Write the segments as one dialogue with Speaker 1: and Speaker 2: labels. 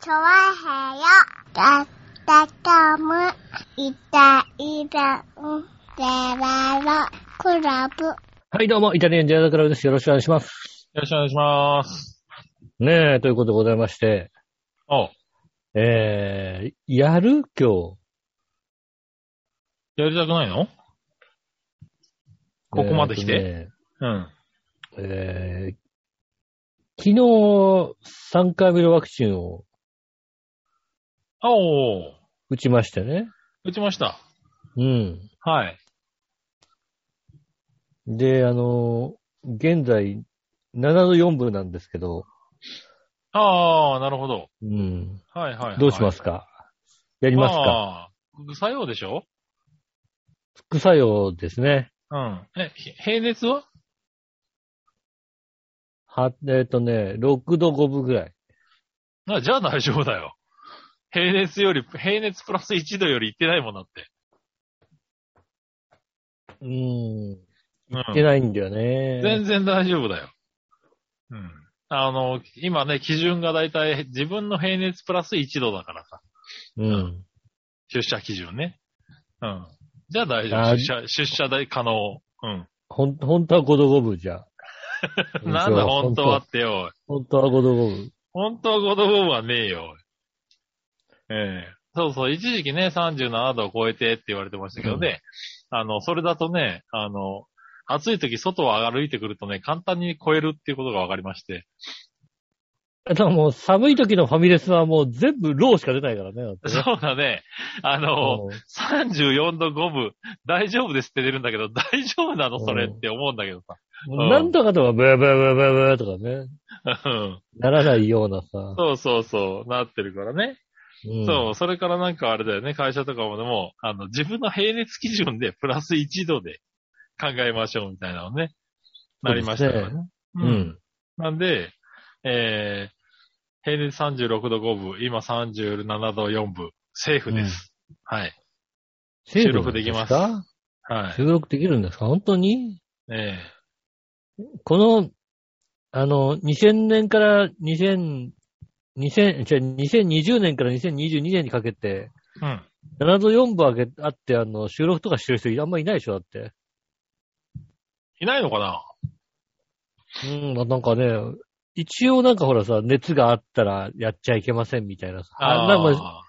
Speaker 1: チョワヘヨだったかむいたいたんゼラロクラブ
Speaker 2: はい、どうも、イタリアンジェラードクラブです。よろしくお願いします。
Speaker 3: よろしくお願いします。
Speaker 2: ねえ、ということでございまして、
Speaker 3: おう
Speaker 2: えー、やる今日。
Speaker 3: やりたくないのここまで来て、うん。
Speaker 2: えーとねえー昨日、3回目のワクチンを
Speaker 3: あおう
Speaker 2: 打ちましてね。
Speaker 3: 打ちました。
Speaker 2: うん。
Speaker 3: はい。
Speaker 2: で、あのー、現在、7の4分なんですけど、
Speaker 3: ああ、なるほど。
Speaker 2: うん。
Speaker 3: はいはい、はい。
Speaker 2: どうしますすか、やりますか
Speaker 3: か副作用でしょ
Speaker 2: 副作用ですね。
Speaker 3: うん。え、ひ平熱は
Speaker 2: は、えっ、とね、6度5分ぐらい。
Speaker 3: あじゃあ大丈夫だよ。平熱より、平熱プラス1度よりいってないもんだって。
Speaker 2: うん。いうけ
Speaker 3: ん。
Speaker 2: ないんだよね。
Speaker 3: 全然大丈夫だよ。うん。あの、今ね、基準がだいたい自分の平熱プラス1度だからさ。
Speaker 2: うん。
Speaker 3: 出社基準ね。うん。じゃあ大丈
Speaker 2: あ
Speaker 3: 夫。出社、出社大可能。うん。
Speaker 2: ほん、本当は5度5分じゃ。
Speaker 3: なんだ本当はってよ。
Speaker 2: 本当は5度5分。
Speaker 3: 本当は5度5分はねえよ。ええそうそう、一時期ね、37度を超えてって言われてましたけどね。あの、それだとね、あの、暑い時外を歩いてくるとね、簡単に超えるっていうことが分かりまして。
Speaker 2: でももう寒い時のファミレスはもう全部ローしか出ないからね。だって
Speaker 3: そ
Speaker 2: ね
Speaker 3: うだね。あの、
Speaker 2: うん
Speaker 3: 34度5分、大丈夫ですって出るんだけど、大丈夫なのそれって思うんだけどさ。
Speaker 2: もうなんとかとかブーブーブーブーブーとかね、
Speaker 3: うん
Speaker 2: ならないようなさ。
Speaker 3: そうそうそう、なってるからね。
Speaker 2: うん
Speaker 3: そう、それからなんかあれだよね、会社とかもでも、あの、自分の平熱基準でプラス1度で考えましょうみたいなのね、なりましたからね。う
Speaker 2: うん。
Speaker 3: なんで、えー、平熱36度5分、今37度4分、セーフです。はい。
Speaker 2: 収
Speaker 3: 録できます
Speaker 2: か
Speaker 3: はい。
Speaker 2: 収録できるんですか本当に
Speaker 3: え
Speaker 2: この、あの、2000年から2000、2000、違う2020年から2022年にかけて、
Speaker 3: えうん。
Speaker 2: 7度4分あげ、あって、あの、収録とかしてる人あんまいないでしょだって。
Speaker 3: いないのかな
Speaker 2: うん、あなんかね、一応なんかほらさ、熱があったらやっちゃいけませんみたいなさ。あ
Speaker 3: あ
Speaker 2: なん
Speaker 3: ー
Speaker 2: か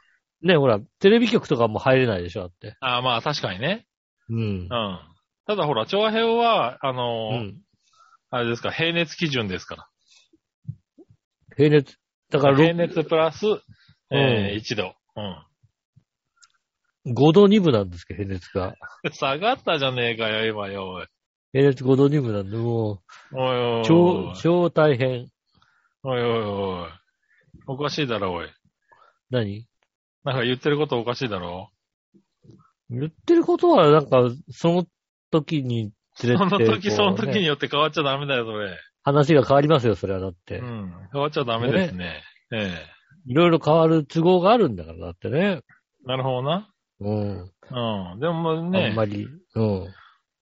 Speaker 2: ね、ほら、テレビ局とかも入れないでしょだって。
Speaker 3: あー、まあ確かにね。
Speaker 2: うん
Speaker 3: う。ん。ただほら、長編は、あの
Speaker 2: う
Speaker 3: ー
Speaker 2: ん。
Speaker 3: あれですか、平熱基準ですから。
Speaker 2: 平熱。だから
Speaker 3: 平
Speaker 2: ろ
Speaker 3: 熱プラス、え
Speaker 2: うん
Speaker 3: ー、1度。うん。
Speaker 2: 5度2分なんですけど、平熱が。
Speaker 3: 下がったじゃねえかよ、今よ、おい。
Speaker 2: 平熱5度2分なんで、も
Speaker 3: おいおいお
Speaker 2: う、
Speaker 3: い。
Speaker 2: 超、超大変。
Speaker 3: おいおいおい。おかしいだろ、おい。
Speaker 2: 何
Speaker 3: なんか言ってることおかしいだろ。
Speaker 2: 言ってることは、なんか、その時に連れて、
Speaker 3: その時、
Speaker 2: こう
Speaker 3: その時
Speaker 2: ね
Speaker 3: に。よって変わっちゃダメだよ、それ。
Speaker 2: 話が変わりますよ、それは。だって
Speaker 3: う。ん。変わっちゃダメですね。え
Speaker 2: いろいろ変わる都合があるんだから、だってね。
Speaker 3: えなるほどな。
Speaker 2: うん。
Speaker 3: うん。でも
Speaker 2: あん
Speaker 3: ね
Speaker 2: ま、り。うん。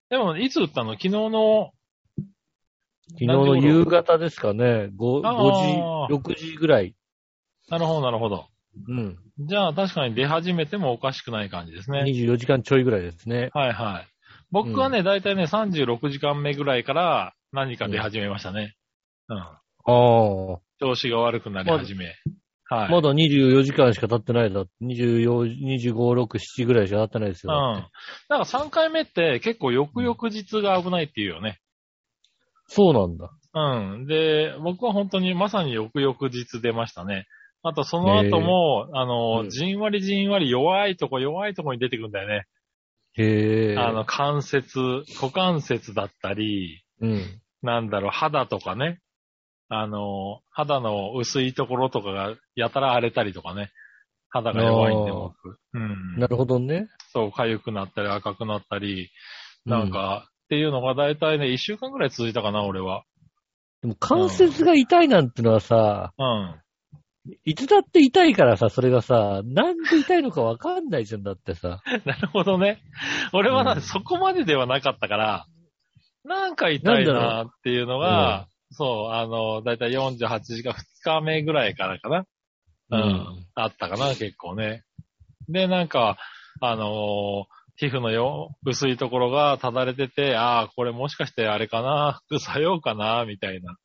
Speaker 3: でもいつ打ったの昨日の、
Speaker 2: 昨日の夕方ですかね。5,
Speaker 3: あー
Speaker 2: 時、6時ぐらい。
Speaker 3: なるほど、なるほど。
Speaker 2: うん。
Speaker 3: じゃあ確かに出始めてもおかしくない感じですね。
Speaker 2: 24時間ちょいぐらいですね。
Speaker 3: はいはい。僕はね、だいたいね、36時間目ぐらいから何か出始めましたね。うん。
Speaker 2: ああ。
Speaker 3: 調子が悪くなり始め。はい。
Speaker 2: まだ24時間しか経ってないだって。24、25、6、7ぐらいしか経ってないです
Speaker 3: う
Speaker 2: よ。
Speaker 3: ん。だから3回目って結構翌々日が危ないっていうよね。
Speaker 2: そうなんだ。
Speaker 3: うん。で、僕は本当にまさに翌々日出ましたね。あとその後も、あの、
Speaker 2: うん
Speaker 3: じんわりじんわり弱いとこ弱いとこに出てくんだよね。
Speaker 2: へえ。
Speaker 3: あの、関節、股関節だったり、
Speaker 2: うん。
Speaker 3: なんだろう、肌とかね。あの、肌の薄いところとかがやたら荒れたりとかね。肌が弱いんで僕。うん。
Speaker 2: なるほどね。
Speaker 3: そう、痒くなったり赤くなったり、
Speaker 2: うん
Speaker 3: なんか、っていうのが大体ね、一週間ぐらい続いたかな、俺は。
Speaker 2: でも関節が痛いなんてのはさ、
Speaker 3: うん。
Speaker 2: いつだって痛いからさ、それがさ、なんで痛いのかわかんないじゃんだってさ。
Speaker 3: なるほどね。俺はな
Speaker 2: うん
Speaker 3: そこまでではなかったから、なんか痛いなっていう
Speaker 2: な
Speaker 3: の
Speaker 2: んだ
Speaker 3: が、そう、あの、大体48時間、2日目ぐらいからかな。うん。あったかな、結構ね。で、なんか、あのー皮膚のよ、薄いところがただれてて、ああ、これもしかしてあれかな、副作用かな、みたいな、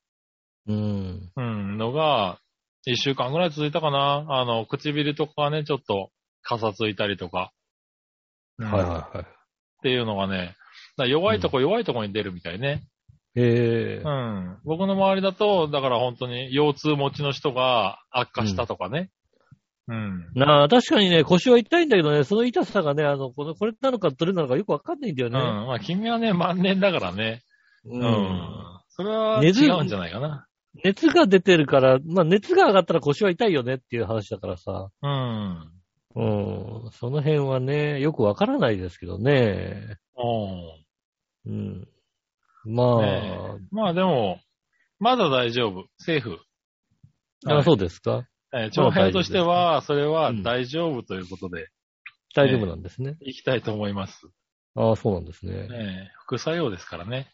Speaker 2: うん。
Speaker 3: うん、のが、一週間ぐらい続いたかな。あの、唇とかね、ちょっと、かさついたりとか。
Speaker 2: はいはいはい。
Speaker 3: っていうのがね、だから弱いとこ弱いとこに出るみたいね。
Speaker 2: ええ
Speaker 3: うん。僕の周りだと、だから本当に腰痛持ちの人が悪化したとかね。うん。
Speaker 2: なあ、確かにね、腰は痛いんだけどね、その痛さがね、あの、この、これなのかどれなのかよくわかんないんだよ
Speaker 3: うん。
Speaker 2: ね。
Speaker 3: まあ君はね、万年だからね。
Speaker 2: う
Speaker 3: うん。それは違
Speaker 2: 根強い
Speaker 3: うんじゃないかな。
Speaker 2: 熱が出てるから、まあ熱が上がったら腰は痛いよねっていう話だからさ。
Speaker 3: うん。
Speaker 2: うん。その辺はね、よくわからないですけどね。
Speaker 3: おー
Speaker 2: うん。まあ、
Speaker 3: ねまあでも、まだ大丈夫。セーフ。は
Speaker 2: あ
Speaker 3: い
Speaker 2: そうですか
Speaker 3: えー長編としては、それは大丈夫ということで、
Speaker 2: 大丈夫なんですね。
Speaker 3: いきたいと思います。
Speaker 2: ああ、そうなんですね。
Speaker 3: ね副作用ですからね。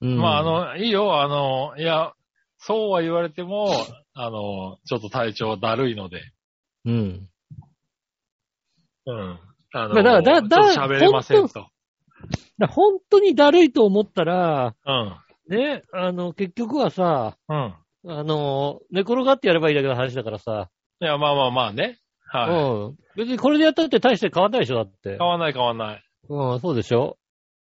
Speaker 2: うん
Speaker 3: まあ、あの、いいよ、あの、いや、そうは言われても、あの、ちょっと体調だるいので、
Speaker 2: うん。
Speaker 3: うん。あの、
Speaker 2: まあだからだだ
Speaker 3: ちょっと喋れませんと。
Speaker 2: だ本当にだるいと思ったら、
Speaker 3: うん。
Speaker 2: ね、あの、結局はさ、
Speaker 3: うん。
Speaker 2: あの、寝転がってやればいいだけの話だからさ、
Speaker 3: いや、まあまあまあね。は
Speaker 2: うん。別にこれでやったって大して変わんないでしょ、だって
Speaker 3: い。買。わない買わない。
Speaker 2: うん、そうでしょ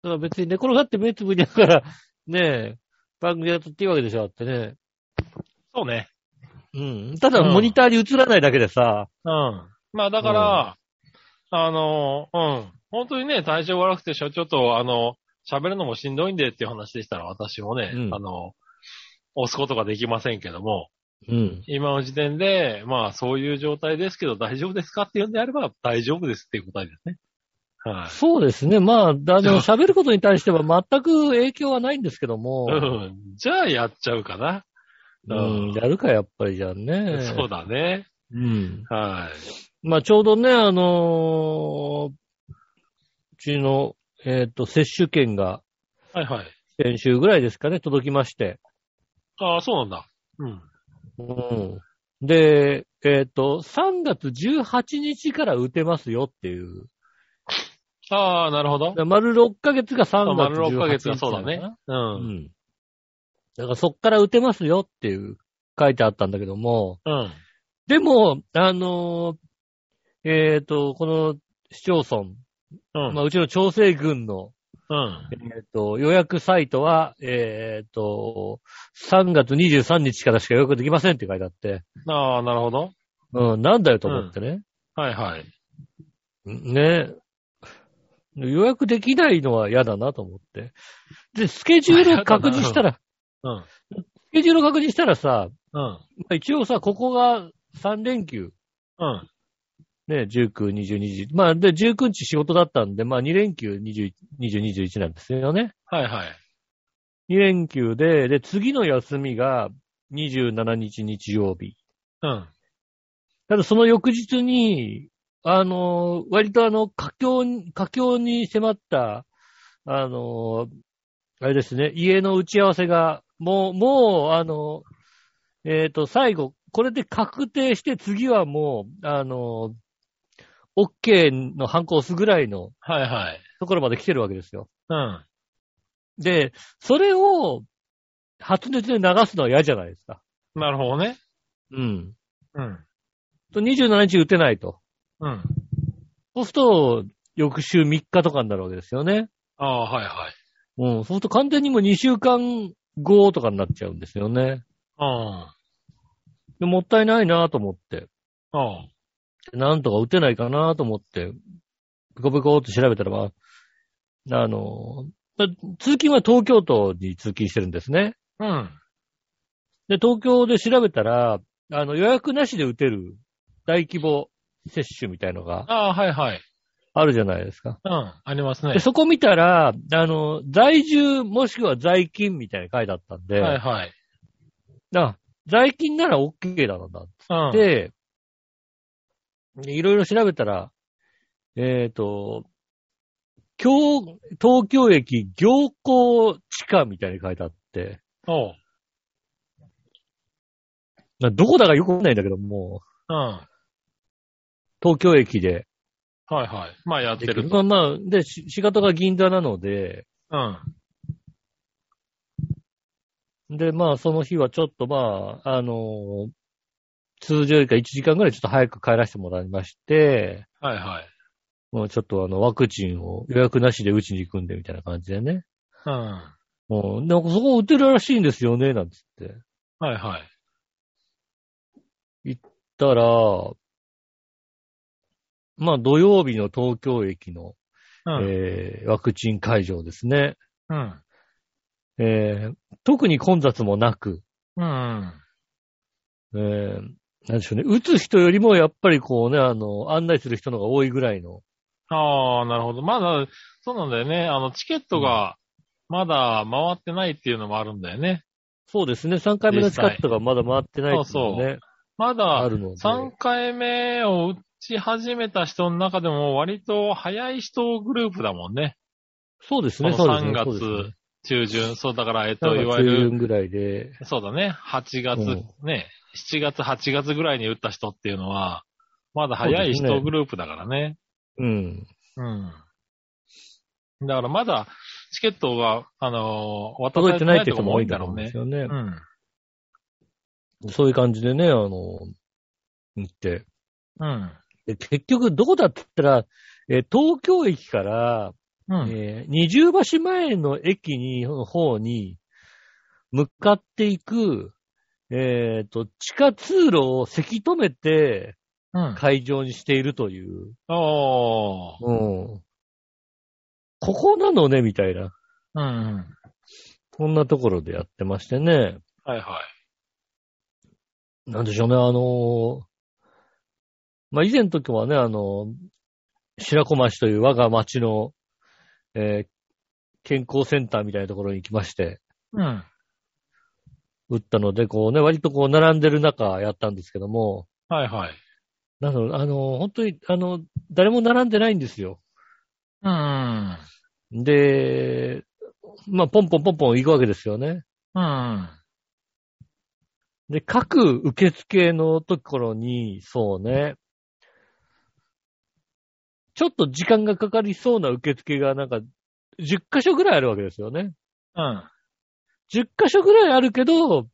Speaker 2: だから別に寝転がって目つぶりながら、 ねえ、番組やったっていいわけでしょ、だってね。
Speaker 3: そうね。
Speaker 2: うん。ただ
Speaker 3: うん
Speaker 2: モニターに映らないだけでさ、
Speaker 3: うん。まあだから、あの、うん。本当にね、体調悪くてしょ、ちょっと、あの、喋るのもしんどいんでっていう話でしたら、私もね、
Speaker 2: うん
Speaker 3: あの、押すことができませんけども、
Speaker 2: うん。
Speaker 3: 今の時点で、まあそういう状態ですけど大丈夫ですかっていうんであれば大丈夫ですっていう答えですね。はい、
Speaker 2: そうですね。まあ、あの、喋ることに対しては全く影響はないんですけども、
Speaker 3: うん。じゃあやっちゃうかな。
Speaker 2: うん、やるか、やっぱりじゃあね。
Speaker 3: そうだね。
Speaker 2: うん。
Speaker 3: はい。
Speaker 2: まあ、ちょうどね、あのーうちの、えっ、と、接種券が
Speaker 3: はいはい。
Speaker 2: 先週ぐらいですかね、届きまして。
Speaker 3: ああ、そうなんだ。うん。
Speaker 2: うん。で、えっ、と、3月18日から打てますよっていう。
Speaker 3: ああ、なるほど。
Speaker 2: 丸6ヶ月が3月18日。
Speaker 3: 丸6ヶ月がそうだね。う。
Speaker 2: うんん。だからそっから打てますよっていう書いてあったんだけども、
Speaker 3: うん。
Speaker 2: でも、あのーえっ、と、この市町村、
Speaker 3: うん。
Speaker 2: まあ、うちの調整群の
Speaker 3: うん。
Speaker 2: えっ、と、予約サイトは、えっ、と、3月23日からしか予約できませんって書いてあって、
Speaker 3: ああ、なるほど。
Speaker 2: うん、なんだよと思ってね。
Speaker 3: はいはい。
Speaker 2: ね。予約できないのは嫌だなと思って。で、スケジュール確認したら、
Speaker 3: うん。
Speaker 2: スケジュール確認したらさ、
Speaker 3: うん。
Speaker 2: まあ一応さ、ここが3連休。
Speaker 3: うん。
Speaker 2: ね、19、20、20。まあ、で、19日仕事だったんで、まあ、2連休、20、20、21なんですよね。
Speaker 3: はいはい。
Speaker 2: 2連休で、で、次の休みが27日日曜日。
Speaker 3: うん。
Speaker 2: ただその翌日に、あの、割とあの、佳境に、佳境に迫った、あの、あれですね、家の打ち合わせが、もう、もう、あの、えっ、と、最後、これで確定して、次はもう、あの、OK の反抗すぐらいの
Speaker 3: はいはい。
Speaker 2: ところまで来てるわけですよ。
Speaker 3: うん。
Speaker 2: で、それを、発熱で流すのは嫌じゃないですか。
Speaker 3: なるほどね。
Speaker 2: うん。
Speaker 3: うん。
Speaker 2: と27日打てないと。
Speaker 3: うん。
Speaker 2: そうすると、翌週3日とかになるわけですよね。
Speaker 3: ああ、はいはい。
Speaker 2: うん。そうすると完全にもう2週間後とかになっちゃうんですよね。
Speaker 3: うん。
Speaker 2: でもったいないなと思って。
Speaker 3: うん。
Speaker 2: なんとか打てないかなと思って、ピコピコって調べたらば、あの、だ通勤は東京都に通勤してるんですね。
Speaker 3: うん。
Speaker 2: で、東京で調べたら、あの、予約なしで打てる大規模接種みたいのが
Speaker 3: ああ、はいはい。
Speaker 2: あるじゃないですか。
Speaker 3: うん。ありますね
Speaker 2: で、。そこ見たら、あの、在住もしくは在勤みたいな書いてあったんで、
Speaker 3: はいはい。
Speaker 2: あ、在勤なら OK だなんだっ
Speaker 3: うん。
Speaker 2: て、いろいろ調べたら、えっ、と、京、東京駅行港地下みたいに書いてあって、
Speaker 3: おう
Speaker 2: などこだかよくわかんないんだけども、
Speaker 3: うん。は
Speaker 2: 東京駅で
Speaker 3: いはい。まあやって
Speaker 2: できる。
Speaker 3: る
Speaker 2: ま
Speaker 3: と。
Speaker 2: あまあ、で、し仕方が銀座なので、
Speaker 3: うん。
Speaker 2: で、まあ、その日はちょっとまあ、あのー通常よりか1時間ぐらいちょっと早く帰らせてもらいまして、
Speaker 3: はいはい。
Speaker 2: もうちょっとあの、ワクチンを予約なしで打ちに行くんで、みたいな感じでね。
Speaker 3: うん。
Speaker 2: もう、なんかそこ売ってるらしいんですよね、なんつって。
Speaker 3: はいはい。
Speaker 2: たら、まあ、土曜日の東京駅の、
Speaker 3: うん。
Speaker 2: えーワクチン会場ですね。
Speaker 3: うん。
Speaker 2: えー特に混雑もなく、
Speaker 3: うん。
Speaker 2: えーなんでしょうね。打つ人よりも、やっぱりこうね、あの、案内する人の方が多いぐらいの。
Speaker 3: ああ、なるほど。まだ、そうなんだよね。あの、チケットが、まだ回ってないっていうのもあるんだよね。
Speaker 2: そうですね。3回目のチケットがまだ回ってないです
Speaker 3: そう
Speaker 2: よ
Speaker 3: そ
Speaker 2: ね。
Speaker 3: ま
Speaker 2: あ
Speaker 3: だ、
Speaker 2: るので。
Speaker 3: 3回目を打ち始めた人の中でも割と早い人グループだもんね。
Speaker 2: そうですね、
Speaker 3: こ
Speaker 2: そう
Speaker 3: の
Speaker 2: ですね。
Speaker 3: 3
Speaker 2: そうですね
Speaker 3: 中旬。そう、だから、えっ
Speaker 2: な
Speaker 3: と、
Speaker 2: ん
Speaker 3: い
Speaker 2: か
Speaker 3: わゆ
Speaker 2: 中
Speaker 3: る、
Speaker 2: 旬ぐらいで、
Speaker 3: そうだね、8月、
Speaker 2: うん
Speaker 3: ね、7月、8月ぐらいに打った人っていうのは、まだ早い
Speaker 2: そうですね
Speaker 3: 人グループだからね。
Speaker 2: うん。
Speaker 3: うん。だからまだ、チケットが、あのー渡さ
Speaker 2: 届い
Speaker 3: れ
Speaker 2: て
Speaker 3: て
Speaker 2: ない
Speaker 3: な
Speaker 2: っ
Speaker 3: い
Speaker 2: て人
Speaker 3: とこ
Speaker 2: も
Speaker 3: も
Speaker 2: 多
Speaker 3: 多
Speaker 2: い
Speaker 3: い
Speaker 2: ん
Speaker 3: ん
Speaker 2: だ
Speaker 3: だ
Speaker 2: ろ
Speaker 3: ろ
Speaker 2: う
Speaker 3: う
Speaker 2: ね
Speaker 3: ね。。うん。
Speaker 2: そういう感じでね、あの、行って。
Speaker 3: うん。
Speaker 2: で結局、どこだって言ったら、えー東京駅から、
Speaker 3: うん。
Speaker 2: えー二重橋前の駅に、の方に、向かっていく、えっ、と、地下通路をせき止めて
Speaker 3: うん。
Speaker 2: 会場にしているという。
Speaker 3: おー。
Speaker 2: うん。ここなのね、みたいな。
Speaker 3: うんうん。
Speaker 2: こんなところでやってましてね。
Speaker 3: はいはい。
Speaker 2: なんでしょうね、あのーまあ、以前の時はね、あのー白子町という我が町の、えー健康センターみたいなところに行きまして、
Speaker 3: うん。
Speaker 2: 打ったので、こうね、割とこう、並んでる中やったんですけども、
Speaker 3: はいはい。
Speaker 2: なのあのー本当に、あの、誰も並んでないんですよ。
Speaker 3: うん。
Speaker 2: で、まあ、ポンポンポンポン行くわけですよね。
Speaker 3: うん。
Speaker 2: で、各受付のところに、そうね、ちょっと時間がかかりそうな受付がなんか、10箇所ぐらいあるわけですよね。
Speaker 3: うん。
Speaker 2: 10箇所ぐらいあるけど、1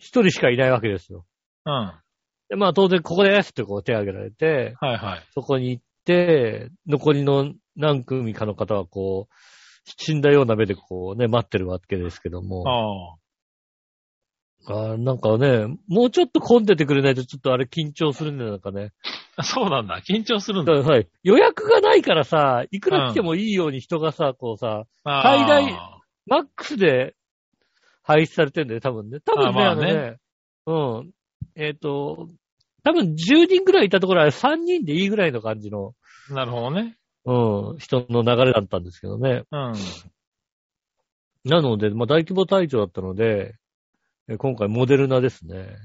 Speaker 2: 人しかいないわけですよ。
Speaker 3: うん。は
Speaker 2: で、まあ当然ここですってこう手を挙げられて、
Speaker 3: いはい。
Speaker 2: そこに行って、残りの何組かの方はこう、死んだような目でこうね、待ってるわけですけども。
Speaker 3: あ
Speaker 2: あーなんかね、もうちょっと混んでてくれないとちょっとあれ緊張するんだよ、なんかね。
Speaker 3: あ。そうなんだ。緊張するん
Speaker 2: だ
Speaker 3: だ。
Speaker 2: からはい予約がないからさ、いくら来てもいいように人がさ、こうさ、
Speaker 3: あー
Speaker 2: 最大マックスで配置されてんだよ、多分ね。多分ね、
Speaker 3: あま
Speaker 2: あ
Speaker 3: あ
Speaker 2: の
Speaker 3: ね
Speaker 2: ね、うん。えっ、と、多分10人ぐらいいたところは3人でいいぐらいの感じの、
Speaker 3: なるほどね。
Speaker 2: うん、人の流れだったんですけどね。
Speaker 3: うん。
Speaker 2: なので、まあ大規模隊長だったので、え今回モデルナですね。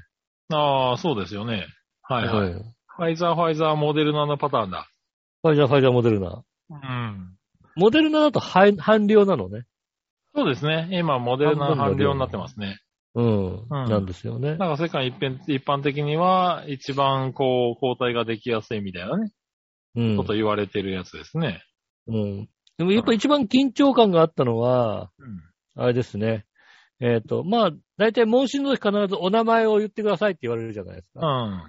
Speaker 3: ああ、そうですよね。はいはい。
Speaker 2: うん
Speaker 3: ファイザー、ファイザー、モデルナのパターンだ。
Speaker 2: ファイザー、ファイザー、モデルナ。
Speaker 3: うん。
Speaker 2: モデルナだと半半量なのね。
Speaker 3: そうですね。今、モデルナ半量になってますね。
Speaker 2: うん。なんですよね。
Speaker 3: なんか世界一般一般的には、一番こう、抗体ができやすいみたいなね、
Speaker 2: うん
Speaker 3: こと言われてるやつですね。
Speaker 2: うん。でもやっぱ一番緊張感があったのは、
Speaker 3: うん。
Speaker 2: あれですね。えっ、と、まあ、大体問診の時必ずお名前を言ってくださいって言われるじゃないです
Speaker 3: う
Speaker 2: か。
Speaker 3: ん。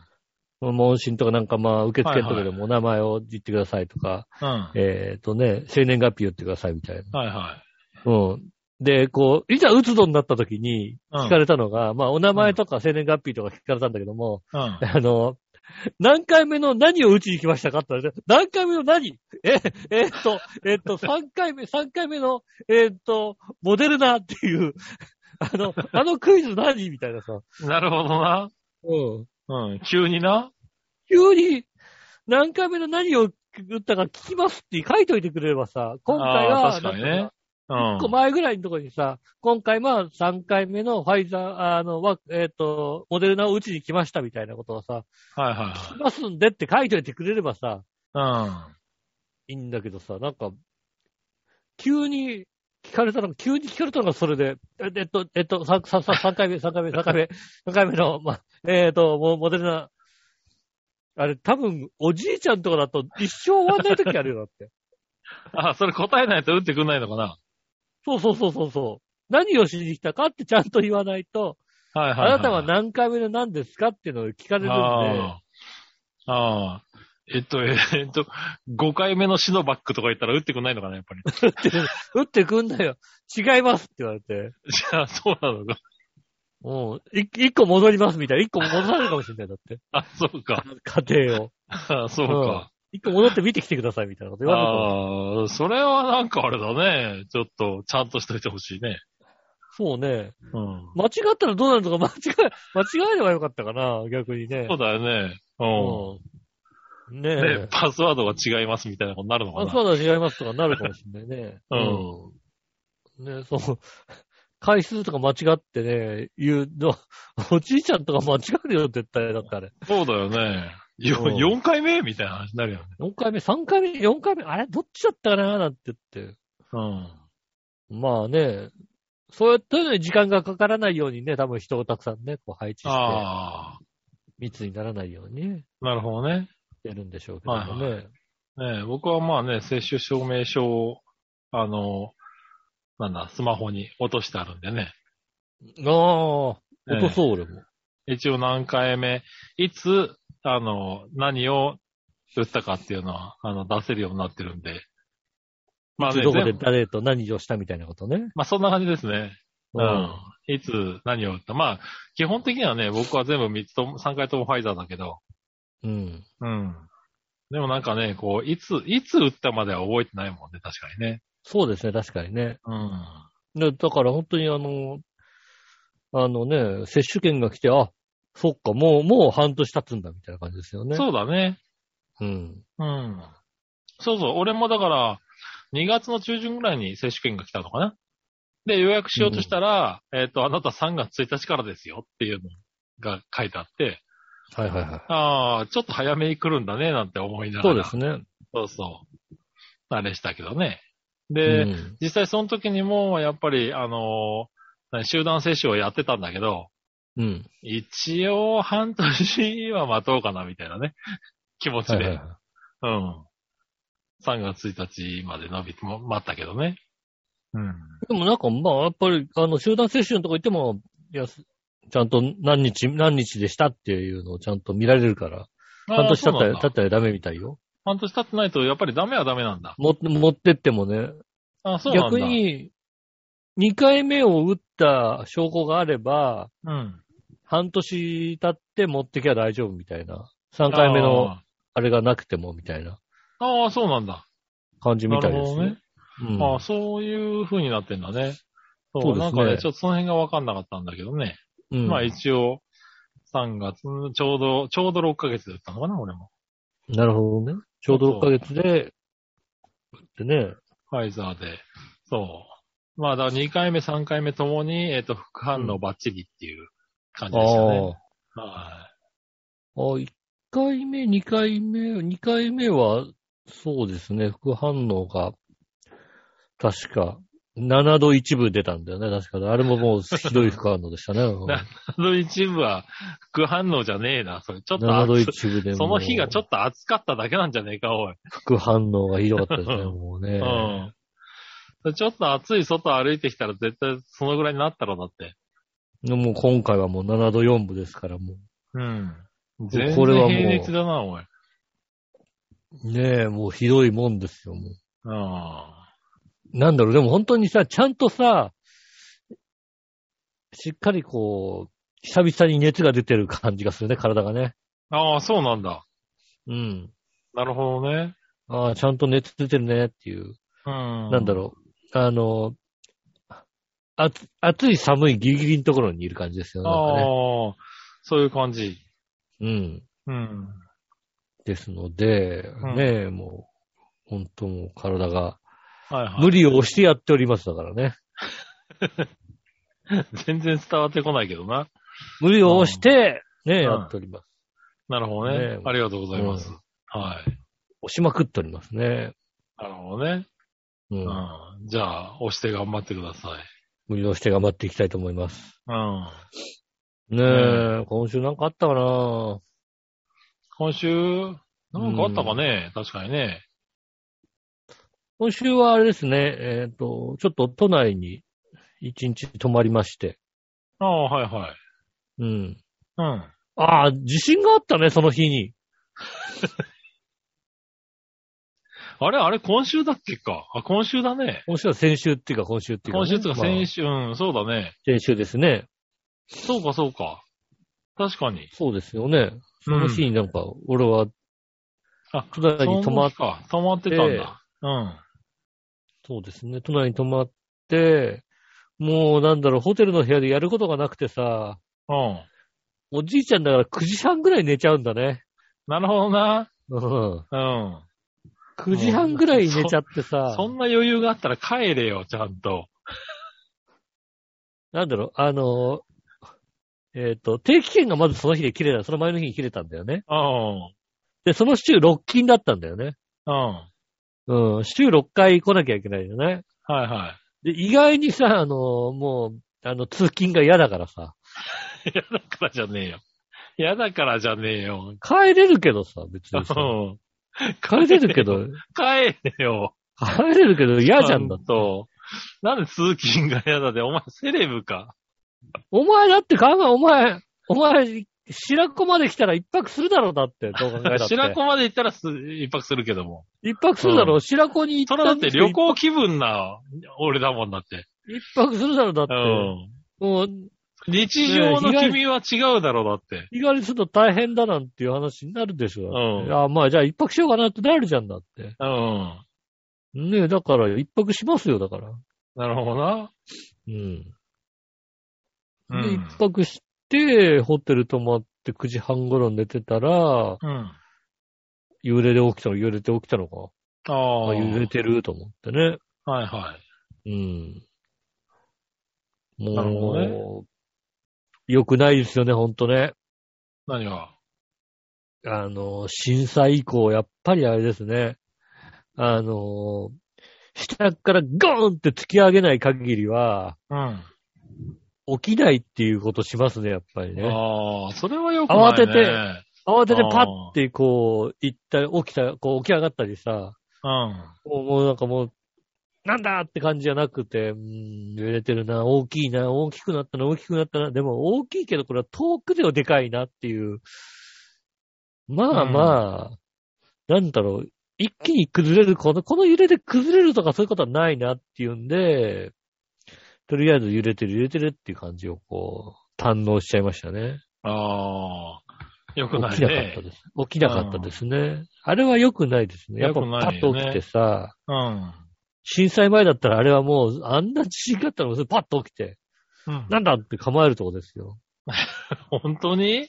Speaker 2: 問診とかなんかまあ、受付のとか
Speaker 3: はい
Speaker 2: で
Speaker 3: は
Speaker 2: もお名前を言ってくださいとか、
Speaker 3: うん。
Speaker 2: えっ、とね、生年月日言ってくださいみたいな。
Speaker 3: はいは
Speaker 2: うん。で、こう、いざ打つぞになった時に
Speaker 3: うん
Speaker 2: 聞かれたのが、まあ、お名前とか生年月日とか聞かれたんだけども、
Speaker 3: い。うん。
Speaker 2: あの、何回目の何を打ちに来ましたかって言われて、何回目の何 え、えっと、えっと、3回目、三回目の、えっと、モデルナっていう、 あの、あのクイズ何みたいなさ。
Speaker 3: なるほどな。
Speaker 2: うん。
Speaker 3: うん。急にな。
Speaker 2: 急に、何回目の何を打ったか聞きますって書いといてくれればさ、今回
Speaker 3: あー
Speaker 2: は、
Speaker 3: 確かにね
Speaker 2: なんか
Speaker 3: う
Speaker 2: 一個
Speaker 3: ん。
Speaker 2: 前ぐらいのところにさ、今回は3回目のファイザー、あの、わえっ、と、モデルナを打ちに来ましたみたいなことをさ、
Speaker 3: はい
Speaker 2: 来
Speaker 3: は
Speaker 2: ますんでって書いといてくれればさ、
Speaker 3: いはい
Speaker 2: いんだけどさ、なんか、急に聞かれたのが、急に聞かれたのがそれで、ええっと、えっと、3, 三三三回目、3回目、3回目、3回目の、まあ、えっと、モモデルナ、あれ、多分、おじいちゃんとかだと一生終わんない時あるよ、だって。
Speaker 3: あ、それ答えないと打ってくんないのかな
Speaker 2: そうそうそうそうそう。何をしに来たかってちゃんと言わないと、
Speaker 3: はいはい、
Speaker 2: あなたは何回目で何ですかっていうのを聞かれるんで、
Speaker 3: ああ。ああ。えっと、ええっと、5回目のシノバックとか言ったら打ってくんないのかな、やっぱり。
Speaker 2: 打ってくんなよ。違いますって言われて。
Speaker 3: じゃあ、そうなのか。
Speaker 2: うん。い一個戻りますみたいな。一個戻されるかもしれない。だって。
Speaker 3: あ、そうか。
Speaker 2: 家庭を。
Speaker 3: あそう
Speaker 2: うん
Speaker 3: か。
Speaker 2: 一個戻って見てきてくださいみたいなこと言われるかも
Speaker 3: ああ、それはなんかあれだね。ちょっと、ちゃんとしといてほしいね。
Speaker 2: そうね。
Speaker 3: うん。
Speaker 2: 間違ったらどうなるのか間違え、間違えればよかったかな、逆にね
Speaker 3: そう。だよね。う
Speaker 2: うん。ね
Speaker 3: ん。で
Speaker 2: え、。
Speaker 3: パスワードが違いますみたいなことになるのか
Speaker 2: あ、
Speaker 3: な。
Speaker 2: そうだ、違いますとかなるかもしれないね。うん。ね、そう。 回数とか間違ってね、言う の、おじいちゃんとか間違えるよ、絶対。だってあれ。
Speaker 3: そうだよね。よ
Speaker 2: うん
Speaker 3: 4回目みたいな話になるよね。
Speaker 2: 4回目、3回目、4回目、あれ、どっちだったかな、なんて言って。
Speaker 3: うん。
Speaker 2: まあね、そうやってね、時間がかからないようにね、多分人をたくさんね、こう配置して、
Speaker 3: ああ。
Speaker 2: 密にならないようにね、
Speaker 3: なるほどね。
Speaker 2: やるんでしょうけどもね。
Speaker 3: はいねえ、僕はまあね、接種証明書を、あの、なんだ、スマホに落としてあるんでね。
Speaker 2: ああ、
Speaker 3: ええ
Speaker 2: 落とそう、俺も。
Speaker 3: 一応何回目、いつ、あの、何を打ったかっていうのは、あの、出せるようになってるんで。まあね、
Speaker 2: どこで
Speaker 3: 全部
Speaker 2: 誰と何をしたみたいなことね。
Speaker 3: まあそんな感じですね。うん。いつ、何を打った。まあ、基本的にはね、僕は全部3つとも、3回ともファイザーだけど。
Speaker 2: うん。
Speaker 3: うん。でもなんかね、こう、いつ、いつ打ったまでは覚えてないもんね、確かにね。
Speaker 2: そうですね、確かにね。
Speaker 3: うん。
Speaker 2: でだから本当にあの、あのね、接種券が来て、あ、そっか、もう、もう半年経つんだ、みたいな感じですよね。う。
Speaker 3: そうだね。
Speaker 2: うん。
Speaker 3: うん。そうそう。俺もだから、2月の中旬ぐらいに接種券が来たのかな。で、予約しようとしたら、えっ、と、あなた3月1日からですよっていうのが書いてあって、
Speaker 2: はいはいはい。
Speaker 3: ああ、ちょっと早めに来るんだね、なんて思いなが
Speaker 2: そうで
Speaker 3: ら。ね。
Speaker 2: すね。
Speaker 3: そうそう。あれしたけどね。で、
Speaker 2: うん
Speaker 3: 実際その時にも、やっぱり、あのー集団接種をやってたんだけど、
Speaker 2: うん。
Speaker 3: 一応半年は待とうかな、みたいなね、気持ちで。
Speaker 2: はいはいはい。
Speaker 3: うん。3月1日まで伸びても、待ったけどね。うん。
Speaker 2: でもなんか、まあ、やっぱり、あの、集団接種のとこ行っても、いや、すちゃんと何日、何日でしたっていうのをちゃんと見られるから、半年経った
Speaker 3: あーそうな
Speaker 2: ら、
Speaker 3: んだ
Speaker 2: 経ったらダメみたいよ。
Speaker 3: 半年経ってないと、やっぱりダメはダメなんだ。
Speaker 2: も持ってってもね、
Speaker 3: あ、そうなんだ。
Speaker 2: 逆、に、2回目を打った証拠があれば、
Speaker 3: うん。
Speaker 2: 半年経って持ってきゃ大丈夫みたいな。3回目の
Speaker 3: あ
Speaker 2: あれがなくてもみたいな
Speaker 3: ー。あーそうなんだ。
Speaker 2: 感じ
Speaker 3: な
Speaker 2: みた
Speaker 3: る
Speaker 2: いで
Speaker 3: ほ
Speaker 2: す
Speaker 3: どね
Speaker 2: ね。。うん
Speaker 3: あーそういう風になってんだね。そう
Speaker 2: そうですね
Speaker 3: なんかね、ちょっとその辺がわかんなかったんだけどね。
Speaker 2: うん
Speaker 3: まあ一応、3月、ちょうど、ちょうど6ヶ月だったのかな、俺も。
Speaker 2: なるほどね。ちょうど6ヶ月で、ってね。
Speaker 3: ファイザーで。そう。まあ、だから2回目、3回目ともに、えっ、と、副反応バッチリっていう感じでしたね。
Speaker 2: ああ。あ、
Speaker 3: は
Speaker 2: 1回目、2回目、2回目は、そうですね、副反応が、確か、7度1分出たんだよね、確か。あれももうひどい副反応でした ね。
Speaker 3: い。その一部は副反応じゃねえな、それ。ちょっと
Speaker 2: 7度
Speaker 3: 暑
Speaker 2: 1分でもう
Speaker 3: その日がちょっと暑かっただけなんじゃねえか、おい。
Speaker 2: 副反応がひどかったです ね、もうね。
Speaker 3: うん。ちょっと暑い外歩いてきたら絶対そのぐらいになったろう、だって。
Speaker 2: でもう今回はもう7度4分ですから、も
Speaker 3: うん。全然
Speaker 2: これはもう
Speaker 3: 平熱だな、おい。
Speaker 2: う。ねえ、もうひどいもんですよ、もう。
Speaker 3: うん。
Speaker 2: なんだろう、でも本当にさ、ちゃんとさ、しっかりこう、久々に熱が出てる感じがするね、体がね。
Speaker 3: ああ、そうなんだ。
Speaker 2: うん。
Speaker 3: なるほどね。
Speaker 2: ああ、ちゃんと熱出てるねっていう、
Speaker 3: うん。
Speaker 2: なんだろう。あの、あ暑い寒いギリギリのところにいる感じですよね。なんかね
Speaker 3: ああ、そういう感じ。
Speaker 2: うん。
Speaker 3: うん。
Speaker 2: ですので、
Speaker 3: ん
Speaker 2: ねえ、もう、本当もう体が、
Speaker 3: はいはい。
Speaker 2: 無理を押してやっておりますだからね。
Speaker 3: 全然伝わってこないけどな。
Speaker 2: 無理を押して、ねえ、
Speaker 3: うん
Speaker 2: やっております。
Speaker 3: なるほどね。
Speaker 2: ねえ
Speaker 3: ありがとうございます。
Speaker 2: うん
Speaker 3: はい。
Speaker 2: 押しまくっておりますね。
Speaker 3: なるほどね。
Speaker 2: う。
Speaker 3: うんん。じゃあ、押して頑張ってください。
Speaker 2: 無理を押して頑張っていきたいと思います。
Speaker 3: うん。
Speaker 2: ねえ、今週なんかあったかな
Speaker 3: 今週、なんかあったかね、確かにね。
Speaker 2: 今週はあれですね、えっ、と、ちょっと都内に一日泊まりまして。
Speaker 3: ああ、はいはい。
Speaker 2: うん。
Speaker 3: うん。
Speaker 2: ああ、地震があったね、その日に。
Speaker 3: あれあれ今週だっけか。あ、今週だね。
Speaker 2: 今週は先週っていうか、今週っていうかね、
Speaker 3: 今週とか
Speaker 2: まあ
Speaker 3: 先週、うん、そうだね。
Speaker 2: 先週ですね。
Speaker 3: そうかそうか。確かに。
Speaker 2: そうですよね。その日になんか、俺は、
Speaker 3: あ
Speaker 2: 都内に泊まっ
Speaker 3: その日か泊まってたんだ。うん。
Speaker 2: そうですね。都内に泊まって、もうなんだろう、ホテルの部屋でやることがなくてさ、
Speaker 3: うん。
Speaker 2: おじいちゃんだから9時半ぐらい寝ちゃうんだね。
Speaker 3: なるほどな。
Speaker 2: うん。
Speaker 3: うん。
Speaker 2: 9時半ぐらい寝ちゃってさ、
Speaker 3: そんな余裕があったら帰れよ、ちゃんと。
Speaker 2: なんだろう、あの、えっ、と、定期券がまずその日で切れた、その前の日に切れたんだよね。
Speaker 3: うん。
Speaker 2: で、その週6金だったんだよね。
Speaker 3: うん。は
Speaker 2: うん、週6回来なきゃいけないよね。
Speaker 3: いは
Speaker 2: で、意外にさ、あの、もう、あの、通勤が嫌だからさ、
Speaker 3: い。嫌だからじゃねえよ。嫌だからじゃねえよ。
Speaker 2: 帰れるけどさ、別
Speaker 3: う
Speaker 2: にさ、
Speaker 3: ん。
Speaker 2: 帰れるけど、
Speaker 3: 帰れよ。
Speaker 2: 帰れるけど嫌じゃんだって。
Speaker 3: と。なんで通勤が嫌だで、お前セレブか。
Speaker 2: お前だって考え、お前、お前、白子まで来たら一泊するだろうだって、どう考えたって。
Speaker 3: 白子まで行ったらす一泊するけども。
Speaker 2: 一泊するだろう、白子に行った
Speaker 3: それだっ
Speaker 2: ん
Speaker 3: て
Speaker 2: ですよ
Speaker 3: 旅行気分な俺だもんだって。
Speaker 2: 一泊するだろうだっ
Speaker 3: う
Speaker 2: て。
Speaker 3: ん。
Speaker 2: もう、
Speaker 3: 日常の君は違うだろうだって。
Speaker 2: 日帰りすると大変だなんていう話になるでしょ。
Speaker 3: うん
Speaker 2: あまあじゃあ一泊しようかなってなるじゃんだって。
Speaker 3: うん。
Speaker 2: ねえ、だから一泊しますよ、だから。
Speaker 3: なるほどな。
Speaker 2: うん。
Speaker 3: う
Speaker 2: で、一
Speaker 3: ん。
Speaker 2: 泊して、ホテル泊まって9時半頃寝てたら、
Speaker 3: うん。
Speaker 2: 揺れで起きたの、揺れて起きたのか。
Speaker 3: あ
Speaker 2: あ
Speaker 3: あ。はい
Speaker 2: 揺れてると思ってね。
Speaker 3: はい。
Speaker 2: うん。
Speaker 3: なるほどね
Speaker 2: もう、良くないですよね、ほんとね。
Speaker 3: 何が
Speaker 2: あの、震災以降、やっぱりあれですね。あの、下からゴーンって突き上げない限りは、
Speaker 3: うん。あ
Speaker 2: 起きないっていうことしますね、やっぱりね。
Speaker 3: あ、それはよくない、
Speaker 2: 慌て
Speaker 3: ね。
Speaker 2: て。慌ててパ
Speaker 3: あー
Speaker 2: ッてこう、行ったり、起きた、こう起き上がったりさ、
Speaker 3: うん。
Speaker 2: もうもうなんかもう、なんだって感じじゃなくて、うーん、揺れてるな、大きいな、大きくなったな、大きくなったな、でも大きいけどこれは遠くではでかいなっていう。まあ
Speaker 3: うん
Speaker 2: まあ、なんだろう、一気に崩れる、この、この揺れで崩れるとかそういうことはないなっていうんで、とりあえず揺れてる揺れてるっていう感じをこう、堪能しちゃいましたね。
Speaker 3: ああ。よくな
Speaker 2: 起
Speaker 3: い
Speaker 2: きなかった
Speaker 3: ね。
Speaker 2: です。起きなかったですね。あれは良くないですね。やっぱ
Speaker 3: 良く
Speaker 2: パ
Speaker 3: ない
Speaker 2: ッと
Speaker 3: よね
Speaker 2: 起きてさ、
Speaker 3: うん。
Speaker 2: 震災前だったらあれはもう、あんな地震があったらもうパッと起きて、
Speaker 3: うん、
Speaker 2: なんだって構えるとこですよ。
Speaker 3: 本当に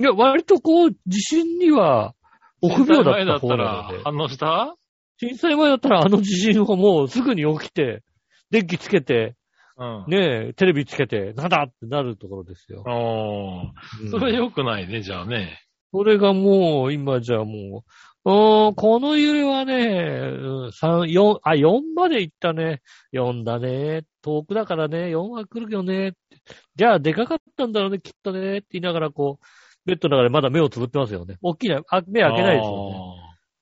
Speaker 2: いや、割とこう、地震には、臆病だった方なので
Speaker 3: 震災前だったら、反応した
Speaker 2: 震災前だったらあの地震はもうすぐに起きて、電気つけて、
Speaker 3: うん。
Speaker 2: ねえ、テレビつけて、なんだってなるところですよ。
Speaker 3: おー
Speaker 2: うん
Speaker 3: それ良くないね、じゃあね。
Speaker 2: それがもう、今じゃもう、うーん、この揺れはね、3、4、あ、4まで行ったね。4だね。遠くだからね、4は来るよね。じゃあ、でかかったんだろうね、きっとね。って言いながら、こう、ベッドの中でまだ目をつぶってますよね。大きな、あ目開けないですよ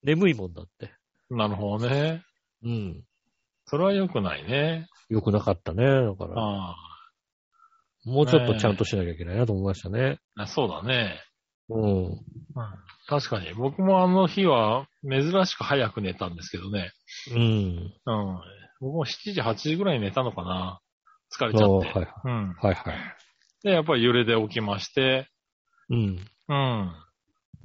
Speaker 2: ね。眠いもんだって。
Speaker 3: あーなるほどね。
Speaker 2: うん。
Speaker 3: それは良くないね。
Speaker 2: よくなかったね。だから、
Speaker 3: あ
Speaker 2: もうちょっとちゃんとしなきゃいけないなと思いましたね。
Speaker 3: あ、そうだね。
Speaker 2: うん。
Speaker 3: 確かに。僕もあの日は珍しく早く寝たんですけどね。
Speaker 2: うん。
Speaker 3: うん。僕も7時、8時ぐらいに寝たのかな。疲れち
Speaker 2: あ
Speaker 3: ゃ
Speaker 2: あ
Speaker 3: っ
Speaker 2: はい
Speaker 3: て。
Speaker 2: はい。
Speaker 3: うん。
Speaker 2: はいはい。
Speaker 3: で、やっぱり揺れで起きまして、
Speaker 2: うん。
Speaker 3: うん。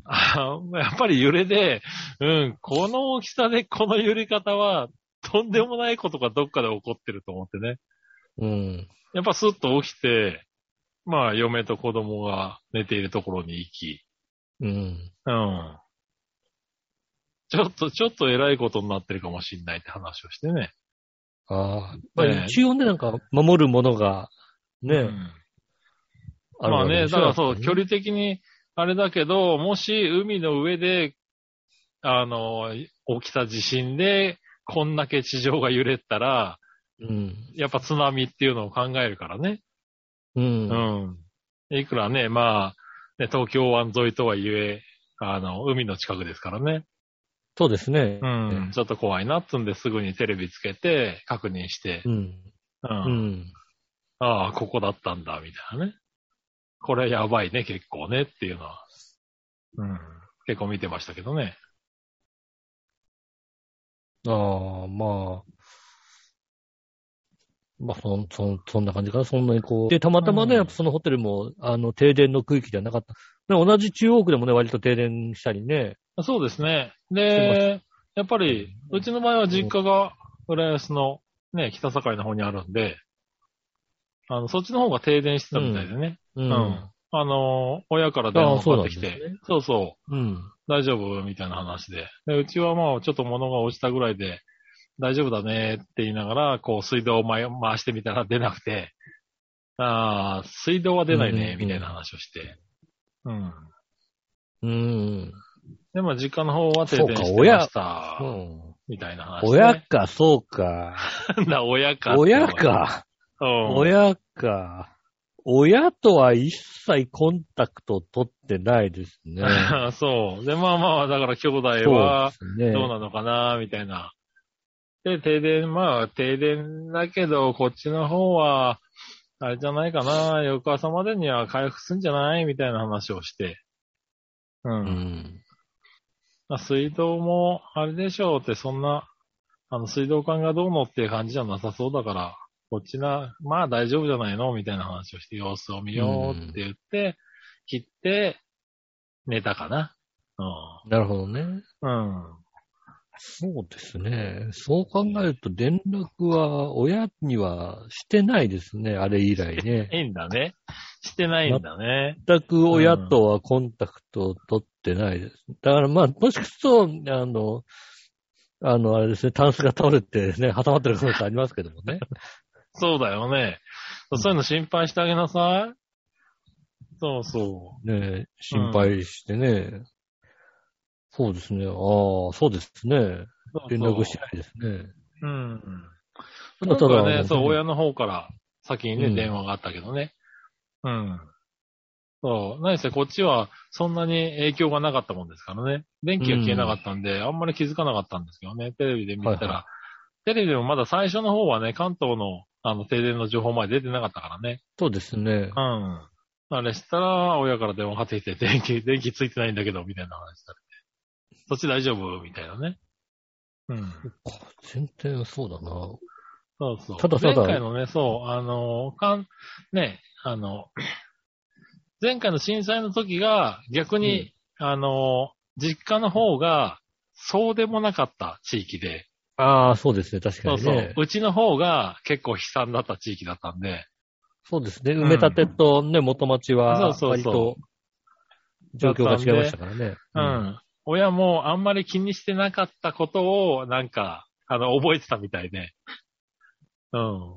Speaker 3: あやっぱり揺れで、うん、この大きさでこの揺れ方は、とんでもないことがどっかで起こってると思ってね。
Speaker 2: うん。
Speaker 3: やっぱスッと起きて、まあ、嫁と子供が寝ているところに行き、
Speaker 2: うん。
Speaker 3: うん。ちょっと、ちょっと偉いことになってるかもしんないって話をしてね。
Speaker 2: ああ、ま
Speaker 3: ね
Speaker 2: あ
Speaker 3: え
Speaker 2: 一応ね、なんか、守るものが、ね、
Speaker 3: うん
Speaker 2: ある
Speaker 3: まあ
Speaker 2: わけ
Speaker 3: ね、
Speaker 2: で
Speaker 3: だ
Speaker 2: し
Speaker 3: か
Speaker 2: ょ
Speaker 3: らそう、距。離的に、あれだけど、もし海の上で、あの、起きた地震で、こんだけ地上が揺れたら、
Speaker 2: うん。
Speaker 3: やっぱ津波っていうのを考えるからね。
Speaker 2: う。
Speaker 3: うんん。いくらね、まね、東京湾沿いとはいえ、あの、海の近くですからね。
Speaker 2: そうですね。
Speaker 3: うん。ちょっと怖いなっつんですぐにテレビつけて、確認して、
Speaker 2: うん。
Speaker 3: う。
Speaker 2: うんん。
Speaker 3: ああ、ここだったんだ、みたいなね。これやばいね、結構ね、っていうのは。うん。結構見てましたけどね。
Speaker 2: ああ、まあ。まあ、そん、そん、そんな感じかな。そんなにこう。で、たまたまね、
Speaker 3: うん
Speaker 2: やっぱそのホテルも、あの、停電の区域ではなかった。で同じ中央区でもね、割と停電したりね。
Speaker 3: そうですね。
Speaker 2: して
Speaker 3: で、やっぱり、うちの場合は実家が浦安のね、北境の方にあるんで、あの、そっちの方が停電してたみたいでね。
Speaker 2: う。
Speaker 3: うんあの、親から電話がかかってき
Speaker 2: ああそうなん
Speaker 3: て
Speaker 2: ですね、
Speaker 3: そうそう。
Speaker 2: うん。
Speaker 3: 大丈夫みたいな話で。で、うちはまあ、ちょっと物が落ちたぐらいで、大丈夫だねって言いながら、こう、水道を回回してみたら出なくて、ああ、水道は出ない
Speaker 2: うんうん
Speaker 3: ね
Speaker 2: う、ん
Speaker 3: みたいな話をして。うん。
Speaker 2: うん。
Speaker 3: で、まあ、実家の方は停電
Speaker 2: そう
Speaker 3: し
Speaker 2: か
Speaker 3: て
Speaker 2: 親
Speaker 3: ました
Speaker 2: う。ん。
Speaker 3: みたいな話、ね。
Speaker 2: 親か、そうか。
Speaker 3: なんだ、親か。
Speaker 2: 親。か。
Speaker 3: うん。
Speaker 2: 親か。親とは一切コンタクトを取ってないです ね。
Speaker 3: そう。で、まあまあ、だから兄弟は、
Speaker 2: そうですね。
Speaker 3: どうなのかな、みたいな。で、停電、まあ、停電だけど、こっちの方は、あれじゃないかな、翌朝までには回復すんじゃないみたいな話をして。う。
Speaker 2: うんん。
Speaker 3: まあ水道も、あれでしょうって、そんな、あの、水道管がどうのっていう感じじゃなさそうだから、こっちな、まあ大丈夫じゃないのみたいな話をして、様子を見ようって言って、切って、寝たかな。
Speaker 2: なるほどね。
Speaker 3: うん。うん。
Speaker 2: そうですね。そう考えると、連絡は親にはしてないですね、あれ以来 ね。
Speaker 3: いいんだね。してないんだね。
Speaker 2: 全く親とはコンタクトを取ってないです。だからまあ、もしかすると、あの、あの、あれですね、タンスが倒れてね、挟まってる可能性ありますけどもね。
Speaker 3: そうだよね。
Speaker 2: うん
Speaker 3: そういうの心配してあげなさい。そうそ
Speaker 2: ねえ心配してね。そうですね。ああ、そうですね。
Speaker 3: う。そうそう
Speaker 2: 連絡してないですね。
Speaker 3: うん。
Speaker 2: た
Speaker 3: だ
Speaker 2: だ
Speaker 3: か
Speaker 2: ただ、
Speaker 3: らね、そう、
Speaker 2: あ
Speaker 3: 親の方から先にね、
Speaker 2: うん
Speaker 3: 電話があったけどね。うん。そう。何せこっちはそんなに影響がなかったもんですからね。電気が消えなかったんで、あんまり気づかなかったんですけどね。テレビで見てたら。
Speaker 2: はいは
Speaker 3: テレビでもまだ最初の方はね、関東のあの停電の情報前出てなかったからね。
Speaker 2: そうですね。
Speaker 3: うん。あれしたら、親から電話かけてきて、電気、電気ついてないんだけど、みたいな話されて。そっち大丈夫みたいなね。うん。
Speaker 2: 全然そうだな。
Speaker 3: そうそう。
Speaker 2: ただただ
Speaker 3: 前回のね、そう、あの、かん、ね、あの、前回の震災の時が、逆に、あの、実家の方が、そうでもなかった地域で、
Speaker 2: ああ、そうですね、確か
Speaker 3: そう
Speaker 2: にね。
Speaker 3: そう、うちの方が結構悲惨だった地域だったんで、
Speaker 2: そうですね。
Speaker 3: ん
Speaker 2: 埋め立てとね、元町は、
Speaker 3: そうそう
Speaker 2: 割
Speaker 3: そう
Speaker 2: と、状況が違いましたからね。
Speaker 3: う。ん。親もあんまり気にしてなかったことを、なんか、あの、覚えてたみたいで。うん。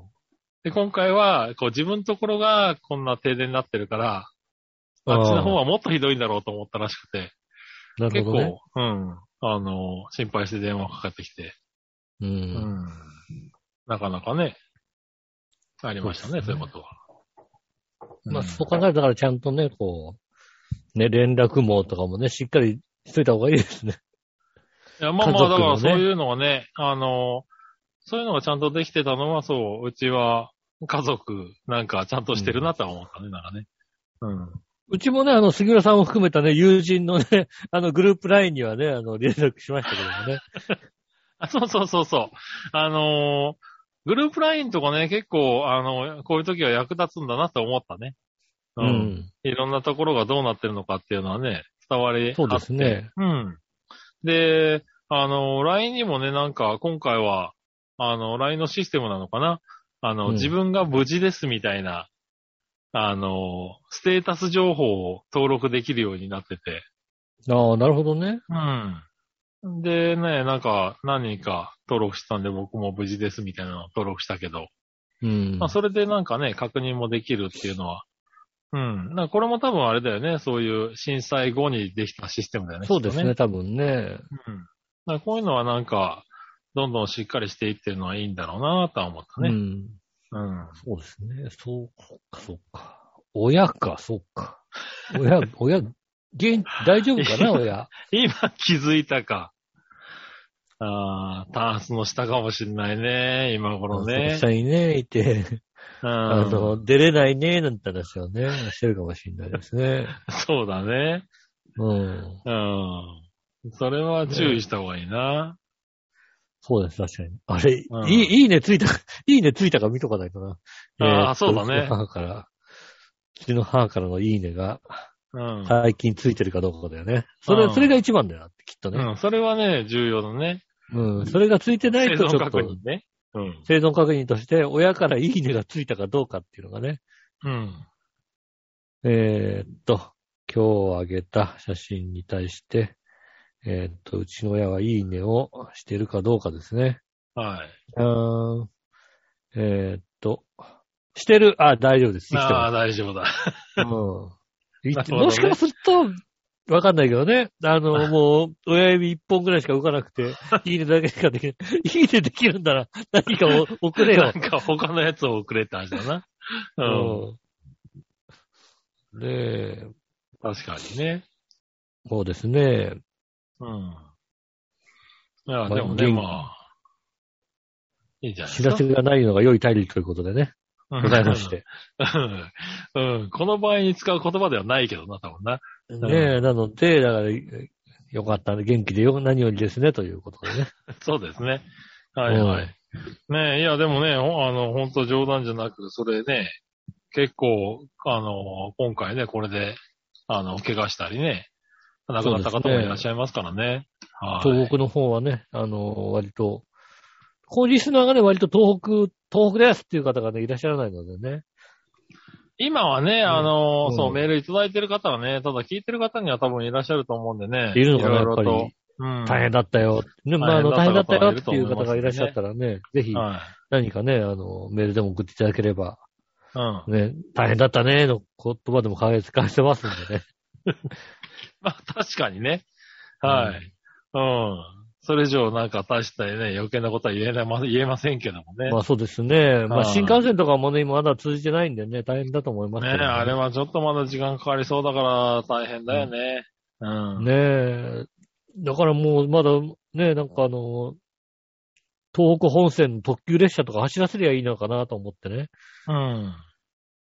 Speaker 3: で、今回は、こう自分のところがこんな停電になってるから、あっちの方
Speaker 2: は
Speaker 3: はもっとひどいんだろうと思ったらしくて、
Speaker 2: なる
Speaker 3: 結
Speaker 2: ほ
Speaker 3: 構、
Speaker 2: どね。
Speaker 3: うん。あの、心配して電話がかかってきて、
Speaker 2: う。
Speaker 3: うんん。なかなかね、ありましたね、
Speaker 2: そですね
Speaker 3: そうういうことは。
Speaker 2: まあ、
Speaker 3: ん
Speaker 2: そう考えると、だからちゃんとね、こう、ね、連絡網とかもね、しっかりしといた方がいいですね。
Speaker 3: いや、まあまあ、
Speaker 2: 家
Speaker 3: だ
Speaker 2: 族の
Speaker 3: から
Speaker 2: ね
Speaker 3: そういうのはね、あの、そういうのがちゃんとできてたのは、そう、うちは、家族、なんかちゃんとしてるなとは思ったね、なんかね。うん。
Speaker 2: うちもね、あの、杉浦さんを含めたね、友人のね、 あの、グループラインにはね、あの、連絡しましたけども ね。
Speaker 3: あそうそうそうそう。あのーグループラインとかね、結構、あの、こういう時は役立つんだなと思ったね。
Speaker 2: う。ん。
Speaker 3: いろんなところがどうなってるのかっていうのはね、伝わりあって。
Speaker 2: そうですね。
Speaker 3: うん。で、あの、LINE にもね、なんか、今回は、あの、LINE のシステムなのかなあ
Speaker 2: う
Speaker 3: の、
Speaker 2: ん
Speaker 3: 自分が無事ですみたいな、あの、ステータス情報を登録できるようになってて。
Speaker 2: ああ、なるほどね。
Speaker 3: うん。でね、なんか、何人か登録したんで、僕も無事ですみたいなのを登録したけど、
Speaker 2: うん
Speaker 3: まあ、。それでなんかね、確認もできるっていうのは、うん。なんかこれも多分あれだよね、そういう震災後にできたシステムだよね。
Speaker 2: そうです
Speaker 3: きっと
Speaker 2: ね、多分ね。
Speaker 3: うん。だからこういうのはなんか、どんどんしっかりしていってるのはいいんだろうなとは思った
Speaker 2: う
Speaker 3: ね。
Speaker 2: ん。
Speaker 3: うん。
Speaker 2: そうですね。そう、そっか、そっか。親か、そっか。親、 親、元大丈夫か な、親。
Speaker 3: 今気づいたか。ああ、タンスの下かもしんないね、今頃ね。
Speaker 2: 下にね、いて、
Speaker 3: うん
Speaker 2: あの、出れないね、なんて話をね、してるかもしれないですね。
Speaker 3: そうだね。
Speaker 2: うん。
Speaker 3: うん。それは注意した方がいいな。
Speaker 2: そうです、確かに。あれ、
Speaker 3: うん
Speaker 2: いい、いいねついた、 いいねついたか見とかないとな。
Speaker 3: あー
Speaker 2: えーっと
Speaker 3: そうだね
Speaker 2: うちの母から、うちの母からのいいねが、
Speaker 3: うん。
Speaker 2: 最近ついてるかどうかだよね。それ、
Speaker 3: うん
Speaker 2: それが一番だよ、きっとね。
Speaker 3: うん。それはね、重要だね。
Speaker 2: うん。それがついてな
Speaker 3: 生
Speaker 2: いと、ち
Speaker 3: 存
Speaker 2: ょっ
Speaker 3: 確
Speaker 2: と、
Speaker 3: 認ね。うん。
Speaker 2: 生存確認として、親からいいねがついたかどうかっていうのがね。
Speaker 3: うん。
Speaker 2: えーっと、今日あげた写真に対して、えーっと、うちの親がいいねをしてるかどうかですね。
Speaker 3: はい。
Speaker 2: うーんえーっと、してる。あ、大丈夫です。生きて
Speaker 3: あ
Speaker 2: ま
Speaker 3: あ、
Speaker 2: す
Speaker 3: 大丈夫だ。
Speaker 2: うん生きて
Speaker 3: なるほどね
Speaker 2: もしかすると、わかんないけどね。あの、 もう、親指一本ぐらいしか動かなくて、いいねだけしかできない。いいねできるんなら、何かを送れ
Speaker 3: な
Speaker 2: よ
Speaker 3: ん。か他のやつをくれって話だな。 うん。
Speaker 2: うん。で、
Speaker 3: 確かにね。
Speaker 2: そうですね。
Speaker 3: うん。いや、
Speaker 2: まあ
Speaker 3: でも
Speaker 2: 元
Speaker 3: ね、
Speaker 2: 気
Speaker 3: まあ、いいじゃない
Speaker 2: 知
Speaker 3: です
Speaker 2: ら
Speaker 3: か
Speaker 2: せ。がないのが良い体力ということでね。
Speaker 3: うん
Speaker 2: ございま して。
Speaker 3: うん。うんこの場合に使う言葉ではないけどな、多分な。ん
Speaker 2: ねえ、なので、だから、えよかったね。元気でよ、何よりですね、ということでね。
Speaker 3: そうですね。はいはい。ねえ、いや、でもね、ほあの、本当冗談じゃなく、それね、結構、あの、今回ね、これで、あの、怪我したりね、亡くなった方もいらっしゃいますからね。はい。
Speaker 2: 東北の方はね、あの、割と、こうリスナーがね、割と東北、東北ですっていう方がね、いらっしゃらないのでね。
Speaker 3: 今はね、あの、
Speaker 2: うん
Speaker 3: そう、メールいただいてる方はね、ただ聞いてる方には多分いらっしゃると思うんでね。
Speaker 2: いるのかな、
Speaker 3: い
Speaker 2: や
Speaker 3: ろ
Speaker 2: っ
Speaker 3: い
Speaker 2: ぱ
Speaker 3: ろと
Speaker 2: り。。
Speaker 3: うん。
Speaker 2: 大変だったよ。ね、まあ、あの、大
Speaker 3: 大
Speaker 2: 変だ
Speaker 3: 変だ
Speaker 2: っ
Speaker 3: ったた
Speaker 2: よ
Speaker 3: 方
Speaker 2: っていう方がいらっしゃったらね、ぜひ
Speaker 3: は
Speaker 2: 何かね、あの、メールでも送っていただければ、
Speaker 3: い。うん。
Speaker 2: ね、大変だったね、の言葉でも返せ返せますんでね。
Speaker 3: まあ、確かにね。 はい。うん。それ以上なんか大したね、余計なことは言えない、ま、言えませんけどもね。
Speaker 2: まあそうですね。まあ
Speaker 3: はい
Speaker 2: 新幹線とかもね、今まだ通じてないんでね、大変だと思いますけ
Speaker 3: ね
Speaker 2: ど
Speaker 3: え、あれはちょっとまだ時間かかりそうだから大変だよね。うん。
Speaker 2: ねえ。だからもうまだ、ねなんかあの、東北本線の特急列車とか走らせりゃいいのかなと思ってね、
Speaker 3: うん。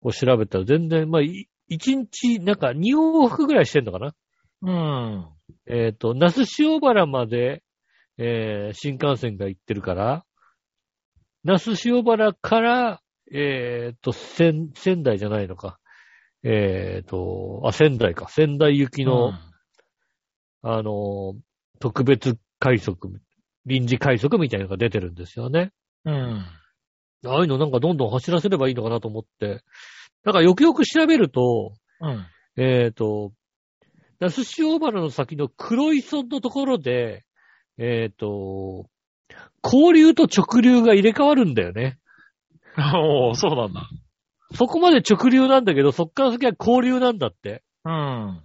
Speaker 2: こう調べたら全然、まあ、い一日、なんか2往復ぐらいしてんのかな
Speaker 3: うん。
Speaker 2: えっ、と、那須塩原まで、えー新幹線が行ってるから、那須塩原から、えっ、と、仙、仙台じゃないのか。えっ、と、あ、仙台か。仙台行きの、あの、特別快速、臨時快速みたいなのが出てるんですよね。
Speaker 3: うん。うん。
Speaker 2: ああいうのなんかどんどん走らせればいいのかなと思って。だからよくよく調べると、
Speaker 3: うん。
Speaker 2: えっ、と、那須塩原の先の黒磯のところで、えっ、と、交流と直流が入れ替わるんだよね。
Speaker 3: おーそうなんだ。
Speaker 2: そこまで直流なんだけど、そっから先は交流なんだって。
Speaker 3: うん。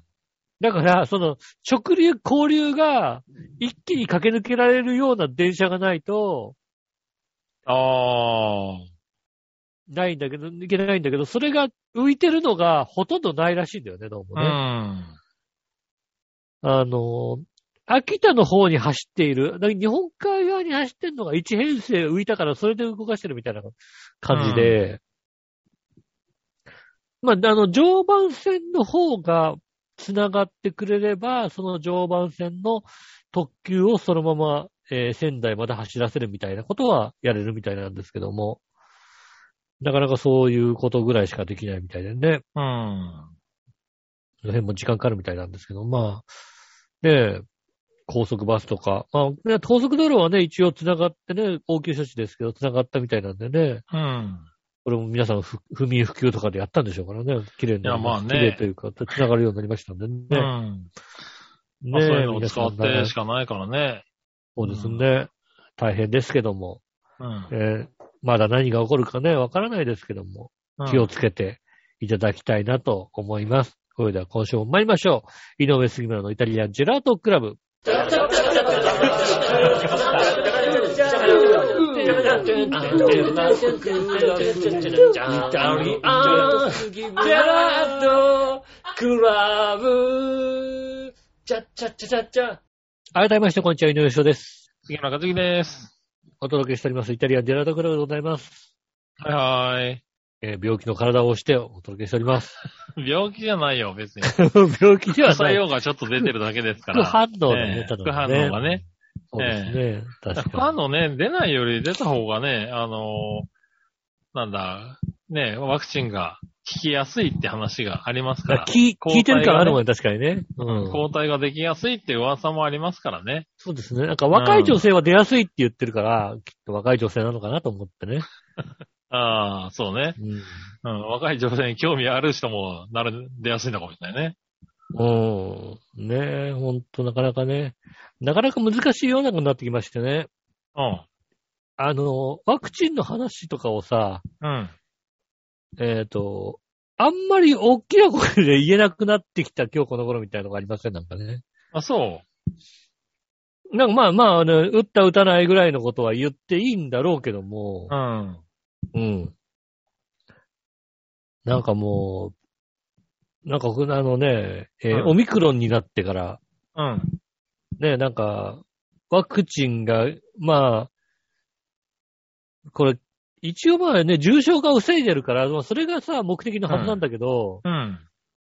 Speaker 2: だから、その、直流、交流が、一気に駆け抜けられるような電車がないと、
Speaker 3: あ
Speaker 2: ないんだけど、いけないんだけど、それが浮いてるのがほとんどないらしいんだよね、どうもね。
Speaker 3: あ。
Speaker 2: あの、秋田の方に走っている、だ日本海側に走ってるのが一編成浮いたからそれで動かしてるみたいな感じで、まあ、あの、常磐線の方が繋がってくれれば、その常磐線の特急をそのまま、えー仙台まで走らせるみたいなことはやれるみたいなんですけども、なかなかそういうことぐらいしかできないみたいでね。
Speaker 3: うん。うん。
Speaker 2: その辺も時間かかるみたいなんですけど、まあ、ねえ、高速バスとか、まあ、ね高速道路はね、一応繋がってね、応急処置ですけど、繋がったみたいなんでね、
Speaker 3: うん。
Speaker 2: これも皆さんふ不眠不休とかでやったんでしょうからね、綺麗になりま
Speaker 3: いやまあ
Speaker 2: し
Speaker 3: ね
Speaker 2: 綺麗というか、繋がるようになりましたんでね。
Speaker 3: う
Speaker 2: ね
Speaker 3: ん。
Speaker 2: え
Speaker 3: まあ、そういうのを
Speaker 2: 皆
Speaker 3: 使
Speaker 2: さん
Speaker 3: っ
Speaker 2: がね
Speaker 3: てしかないからね。
Speaker 2: そうですね。大変ですけども、
Speaker 3: うん
Speaker 2: え。ーまだ何が起こるかね、わからないですけども、
Speaker 3: うん
Speaker 2: 気をつけていただきたいなと思います。それでは今週も参りましょう。井上杉村のイタリアンジェラートクラブ。
Speaker 4: イタリアンジェラートクラブ、チャッチャッチャチャッチャ。
Speaker 2: 改めまして、こんにちは、井上翔です。
Speaker 3: 杉村和樹です。
Speaker 2: お届けしております、イタリアンジェラートクラブでございます。
Speaker 3: はいはい。
Speaker 2: えー病気の体を押してお届けしております。
Speaker 3: 病気じゃないよ、別に。
Speaker 2: 病気では
Speaker 3: 作
Speaker 2: ない。
Speaker 3: 用がちょっと出てるだけですか
Speaker 2: 副
Speaker 3: ら。
Speaker 2: 反応だ
Speaker 3: え
Speaker 2: ね
Speaker 3: え、
Speaker 2: た
Speaker 3: 副
Speaker 2: だ
Speaker 3: 反
Speaker 2: ね。
Speaker 3: 応がね。
Speaker 2: そうですね。確
Speaker 3: 副
Speaker 2: か
Speaker 3: 反
Speaker 2: に。
Speaker 3: 応ね、出ないより出た方がね、あのーなんだ、ね、ワクチンが効きやすいって話がありますから。
Speaker 2: 聞聞いてるからあるもんね、
Speaker 3: ん、
Speaker 2: 確かにね。うん。
Speaker 3: 抗体ができやすいって噂もありますからね。
Speaker 2: そうですね。なんか若い女性は出やすいって言ってるから、きっと若い女性なのかなと思ってね。
Speaker 3: ああ、そうね。
Speaker 2: うん。
Speaker 3: うん、若い女性に興味ある人もなる、出やすいのかもしれないね。
Speaker 2: うん。ねえ、ほんとなかなかね、なかなか難しいようなことになってきましてね。
Speaker 3: うん。
Speaker 2: あの、ワクチンの話とかをさ、
Speaker 3: うん。
Speaker 2: えっ、と、あんまり大きな声で言えなくなってきた今日この頃みたいなのがありませんなんかね。
Speaker 3: あ、そ
Speaker 2: なんかまあまあ、あの、打った打たないぐらいのことは言っていいんだろうけども
Speaker 3: う。う、ん。
Speaker 2: うん。なんかもう、なんかこのあのね、えー
Speaker 3: うん
Speaker 2: オミクロンになってから、
Speaker 3: うん。
Speaker 2: ね、なんか、ワクチンが、まあ、これ、一応まあね、重症化を防いでるから、まあそれがさ、目的のはずなんだけど、
Speaker 3: うん。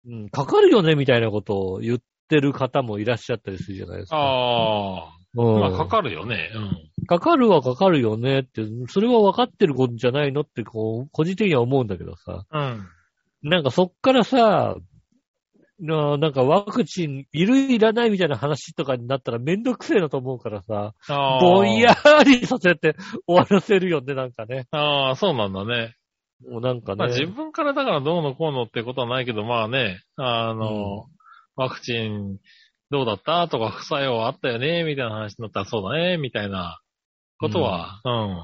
Speaker 2: うんかかるよね、みたいなことを言ってる方もいらっしゃったりするじゃないですか。
Speaker 3: ああ、
Speaker 2: うん
Speaker 3: まあかかるよね。うん。
Speaker 2: かかるはかかるよねって、それは分かってることじゃないのって、こう、個人的には思うんだけどさ。
Speaker 3: うん。
Speaker 2: なんかそっからさ、ななんかワクチンいるいらないみたいな話とかになったらめんどくせえなと思うからさ、
Speaker 3: ああ。
Speaker 2: ぼんやりさせて 終わらせるよね、なんかね。
Speaker 3: ああ、そうなんだね。
Speaker 2: もうなんかね。
Speaker 3: まあ自分からだからどうのこうのってことはないけど、まあね、あの、ワクチンどうだったとか副作用あったよね、みたいな話になったらそうだね、みたいなことは、うん。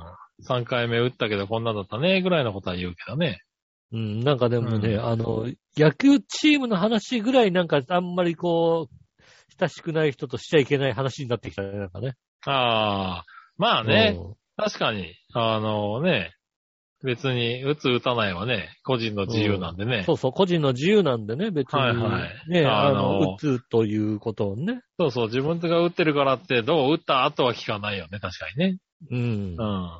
Speaker 3: 3回目打ったけどこんなんだったね、ぐらいのことは言うけどね。
Speaker 2: うん、なんかでもね、
Speaker 3: う
Speaker 2: あの、野球チームの話ぐらいなんかあんまりこう、親しくない人としちゃいけない話になってきたね、なんかね。
Speaker 3: ああ、まあね、
Speaker 2: うん
Speaker 3: 確かに、あのね、別に打つ打たないはね、個人の自由なんでね。
Speaker 2: そうそう、個人の自由なんでね、別に。
Speaker 3: はいはい
Speaker 2: ね、あ
Speaker 3: あ
Speaker 2: の
Speaker 3: の
Speaker 2: 打つということをね。
Speaker 3: そうそう、自分が打ってるからって、どう打った後は聞かないよね、確かにね。
Speaker 2: うん
Speaker 3: う。ん。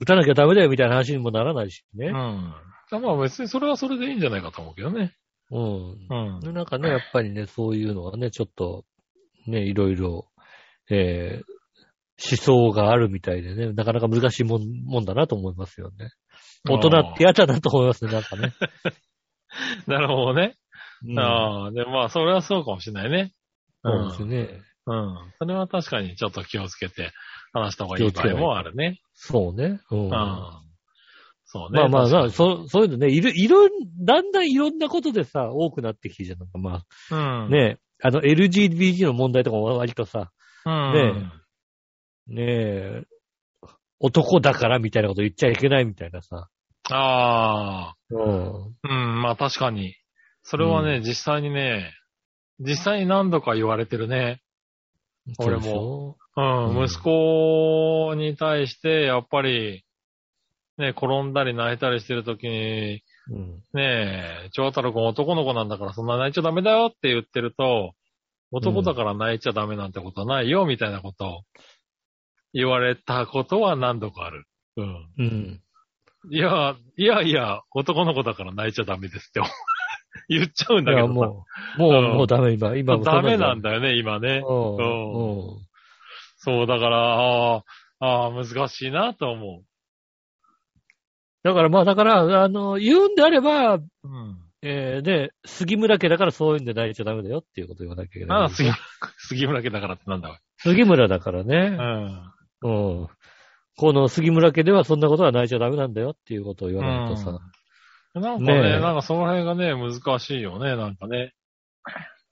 Speaker 2: 打たなきゃダメだよみたいな話にもならないしね
Speaker 3: う。ん。まあ別にそれはそれでいいんじゃないかと思うけどね。
Speaker 2: うん。
Speaker 3: うん。
Speaker 2: でなんかね、やっぱりね、そういうのはね、ちょっと、ね、いろいろ、えー、思想があるみたいでね、なかなか難しいもん、もんだなと思いますよね。大人ってやだなと思いますね、なんか ね。
Speaker 3: なるほどね。
Speaker 2: うん
Speaker 3: ああ、で、まあそれはそうかもしれないね。
Speaker 2: そうですね。
Speaker 3: うん。それは確かにちょっと気をつけて話した方がいい場合もあるね。
Speaker 2: そうね。うん。
Speaker 3: うん。そうね。
Speaker 2: まあまあまあ、
Speaker 3: 確か
Speaker 2: そう、そういうのね、いろ、いろん、だんだんいろんなことでさ、多くなってきてじゃん。なんかま
Speaker 3: に
Speaker 2: あ、
Speaker 3: うん。
Speaker 2: ね、あの、LGBT の問題とかも割とさ、
Speaker 3: うん。
Speaker 2: ねねえ、男だからみたいなこと言っちゃいけないみたいなさ。
Speaker 3: ああ、
Speaker 2: うん。
Speaker 3: うん、まあ確かに。それはね、実際にね、実際に何度か言われてるね。俺
Speaker 2: も。
Speaker 3: もうん、
Speaker 2: うん
Speaker 3: 息子に対して、やっぱり、ね、転んだり泣いたりしてるときに、
Speaker 2: うん。
Speaker 3: ねえ、長太郎くん男の子なんだからそんな泣いちゃダメだよって言ってると、男だから泣いちゃダメなんてことはないよみたいなことを言われたことは何度かある。うん。
Speaker 2: うん。
Speaker 3: いや、いやいや、男の子だから泣いちゃダメですって 言っちゃうん
Speaker 2: だ
Speaker 3: だ
Speaker 2: か
Speaker 3: け
Speaker 2: ら
Speaker 3: どさ
Speaker 2: もう、もう、
Speaker 3: うん
Speaker 2: もうダメ、今、今
Speaker 3: ダメなん
Speaker 2: だ。
Speaker 3: だよね、今ね。
Speaker 2: うん。
Speaker 3: うん
Speaker 2: うん
Speaker 3: そう、だから、ああ、ああ難しいなと思
Speaker 2: だからまあ、だから、あの、言うんであれば、
Speaker 3: う。うん。
Speaker 2: えー、ね、杉村家だからそういうんで泣いちゃダメだよっていうこと言わなきゃいけない。
Speaker 3: なんだ、杉村、 杉村家だからってなんだわ。
Speaker 2: 杉村だから
Speaker 3: う
Speaker 2: ね。
Speaker 3: ん。
Speaker 2: うん。この杉村家ではそんなことは泣いちゃダメなんだよっていうことを言わないとさ。
Speaker 3: なんかね、
Speaker 2: ねえ
Speaker 3: なんかその辺がね、難しいよね、なんかね。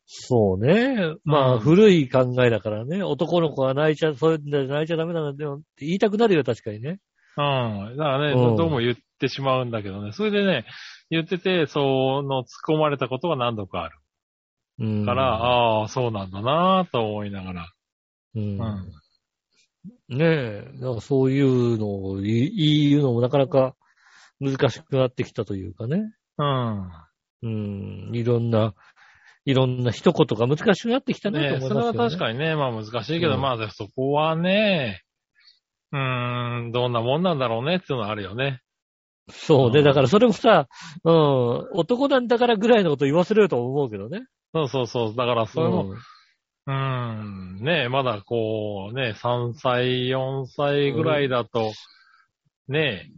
Speaker 2: そうね。まあ、
Speaker 3: うん
Speaker 2: 古い考えだからね。男の子は泣いちゃ、そういうんで泣いちゃダメなんだよって言いたくなるよ、確かにね。
Speaker 3: うん。だからね、
Speaker 2: うん
Speaker 3: どうも言ってしまうんだけどね。それでね、言ってて、その突っ込まれたことが何度かある。
Speaker 2: うん。
Speaker 3: から、ああ、そうなんだなぁと思いながら。
Speaker 2: うん
Speaker 3: う
Speaker 2: ね
Speaker 3: ん。
Speaker 2: え、なんかそういうのを言い言うのもなかなか難しくなってきたというかね。
Speaker 3: うん。
Speaker 2: うん、いろんな、いろんな一言が難しくなってきたね
Speaker 3: ね
Speaker 2: と
Speaker 3: それ
Speaker 2: 思
Speaker 3: はい
Speaker 2: ます
Speaker 3: 確
Speaker 2: よね。
Speaker 3: かにね、まあ難しいけど、
Speaker 2: うん
Speaker 3: まあそこはね、うーん、どんなもんなんだろうねっていうのはあるよね。
Speaker 2: そう
Speaker 3: う
Speaker 2: ね。
Speaker 3: ん
Speaker 2: だからそれもさ、うん、男なんだからぐらいのこと言わせると思うけどね。
Speaker 3: そうそうそう。だからそれも、
Speaker 2: うん
Speaker 3: うーん、ね、まだこう、ね、3歳、4歳ぐらいだと、ね、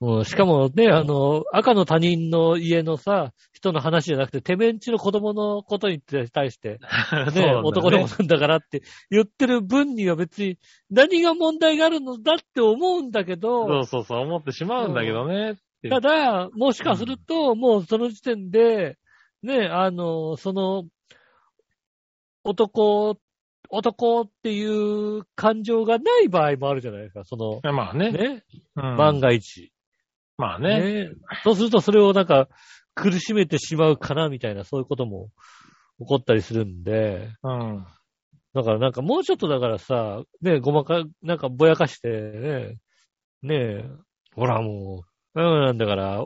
Speaker 2: うん、しかもね、あの、赤の他人の家のさ、人の話じゃなくて、てめんちの子供のことに対して、
Speaker 3: そうなんだ
Speaker 2: ね、
Speaker 3: よね
Speaker 2: 男の子なんだからって言ってる分には別に何が問題があるのだって思うんだけ
Speaker 3: そ
Speaker 2: ど、
Speaker 3: うそうそう、思ってしまうんだけどね。う
Speaker 2: ただ、もしかすると、もうその時点で、ね、あの、その、男、男っていう感情がない場合もあるじゃないですか、その、
Speaker 3: まあね。
Speaker 2: ね、
Speaker 3: うん
Speaker 2: 万が一。
Speaker 3: まあ
Speaker 2: ね
Speaker 3: ね。
Speaker 2: そうするとそれをなんか苦しめてしまうかなみたいなそういうことも起こったりするんで、
Speaker 3: うん。
Speaker 2: だからなんかもうちょっとだからさ、ね、ごまか、なんかぼやかしてね、ねえ、ほらもう、うんなんだから、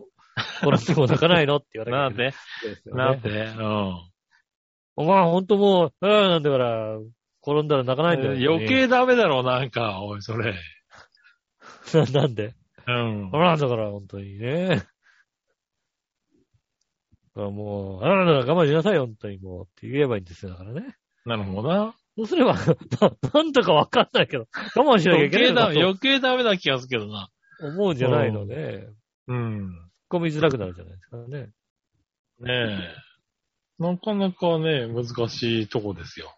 Speaker 2: ほらもう泣かないのって 言われ
Speaker 3: なん
Speaker 2: る
Speaker 3: で
Speaker 2: ですよね
Speaker 3: なんでうん。
Speaker 2: お前ほんともう、うんなんだから、転んだら泣かないんだよ、
Speaker 3: 余計ダメだろ、なんか、おい、それ。
Speaker 2: 計 なんで
Speaker 3: うん。
Speaker 2: ほらだから本当にね。だからもう、あらら我慢しなさいよ、本当にもう。って言えばいいんですよ、だからね。
Speaker 3: なるほどな。
Speaker 2: そうすれば、ななんとかわかんないけど、我慢しなきゃい
Speaker 3: 余
Speaker 2: けない
Speaker 3: 計
Speaker 2: の
Speaker 3: だ、
Speaker 2: かと
Speaker 3: 余計ダメな気がするけどな。
Speaker 2: 思うんじゃないので、
Speaker 3: う
Speaker 2: 突
Speaker 3: ん。
Speaker 2: っ込みづらくなるじゃないですかね。
Speaker 3: ねえ。なかなかね、難しいとこですよ。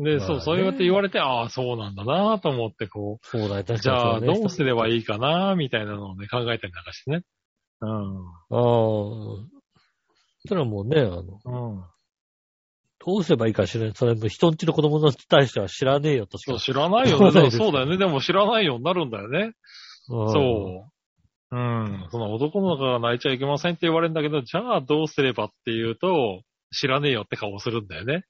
Speaker 3: で、
Speaker 2: まあね
Speaker 3: そう、そうやって言われて、ああ、そうなんだなと思って、こ
Speaker 2: そうだよ、確か
Speaker 3: う、
Speaker 2: に
Speaker 3: じゃあ、どうすれば
Speaker 2: いい
Speaker 3: いいかなみたいなのをね、考えたりなんかしてね。うん。
Speaker 2: ああ。それはもうね、あの、
Speaker 3: うん。
Speaker 2: どうすればいいか知らない。それも人んちの子供に対しては知らねえよとし
Speaker 3: そ
Speaker 2: か
Speaker 3: う、。知らないよね。
Speaker 2: そ
Speaker 3: で
Speaker 2: う
Speaker 3: も
Speaker 2: です
Speaker 3: そうだよね。でも知らないようになるんだよね。
Speaker 2: そ
Speaker 3: そう。うん。その男の子が泣いちゃいけませんって言われるんだけど、じゃあどうすればっていうと、知らねえよって顔をするんだよね。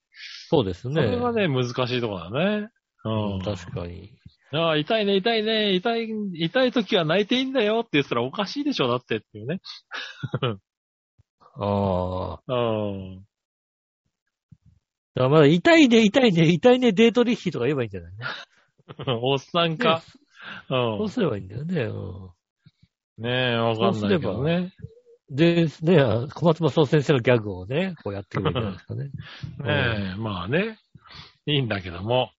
Speaker 2: そうですね。
Speaker 3: それがね、難しいところだね。う
Speaker 2: うん
Speaker 3: ん。
Speaker 2: 確かに。
Speaker 3: ああ、痛いね、痛いね、痛い、痛い時は泣いていいんだよって言ったらおかしいでしょ、だってっていうね。
Speaker 2: ああ。
Speaker 3: うん。
Speaker 2: だからまだ痛いね、痛いね、痛いね、デートリッヒとか言えばいいんじゃない
Speaker 3: おっさんか。う
Speaker 2: そうすればいいんだよね。
Speaker 3: ん。ねえ、わかんないけどね。
Speaker 2: うん、で、ね、あ小松正夫先生のギャグをね、こうやってくれるんじゃないですかね。ば
Speaker 3: ねえ、まあね。いいんだけども。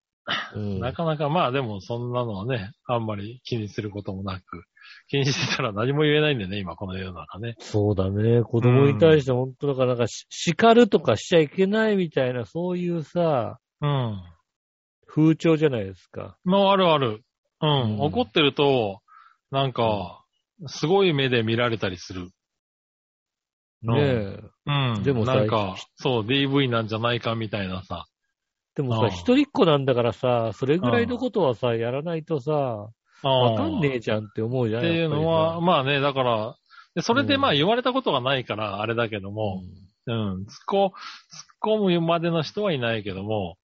Speaker 2: うん
Speaker 3: なかなかまあでもそんなのはね、あんまり気にすることもなく、気にしてたら何も言えないんでね、今この世の中ね。
Speaker 2: そうだね。子供に対して本当だから、なんかし、叱るとかしちゃいけないみたいな、そういうさ、
Speaker 3: うん。
Speaker 2: 風潮じゃないですか。
Speaker 3: のあるある。うん。
Speaker 2: うん
Speaker 3: 怒ってると、なんか、すごい目で見られたりする。
Speaker 2: ねえ。
Speaker 3: うん。
Speaker 2: でもさ
Speaker 3: なんか、そう、DV なんじゃないかみたいなさ。
Speaker 2: でも
Speaker 3: う
Speaker 2: さ、
Speaker 3: ん
Speaker 2: 一人っ子なんだからさ、それぐらいのことはさ、やらないとさ、わ
Speaker 3: わ
Speaker 2: かんねえじゃんって思うじゃ
Speaker 3: っ
Speaker 2: ん。
Speaker 3: ていうの
Speaker 2: や
Speaker 3: は、
Speaker 2: っ
Speaker 3: まあね、だから、でそれで
Speaker 2: うん
Speaker 3: まあ言われたことがないから、あれだけど
Speaker 2: ぱ
Speaker 3: も、
Speaker 2: り
Speaker 3: うん、突っ込突っ込むまでの人はいないけども、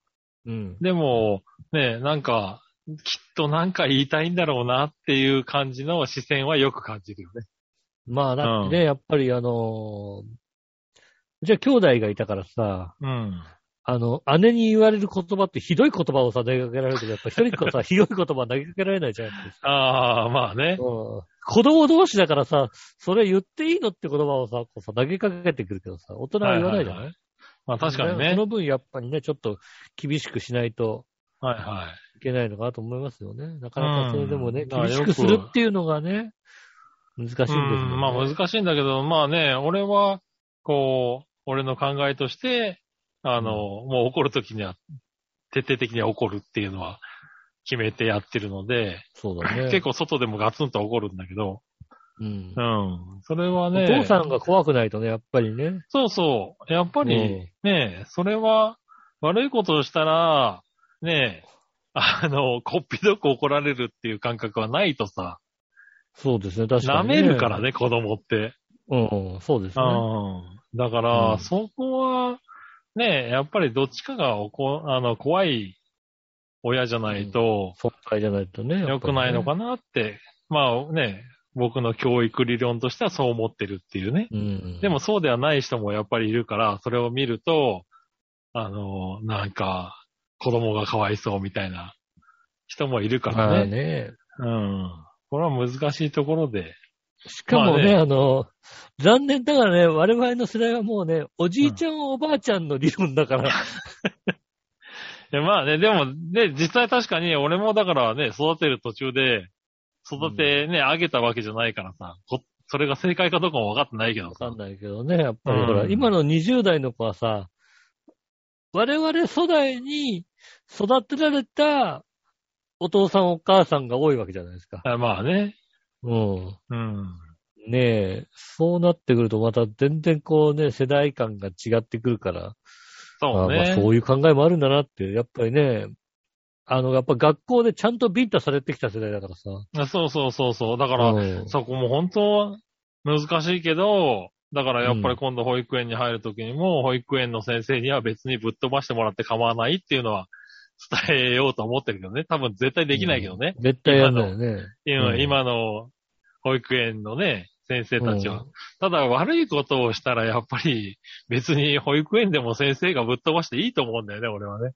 Speaker 2: さ、うん。
Speaker 3: でも、ね、なんか、きっとなんか言いたいんだろうなっていう感じの視線はよく感じるよね。
Speaker 2: まあ、だってね、
Speaker 3: う
Speaker 2: やっぱりあのーじゃあ兄弟がいたからさ、
Speaker 3: うん。
Speaker 2: あの、姉に言われる言葉ってひどい言葉をさ、投げかけられるけど、やっぱ一人っ子は さ、ひどい言葉投げかけられないじゃないですか。
Speaker 3: ああ、まあね。
Speaker 2: うん子供同士だからさ、それ言っていいのって言葉をさ、こうさ投げかけてくるけどさ、大人は言わないじゃない,、
Speaker 3: はははまあ確かにね
Speaker 2: そ。の分やっぱりね、ちょっと厳しくしないと
Speaker 3: はいはい
Speaker 2: けないのかなと思いますよね。なかなかそれでもね、
Speaker 3: うん
Speaker 2: 厳しくするっていうのがね、難しいんです
Speaker 3: い。
Speaker 2: よね。
Speaker 3: うんまあ難しいんだけど、まあね、俺は、こう、俺の考えとして、あの、もう怒るときには、徹底的には怒るっていうのは決めてやってるので、
Speaker 2: そうだね。
Speaker 3: 結構外でもガツンと怒るんだけど、
Speaker 2: うん
Speaker 3: うん。それは
Speaker 2: お
Speaker 3: ね、
Speaker 2: 父さんが怖くないとね、やっぱりね。
Speaker 3: そうそう。やっぱり、ねえ、それは、悪いことをしたら、ねえ、あの、こっぴどく怒られるっていう感覚はないとさ、
Speaker 2: そうですね、確か
Speaker 3: 舐
Speaker 2: に、
Speaker 3: めるから。ね、子供って。
Speaker 2: うん、そうです
Speaker 3: う
Speaker 2: ね。
Speaker 3: ん。だから、
Speaker 2: うん
Speaker 3: そこは、ねえ、やっぱりどっちかがおこあの怖い親じゃないと、
Speaker 2: そっかいじゃないとね。やっぱりね
Speaker 3: 良くないのかなって、まあね、僕の教育理論としてはそう思ってるっていうね。
Speaker 2: うん。
Speaker 3: でも、そうではない人もやっぱりいるから、それを見ると、あの、なんか、子供がかわいそうみたいな人もいるか
Speaker 2: まあ
Speaker 3: らね。
Speaker 2: ね。
Speaker 3: うん。これは難しいところで。
Speaker 2: しかもね、
Speaker 3: ま
Speaker 2: あ、の、残念ながらね、我々の世代はもうね、おじいちゃん、おばあちゃんの理論だから、
Speaker 3: でまあね、でも、ね、実際確かに俺もだからね、育てる途中で、育てね、あ、げたわけじゃないからさ、こそれが正解かどうかも分かってないけど
Speaker 2: わか
Speaker 3: さ
Speaker 2: ん。ないけどね、やっぱりほら、
Speaker 3: うん
Speaker 2: 今の20代の子はさ、我々世代に育てられたお父さんお母さんが多いわけじゃないですか。
Speaker 3: あまあね。
Speaker 2: うん。
Speaker 3: うん。
Speaker 2: ねえ、そうなってくるとまた全然こうね、世代間が違ってくるから、
Speaker 3: そう
Speaker 2: あまあ
Speaker 3: ね。
Speaker 2: そういう考えもあるんだなって、やっぱりね、あの、やっぱ学校でちゃんとビンタされてきた世代だからさ。
Speaker 3: あそうそうそうそう。だから、
Speaker 2: うん
Speaker 3: そこも本当は難しいけど、だからやっぱり今度保育園に入るときにも、保育園の先生には別にぶっ飛ばしてもらって構わないっていうのは伝えようと思ってるけどね。多分絶対できないけどね。
Speaker 2: 絶対やんないよね。
Speaker 3: 今
Speaker 2: うん
Speaker 3: 今の保育園のね、先生たちは。
Speaker 2: うん
Speaker 3: ただ悪いことをしたらやっぱり別に保育園でも先生がぶっ飛ばしていいと思うんだよね、俺はね。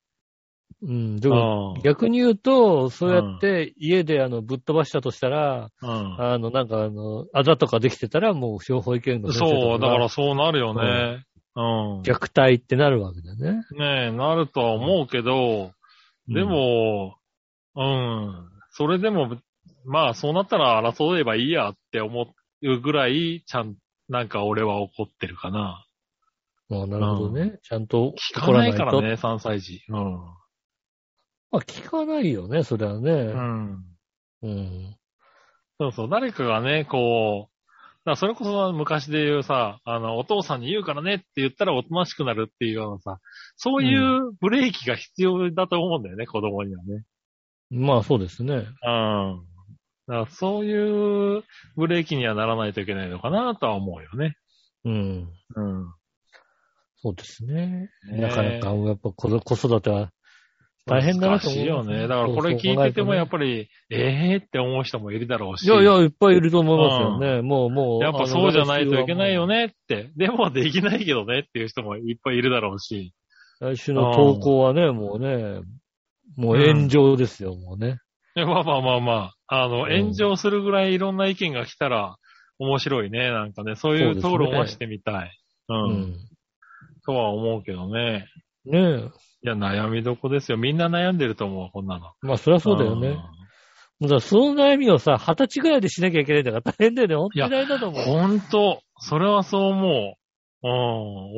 Speaker 2: うん、で
Speaker 3: う
Speaker 2: も
Speaker 3: ん。
Speaker 2: 逆に言うと、そうやって家であのぶっ飛ばしたとしたら、
Speaker 3: うん
Speaker 2: あの、なんかあの、あざとかできてたらもう小保育園の先生
Speaker 3: そ
Speaker 2: と
Speaker 3: う、だか
Speaker 2: から
Speaker 3: そうなるよね。うん。
Speaker 2: 虐待ってなるわけだよね。
Speaker 3: ねえ、なるとは思うけど、でも、うん、それでも、まあそうなったら争えばいいやって思うぐらい、ちゃん、なんか俺は怒ってるかな。
Speaker 2: まあ、なるほどね。
Speaker 3: う
Speaker 2: ちゃんと
Speaker 3: 聞
Speaker 2: 怒
Speaker 3: からな
Speaker 2: ない
Speaker 3: い
Speaker 2: と。
Speaker 3: からね、3歳児。うん。
Speaker 2: まあ、聞かないよね、それは
Speaker 3: う
Speaker 2: ね。
Speaker 3: ん。
Speaker 2: うん。
Speaker 3: そうそう、誰かがね、こう、だからそれこそ昔で言うさ、あの、お父さんに言うからねって言ったらおとなしくなるっていうようなさ、そういうブレーキが必要だと思うんだよね、子供にはね。
Speaker 2: まあ、そうですね。
Speaker 3: うん。だからそういうブレーキにはならないといけないのかなとは思うよね。
Speaker 2: うん。
Speaker 3: うん。
Speaker 2: そうですね。
Speaker 3: ね
Speaker 2: なかなか、やっぱ子子育ては大変だなと
Speaker 3: 難
Speaker 2: 思う。
Speaker 3: しいよね。だからこれ聞いててもやっぱり、ええーって思う人もいるだろうし。
Speaker 2: いやいや、いっぱいいると思いますよね。もう、もう。
Speaker 3: やっぱそうじゃないといけないよねって。でもできないけどねっていう人もいっぱいいるだろうし。
Speaker 2: あの。来週の投稿はね、もうね、もう炎上ですよ、もうね。
Speaker 3: で まあまあまあまあ、あの、
Speaker 2: うん
Speaker 3: 炎上するぐらいいろんな意見が来たら面白いね。なんかね、そういう討論はしてみたい。う。。
Speaker 2: うん
Speaker 3: とは思うけどね。
Speaker 2: ねえ。
Speaker 3: いや、悩みどこですよ。みんな悩んでると思う、こんなの。
Speaker 2: まあ、そりゃそうだよね。もうだからその悩みをさ、二十歳ぐらいでしなきゃいけないんだから大変だよね。本当に大変だと
Speaker 3: うん。
Speaker 2: 思
Speaker 3: ほんと、それはそう思う。う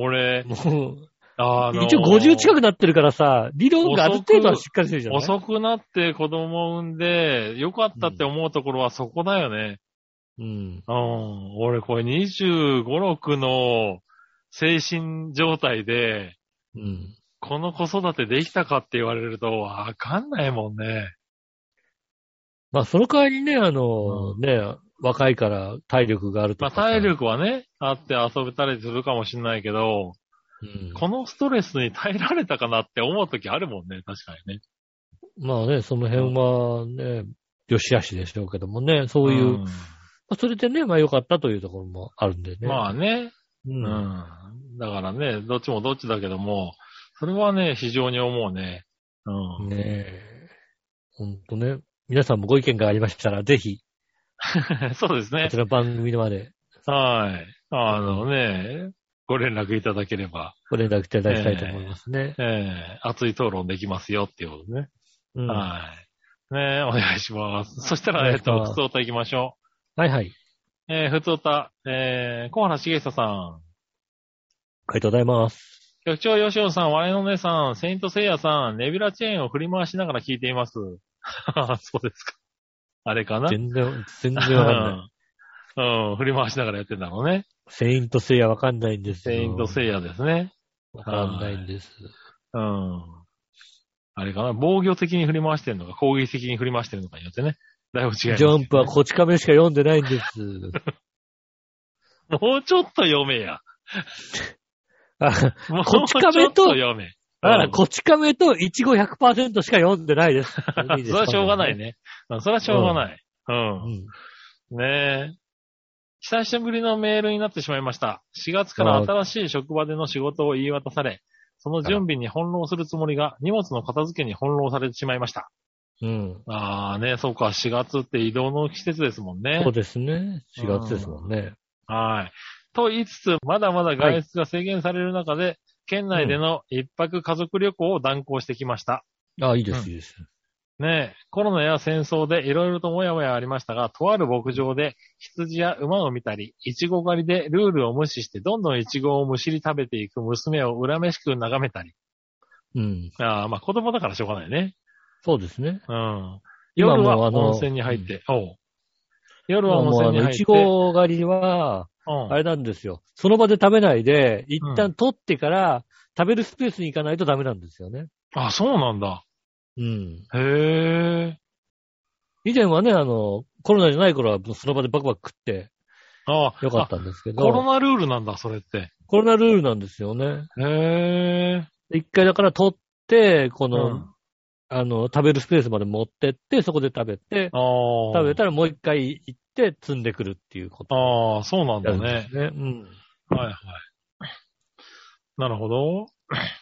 Speaker 3: ん、俺、
Speaker 2: う。もう、
Speaker 3: あの、
Speaker 2: 一応50近くなってるからさ、理論がある程度はしっかりしてるじゃない
Speaker 3: 遅くなって子供産んで、よかったって思うところはそこだよね。
Speaker 2: うん。
Speaker 3: うん、俺これ25、6の精神状態で、
Speaker 2: うん。
Speaker 3: この子育てできたかって言われると、わかんないもんね。
Speaker 2: まあ、その代わりね、あの、ね、若いから体力があると
Speaker 3: まあ
Speaker 2: かさ。
Speaker 3: 体力はね、あって遊べたりするかもしんないけど、
Speaker 2: うん。
Speaker 3: このストレスに耐えられたかなって思うときあるもんね、確かにね。
Speaker 2: まあね、その辺はね、よしあしでしょうけどもね、そういう、
Speaker 3: ん
Speaker 2: まあ、それでね、まあ良かったというところもあるんでね。
Speaker 3: まあね、
Speaker 2: う。
Speaker 3: うんん。だからね、どっちもどっちだけども、それはね、非常に思うね。うん。
Speaker 2: ねえ。ほんとね。皆さんもご意見がありましたら、ぜひ、
Speaker 3: そうです
Speaker 2: こ
Speaker 3: ね
Speaker 2: ち。ら番組のまで
Speaker 3: はい。あのね、ご連絡いただければ、
Speaker 2: ご連絡いただきたいと思いますね。
Speaker 3: えー熱い討論できますよっていうことね。
Speaker 2: うんは
Speaker 3: はい。ねお願いします。そした
Speaker 2: お
Speaker 3: ら、
Speaker 2: 願
Speaker 3: え
Speaker 2: い
Speaker 3: っ
Speaker 2: しま
Speaker 3: と、
Speaker 2: す
Speaker 3: ふつおた行きましょ
Speaker 2: いはい。
Speaker 3: う。えー、ふつおた、えー、小原茂久さん。
Speaker 2: ありがとうございます。
Speaker 3: 局長吉尾さん、我の姉さん、セイントセイヤさん、ネビュラチェーンを振り回しながら聞いています。 そうですか。あれかな
Speaker 2: 全然、全然わか んない。
Speaker 3: うんうん、振り回しながらやってんだろうね。
Speaker 2: セイントセイヤわかんないんですよ。
Speaker 3: セイントセイヤですね。
Speaker 2: わかんないんです。
Speaker 3: うん。あれかな防御的に振り回してるのか、攻撃的に振り回してるのかによってね。だいぶ違います、
Speaker 2: ジャンプはこち亀しか読んでないんです。
Speaker 3: もうちょっと読めや。
Speaker 2: あ、
Speaker 3: もう
Speaker 2: こち
Speaker 3: ちょ
Speaker 2: 亀
Speaker 3: っ
Speaker 2: と
Speaker 3: と読め。
Speaker 2: だから、
Speaker 3: うん
Speaker 2: こち亀といちご100%しか読んでないです。
Speaker 3: それはしょうがないね。うんそれはしょうがない。う。
Speaker 2: うんん。
Speaker 3: ねえ。久しぶりのメールになってしまいました。4月から新しい職場での仕事を言い渡され、その準備に翻弄するつもりが荷物の片付けに翻弄されてしまいました。
Speaker 2: うん。
Speaker 3: ああね、そうか、4月って移動の季節ですもんね
Speaker 2: そう。ですね。4月ですもんね。
Speaker 3: はい。と言いつつ、まだまだ外出が制限される中で、県内での一泊家族旅行を断行してきました。
Speaker 2: あ、いいで
Speaker 3: うん
Speaker 2: す、いいです。
Speaker 3: ねえ、コロナや戦争でいろいろともやもやありましたが、とある牧場で羊や馬を見たり、イチゴ狩りでルールを無視してどんどんイチゴをむしり食べていく娘を恨めしく眺めたり。
Speaker 2: うん。
Speaker 3: ああ、まあ子供だからしょうがないね。
Speaker 2: そうですね。
Speaker 3: うん。
Speaker 2: 今
Speaker 3: 夜は
Speaker 2: もうあの
Speaker 3: 温泉に入って。おう夜は
Speaker 2: もう
Speaker 3: 温
Speaker 2: あ
Speaker 3: 泉に
Speaker 2: の、い
Speaker 3: 入っ
Speaker 2: ち
Speaker 3: て。
Speaker 2: ご狩りは、
Speaker 3: うん
Speaker 2: あれなんですよ。その場で食べないで、一旦取ってから、食べるスペースに行かないとダメなんですよね。
Speaker 3: あ、そうなんだ。
Speaker 2: うん。
Speaker 3: へえ。
Speaker 2: 以前はね、あの、コロナじゃない頃はもうその場でバクバク食って
Speaker 3: ああ、
Speaker 2: よかったんですけ
Speaker 3: あ
Speaker 2: ど、
Speaker 3: コロナルールなんだ、それって。
Speaker 2: コロナルールなんですよね。
Speaker 3: へえ。
Speaker 2: 一回だから取って、この、
Speaker 3: うん
Speaker 2: あの、食べるスペースまで持ってって、そこで食べて、
Speaker 3: ああ。
Speaker 2: 食べたらもう一回行って積んでくるっていうことを
Speaker 3: ああ、そうなん
Speaker 2: や
Speaker 3: だ
Speaker 2: るん
Speaker 3: ね
Speaker 2: で。すね。うん。
Speaker 3: はいはい。なるほど。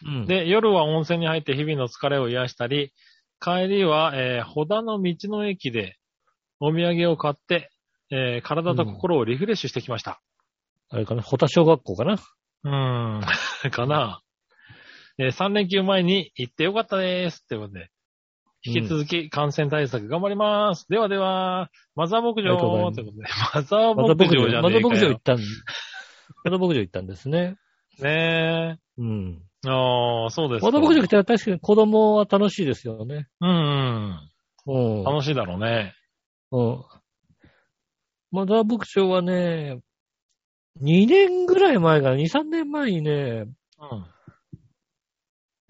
Speaker 2: うん、
Speaker 3: で、夜は温泉に入って日々の疲れを癒したり、帰りは、えー、ほだの道の駅でお土産を買って、えー体と心をリフレッシュしてきました。
Speaker 2: あれかな、ホタ小学校かな。
Speaker 3: うーん、かな。えー、3連休前に行ってよかったです。ってことで、引き続き感染対策頑張ります。ではでは、マザー牧
Speaker 2: ありがとうござい
Speaker 3: 場
Speaker 2: ます
Speaker 3: ということで、マザ
Speaker 2: ま
Speaker 3: ー
Speaker 2: た
Speaker 3: 牧
Speaker 2: 牧
Speaker 3: 場じ
Speaker 2: 場、
Speaker 3: ゃ
Speaker 2: ま
Speaker 3: ね
Speaker 2: た
Speaker 3: えか
Speaker 2: 牧場行
Speaker 3: よ
Speaker 2: っ。たん、また牧場行ったんですね。
Speaker 3: ね
Speaker 2: うん。
Speaker 3: え。ああ、そうですか。
Speaker 2: また牧場行ったら確かに子供は楽しいですよね。
Speaker 3: うんう
Speaker 2: う
Speaker 3: ん。
Speaker 2: ん。
Speaker 3: 楽しいだろうね。
Speaker 2: うん。マザー牧場はね、2年ぐらい前から、2、3年前にね、
Speaker 3: うん。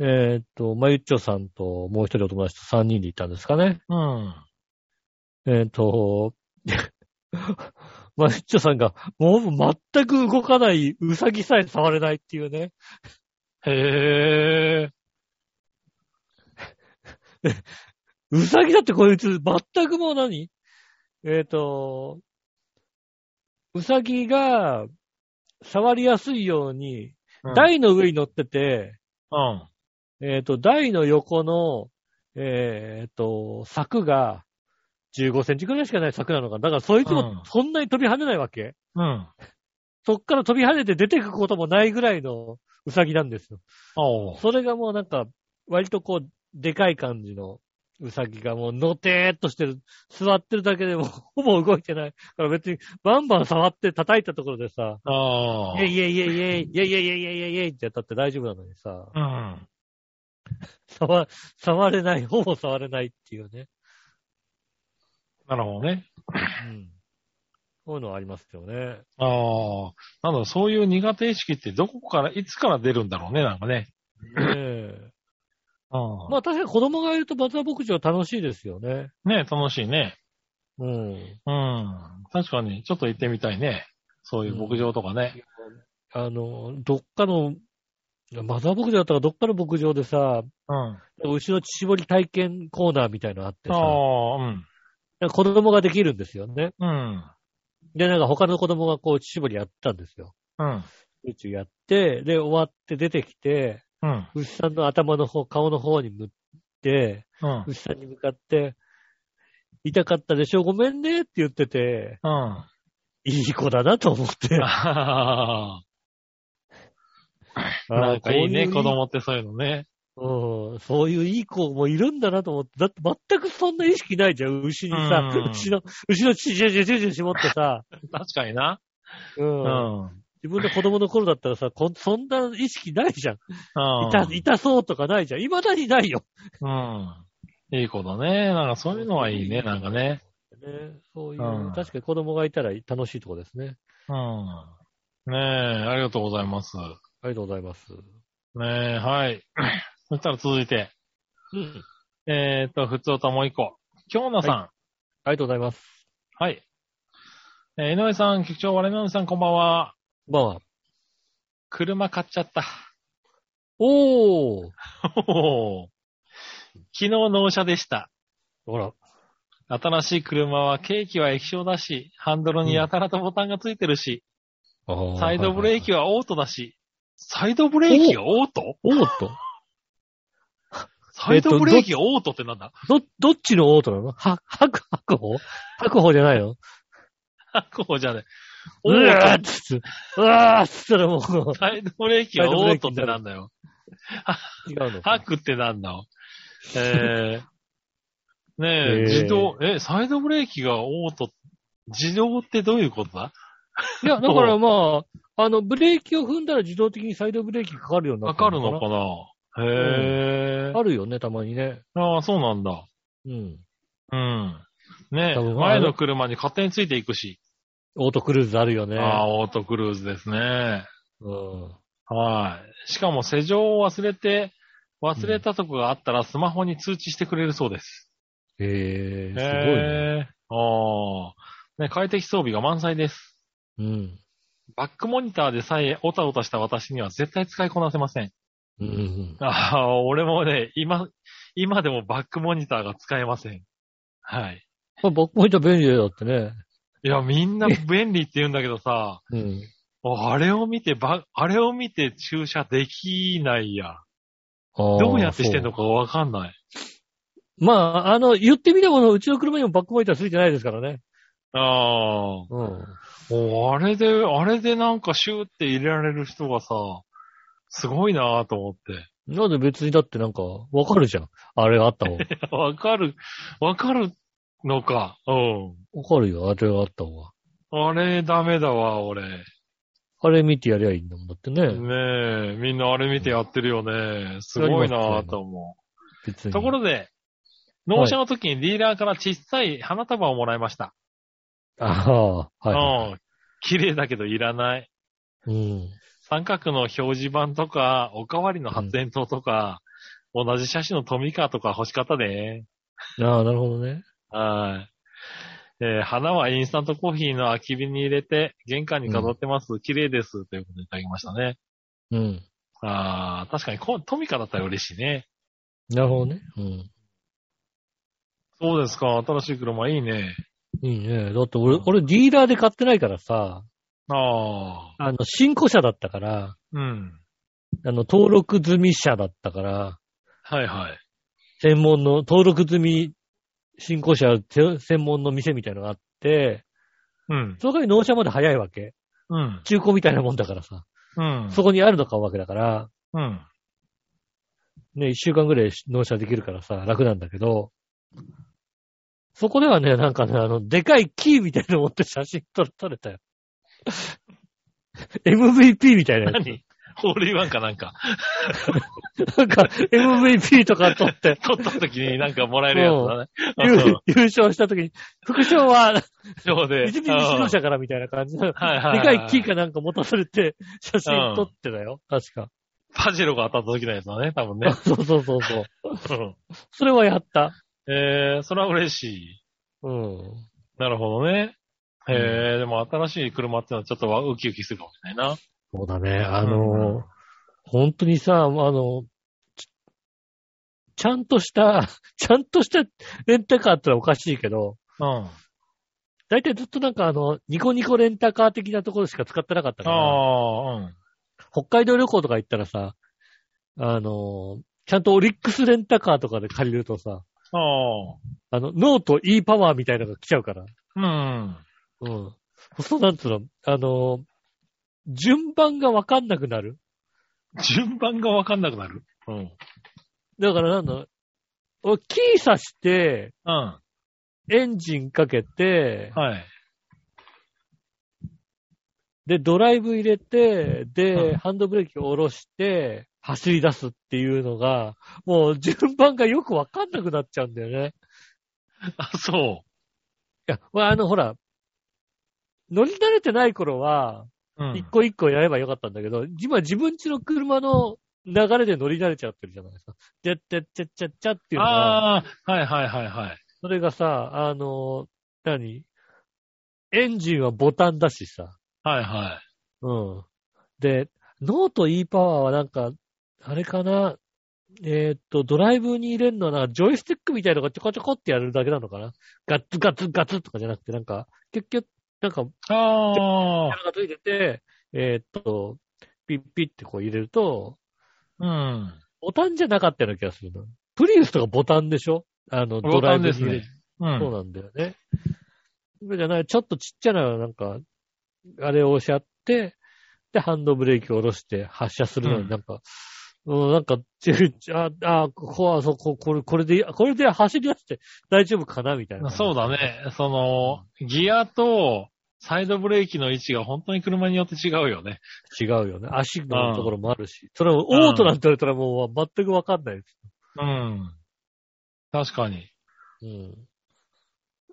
Speaker 2: えーっと、まゆっちょさんともう一人お友達と3人で行ったんですかね。
Speaker 3: うん。
Speaker 2: えーっと、 まゆっちょさんが、もう全く動かない、うさぎさえ触れないっていうね。
Speaker 3: へえ。
Speaker 2: うさぎだってこいつ、全くもう何えっ、と、うさぎが触りやすいように、
Speaker 3: うん
Speaker 2: 台の上に乗ってて、
Speaker 3: うん。
Speaker 2: えっ、と、台の横の、えっ、と、柵が15センチぐらいしかない柵なのかな。だからそいつ
Speaker 3: うん
Speaker 2: もそんなに飛び跳ねないわけ、
Speaker 3: うん。
Speaker 2: そっから飛び跳ねて出てくこともないぐらいのうさぎなんですよ。
Speaker 3: おう。
Speaker 2: それがもうなんか、割とこう、でかい感じのウサギがもうのてーっとしてる、座ってるだけでもほぼ動いてない。だから別にバンバン触って叩いたところでさ、
Speaker 3: ああ
Speaker 2: イ。ェイイェイイェイイェイイェイイェイイェイイェイイェイってやったって大丈夫なのにさ、
Speaker 3: うん。
Speaker 2: 触、触れない、ほぼ触れないっていうね。
Speaker 3: なるほどね。
Speaker 2: うん。こういうのはありますよね。
Speaker 3: ああ。なんだろう、そういう苦手意識ってどこから、いつから出るんだろうね、なんかね。
Speaker 2: ねえ。
Speaker 3: うん。
Speaker 2: まあ確かに子供がいるとバザー牧場楽しいですよね。
Speaker 3: ね楽しいね。
Speaker 2: うん。
Speaker 3: うん。確かに、ちょっと行ってみたいね。そういう牧場とかね。
Speaker 2: あの、どっかの、マザー牧場だったかどっかの牧場でさ、
Speaker 3: うん。
Speaker 2: うちの乳搾り体験コーナーみたいのあって
Speaker 3: あ
Speaker 2: さ、
Speaker 3: あ、うん。
Speaker 2: 子供ができるんですよね。
Speaker 3: うん。
Speaker 2: で、なんか他の子供がこう乳搾りやったんですよ。
Speaker 3: うん。
Speaker 2: 宇宙やって、で、終わって出てきて、
Speaker 3: うん。
Speaker 2: 牛さんの頭の方、顔の方に向って、
Speaker 3: うん。
Speaker 2: 牛さんに向かって、痛かったでしょごめんねって言ってて、
Speaker 3: うん。 あ
Speaker 2: いい子だなと思って。
Speaker 3: あ。なんかいいね、子。供ってそういうのね。
Speaker 2: うん、そういういい子もいるんだなと思って、だって全くそんな意識ないじゃん、牛にさ、
Speaker 3: うん
Speaker 2: 牛の、牛の乳、ジュジュジュジュ絞ってさ、
Speaker 3: 確かにな。
Speaker 2: うん
Speaker 3: うん。
Speaker 2: 自分の子供の頃だったらさ、こんそんな意識ないじゃん。
Speaker 3: うん。
Speaker 2: 痛、痛そうとかないじゃん。未だにないよ。
Speaker 3: うん。いい子だね。なんかそういうのはいいね、なんかね。
Speaker 2: ね、そういう、
Speaker 3: うん
Speaker 2: 確かに子供がいたら楽しいとこですね。
Speaker 3: うん。ねえ、ありがとうございます。ね
Speaker 2: ありがとうございます。
Speaker 3: え、はい。 そしたら続いて、
Speaker 2: うん。
Speaker 3: えーっと、普通歌もう一個。京奈さん。
Speaker 2: ありがとうございます。
Speaker 3: はい。えー井上さん、局長、我々のさん、こんばんは。
Speaker 2: こんばんは。
Speaker 3: 車買っちゃった。
Speaker 2: おー
Speaker 3: おほほ昨日納車でした。
Speaker 2: ほら。
Speaker 3: 新しい車はケーキは液晶だし、ハンドルにやたらとボタンがついてるし、サイドブレーキ
Speaker 2: は。
Speaker 3: はオートだし、サイドブレーキがオート
Speaker 2: オート
Speaker 3: サイドブレーキがオートってなんだ
Speaker 2: ど、どっちのオートなのは、白、白鵬白鵬じゃないの
Speaker 3: こうじゃね。オ
Speaker 2: うわー
Speaker 3: ー
Speaker 2: っつって、うわーっつったらもう
Speaker 3: ト。、サイドブレーキがオートってなんだよ。
Speaker 2: 違うのか
Speaker 3: ハックってなんだえー、ねえ、
Speaker 2: えー
Speaker 3: 自動、え、サイドブレーキがオート、自動ってどういうことだ
Speaker 2: いや、だからまあ、あの、ブレーキを踏んだら自動的にサイドブレーキかかるようにな
Speaker 3: わ
Speaker 2: った
Speaker 3: かるのかなへえ、
Speaker 2: あるよね、たまにね。
Speaker 3: ああ、そうなんだ。
Speaker 2: うん。
Speaker 3: うん。ねえ、
Speaker 2: 多分
Speaker 3: 前の車に勝手についていくし。
Speaker 2: オートクルーズあるよね。
Speaker 3: ああ、オートクルーズですね。
Speaker 2: うん。
Speaker 3: はい。しかも、施錠を忘れて、忘れたとこがあったら、スマホに通知してくれるそうです。
Speaker 2: へえ、すごいね。
Speaker 3: へえああ。ね、快適装備が満載です。
Speaker 2: うん。
Speaker 3: バックモニターでさえ、おたおたした私には絶対使いこなせません。
Speaker 2: うんうん。
Speaker 3: ああ、俺もね、今、今でもバックモニターが使えません。はい。
Speaker 2: まあ、僕も言ったら便利だよだってね。
Speaker 3: いや、みんな便利って言うんだけどさ、
Speaker 2: うん。
Speaker 3: あれを見て、ば、あれを見て駐車できないや。
Speaker 2: ああ
Speaker 3: どうやってしてんのかわかんない。
Speaker 2: そうまあ、あの、言ってみたもの、うちの車にもバックモニターついてないですからね。
Speaker 3: ああ。
Speaker 2: うん。
Speaker 3: もうあれで、あれでなんかシューって入れられる人がさ、すごいなぁと思っ
Speaker 2: なんで別にだってなんか、わかるじゃん。あれがあった 方が。
Speaker 3: て。わかる、わかるのか。うん。
Speaker 2: わかるよ、あれがあった方が。
Speaker 3: あれダメだわ、俺。
Speaker 2: あれ見てやりゃいいんだもんだってね。
Speaker 3: ねえ、みんなあれ見てやってるよね。すごいなぁと思
Speaker 2: 別
Speaker 3: う。
Speaker 2: に。
Speaker 3: ところで、納車の時にディーラーから小さい花束をもらいました。
Speaker 2: ああ、は
Speaker 3: うん。綺麗だけどいらない。
Speaker 2: い。うん。
Speaker 3: 三角の表示板とか、おかわりの発電灯とか、同じ車種のトミカとか欲しかったね。
Speaker 2: ああ、なるほどね。
Speaker 3: はい。えー花はインスタントコーヒーの空き瓶に入れて、玄関に飾ってます。綺麗です。ということでいただきましたね。
Speaker 2: うん。
Speaker 3: あー確かにこうトミカだったら嬉しいね。
Speaker 2: なるほどね。うん。
Speaker 3: そうですか。新しい車いいね。
Speaker 2: いいね。だって俺、俺ディーラーで買ってないからさ、
Speaker 3: ああ。
Speaker 2: あの、新古車だったから、
Speaker 3: うん。
Speaker 2: あの、登録済み車だったから、
Speaker 3: はいはい。
Speaker 2: 専門の、登録済み新古車て専門の店みたいのがあって、
Speaker 3: うん。
Speaker 2: その代わり納車まで早いわけ。
Speaker 3: うん。
Speaker 2: 中古みたいなもんだからさ、
Speaker 3: うん。
Speaker 2: そこにあるの買うわけだから、
Speaker 3: うん。
Speaker 2: ね、一週間ぐらい納車できるからさ、楽なんだけど、そこではね、なんかね、あの、でかいキーみたいなの持って写真撮撮れたよ。MVP みたいなやつ。
Speaker 3: 何ホールインワンかなんか。
Speaker 2: なんか、MVP と か撮って、
Speaker 3: 撮った時になんかもらえるやつだね。
Speaker 2: 優
Speaker 3: あそう
Speaker 2: 優勝した時に、副賞 は、
Speaker 3: そうで。
Speaker 2: 一日指導者からみたいな感じの、で
Speaker 3: はいはいは
Speaker 2: か
Speaker 3: い
Speaker 2: いキーかなんか持たされて、写真撮ってたよ。確か。。
Speaker 3: パジェロが当たった時のやつだね、多分ね
Speaker 2: そうそうそうそう。
Speaker 3: うん
Speaker 2: それはやった。
Speaker 3: えー、それは嬉しい。
Speaker 2: うん。
Speaker 3: なるほどね。えー、でも新しい車ってのはちょっとわウキウキするかもしれないな。
Speaker 2: そうだね。あ
Speaker 3: うんう
Speaker 2: の、本当にさ、あの、ちちゃんとした、 ちゃんとしたレンタカーってのはおかしいけど、
Speaker 3: うん。
Speaker 2: だいたいずっとなんかあの、ニコニコレンタカー的なところしか使ってなかったから、
Speaker 3: ああ、うん。
Speaker 2: 北海道旅行とか行ったらさ、あの、ちゃんとオリックスレンタカーとかで借りるとさ、
Speaker 3: あ
Speaker 2: あの、ノーと E パワーみたいなのが来ちゃうから。
Speaker 3: あ、うん。
Speaker 2: うん。そうなんつうの、あの、順番がわかんなくなる。
Speaker 3: 順番がわかんなくなる。うん。うん。
Speaker 2: だからなんだろう、俺、キーさして、
Speaker 3: は
Speaker 2: エンジンかけて、
Speaker 3: い。
Speaker 2: で、ドライブ入れて、
Speaker 3: う
Speaker 2: で、
Speaker 3: ん
Speaker 2: ハンドブレーキを下ろして、走り出すっていうのが、もう順番がよくわかんなくなっちゃうんだよね。
Speaker 3: あ、そ
Speaker 2: いや、まあ、あの、ほら、乗り慣れてない頃は、
Speaker 3: う。うん。
Speaker 2: 一個一個やればよかったんだけど、今自分家の車の流れで乗り慣れちゃってるじゃないですか。ちゃっちゃっちゃっちゃっちゃっていうのが、
Speaker 3: ああ、はいはいはいはい。
Speaker 2: それがさ、あの、何エンジンはボタンだしさ。
Speaker 3: はいはい。
Speaker 2: うん。で、ノーと E パワーはなんか、あれかなえーっと、ドライブに入れるのはなんか、ジョイスティックみたいなのがちょこちょこってやるだけなのかなガッツガツガツとかじゃなくて、なんか、キュッキュッ、なんか、
Speaker 3: ああ
Speaker 2: 力がついてて、えーっと、ピッピッってこう入れると、
Speaker 3: うん。
Speaker 2: ボタンじゃなかったような気がするな。プリウスとかボタンでしょあの、ド
Speaker 3: ボ
Speaker 2: ラ
Speaker 3: タ
Speaker 2: イ
Speaker 3: ン
Speaker 2: ブ
Speaker 3: で
Speaker 2: に
Speaker 3: す
Speaker 2: 入れ
Speaker 3: ね
Speaker 2: る。。
Speaker 3: う。
Speaker 2: そうんなんだよね。それじゃない、ちょっとちっちゃな、なんか、あれを押し合って、で、ハンドブレーキを下ろして発射するの
Speaker 3: うん
Speaker 2: になんか、うん、なんか、ちゅあ、あ、ここは、そうこ、これ、これで、これで走り出して大丈夫かなみたいな。
Speaker 3: そうだ。ね。その、ギアとサイドブレーキの位置が本当に車によって違うよね。
Speaker 2: 違うよね。足のところもあるし。それを、オートなんて言われたらもう全くわかんないです。
Speaker 3: うん。確かに。
Speaker 2: う。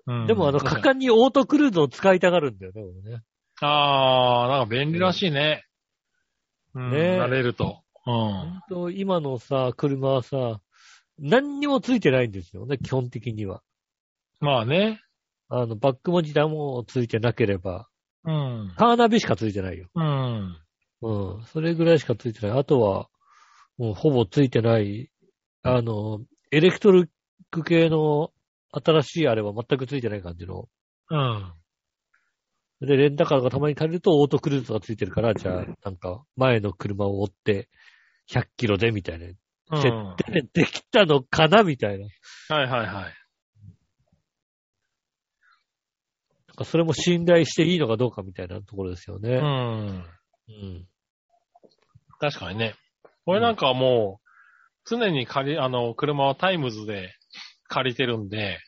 Speaker 3: うんん、
Speaker 2: でも、あの、
Speaker 3: 確
Speaker 2: 果
Speaker 3: かに
Speaker 2: 敢にオートクルーズを使いたがるんだよね、俺ね。
Speaker 3: ああ、なんか便利らしいね。うん。
Speaker 2: ねえ
Speaker 3: 慣れると。うん。
Speaker 2: と今のさ、車はさ、何にもついてないんですよね、基本的には。
Speaker 3: まあね。
Speaker 2: あの、バックモニターもついてなければ、
Speaker 3: うん。
Speaker 2: カーナビしかついてないよ。
Speaker 3: うん。
Speaker 2: うん。それぐらいしかついてない。あとは、もうほぼついてない、あの、エレクトリック系の新しいあれは全くついてない感じの。
Speaker 3: うん。
Speaker 2: で、レンタカーがたまに借りるとオートクルーズがついてるから、じゃあ、なんか、前の車を追って、100キロでみたいな。
Speaker 3: うん。
Speaker 2: 設
Speaker 3: は
Speaker 2: で、できたのかなみたいな。
Speaker 3: いはいはい。
Speaker 2: なんかそれも信頼していいのかどうかみたいなところですよ
Speaker 3: う
Speaker 2: ね。
Speaker 3: ん。
Speaker 2: うん。
Speaker 3: 確かにね。俺なんかはもう、常に借り、あの、車はタイムズで借りてるんで、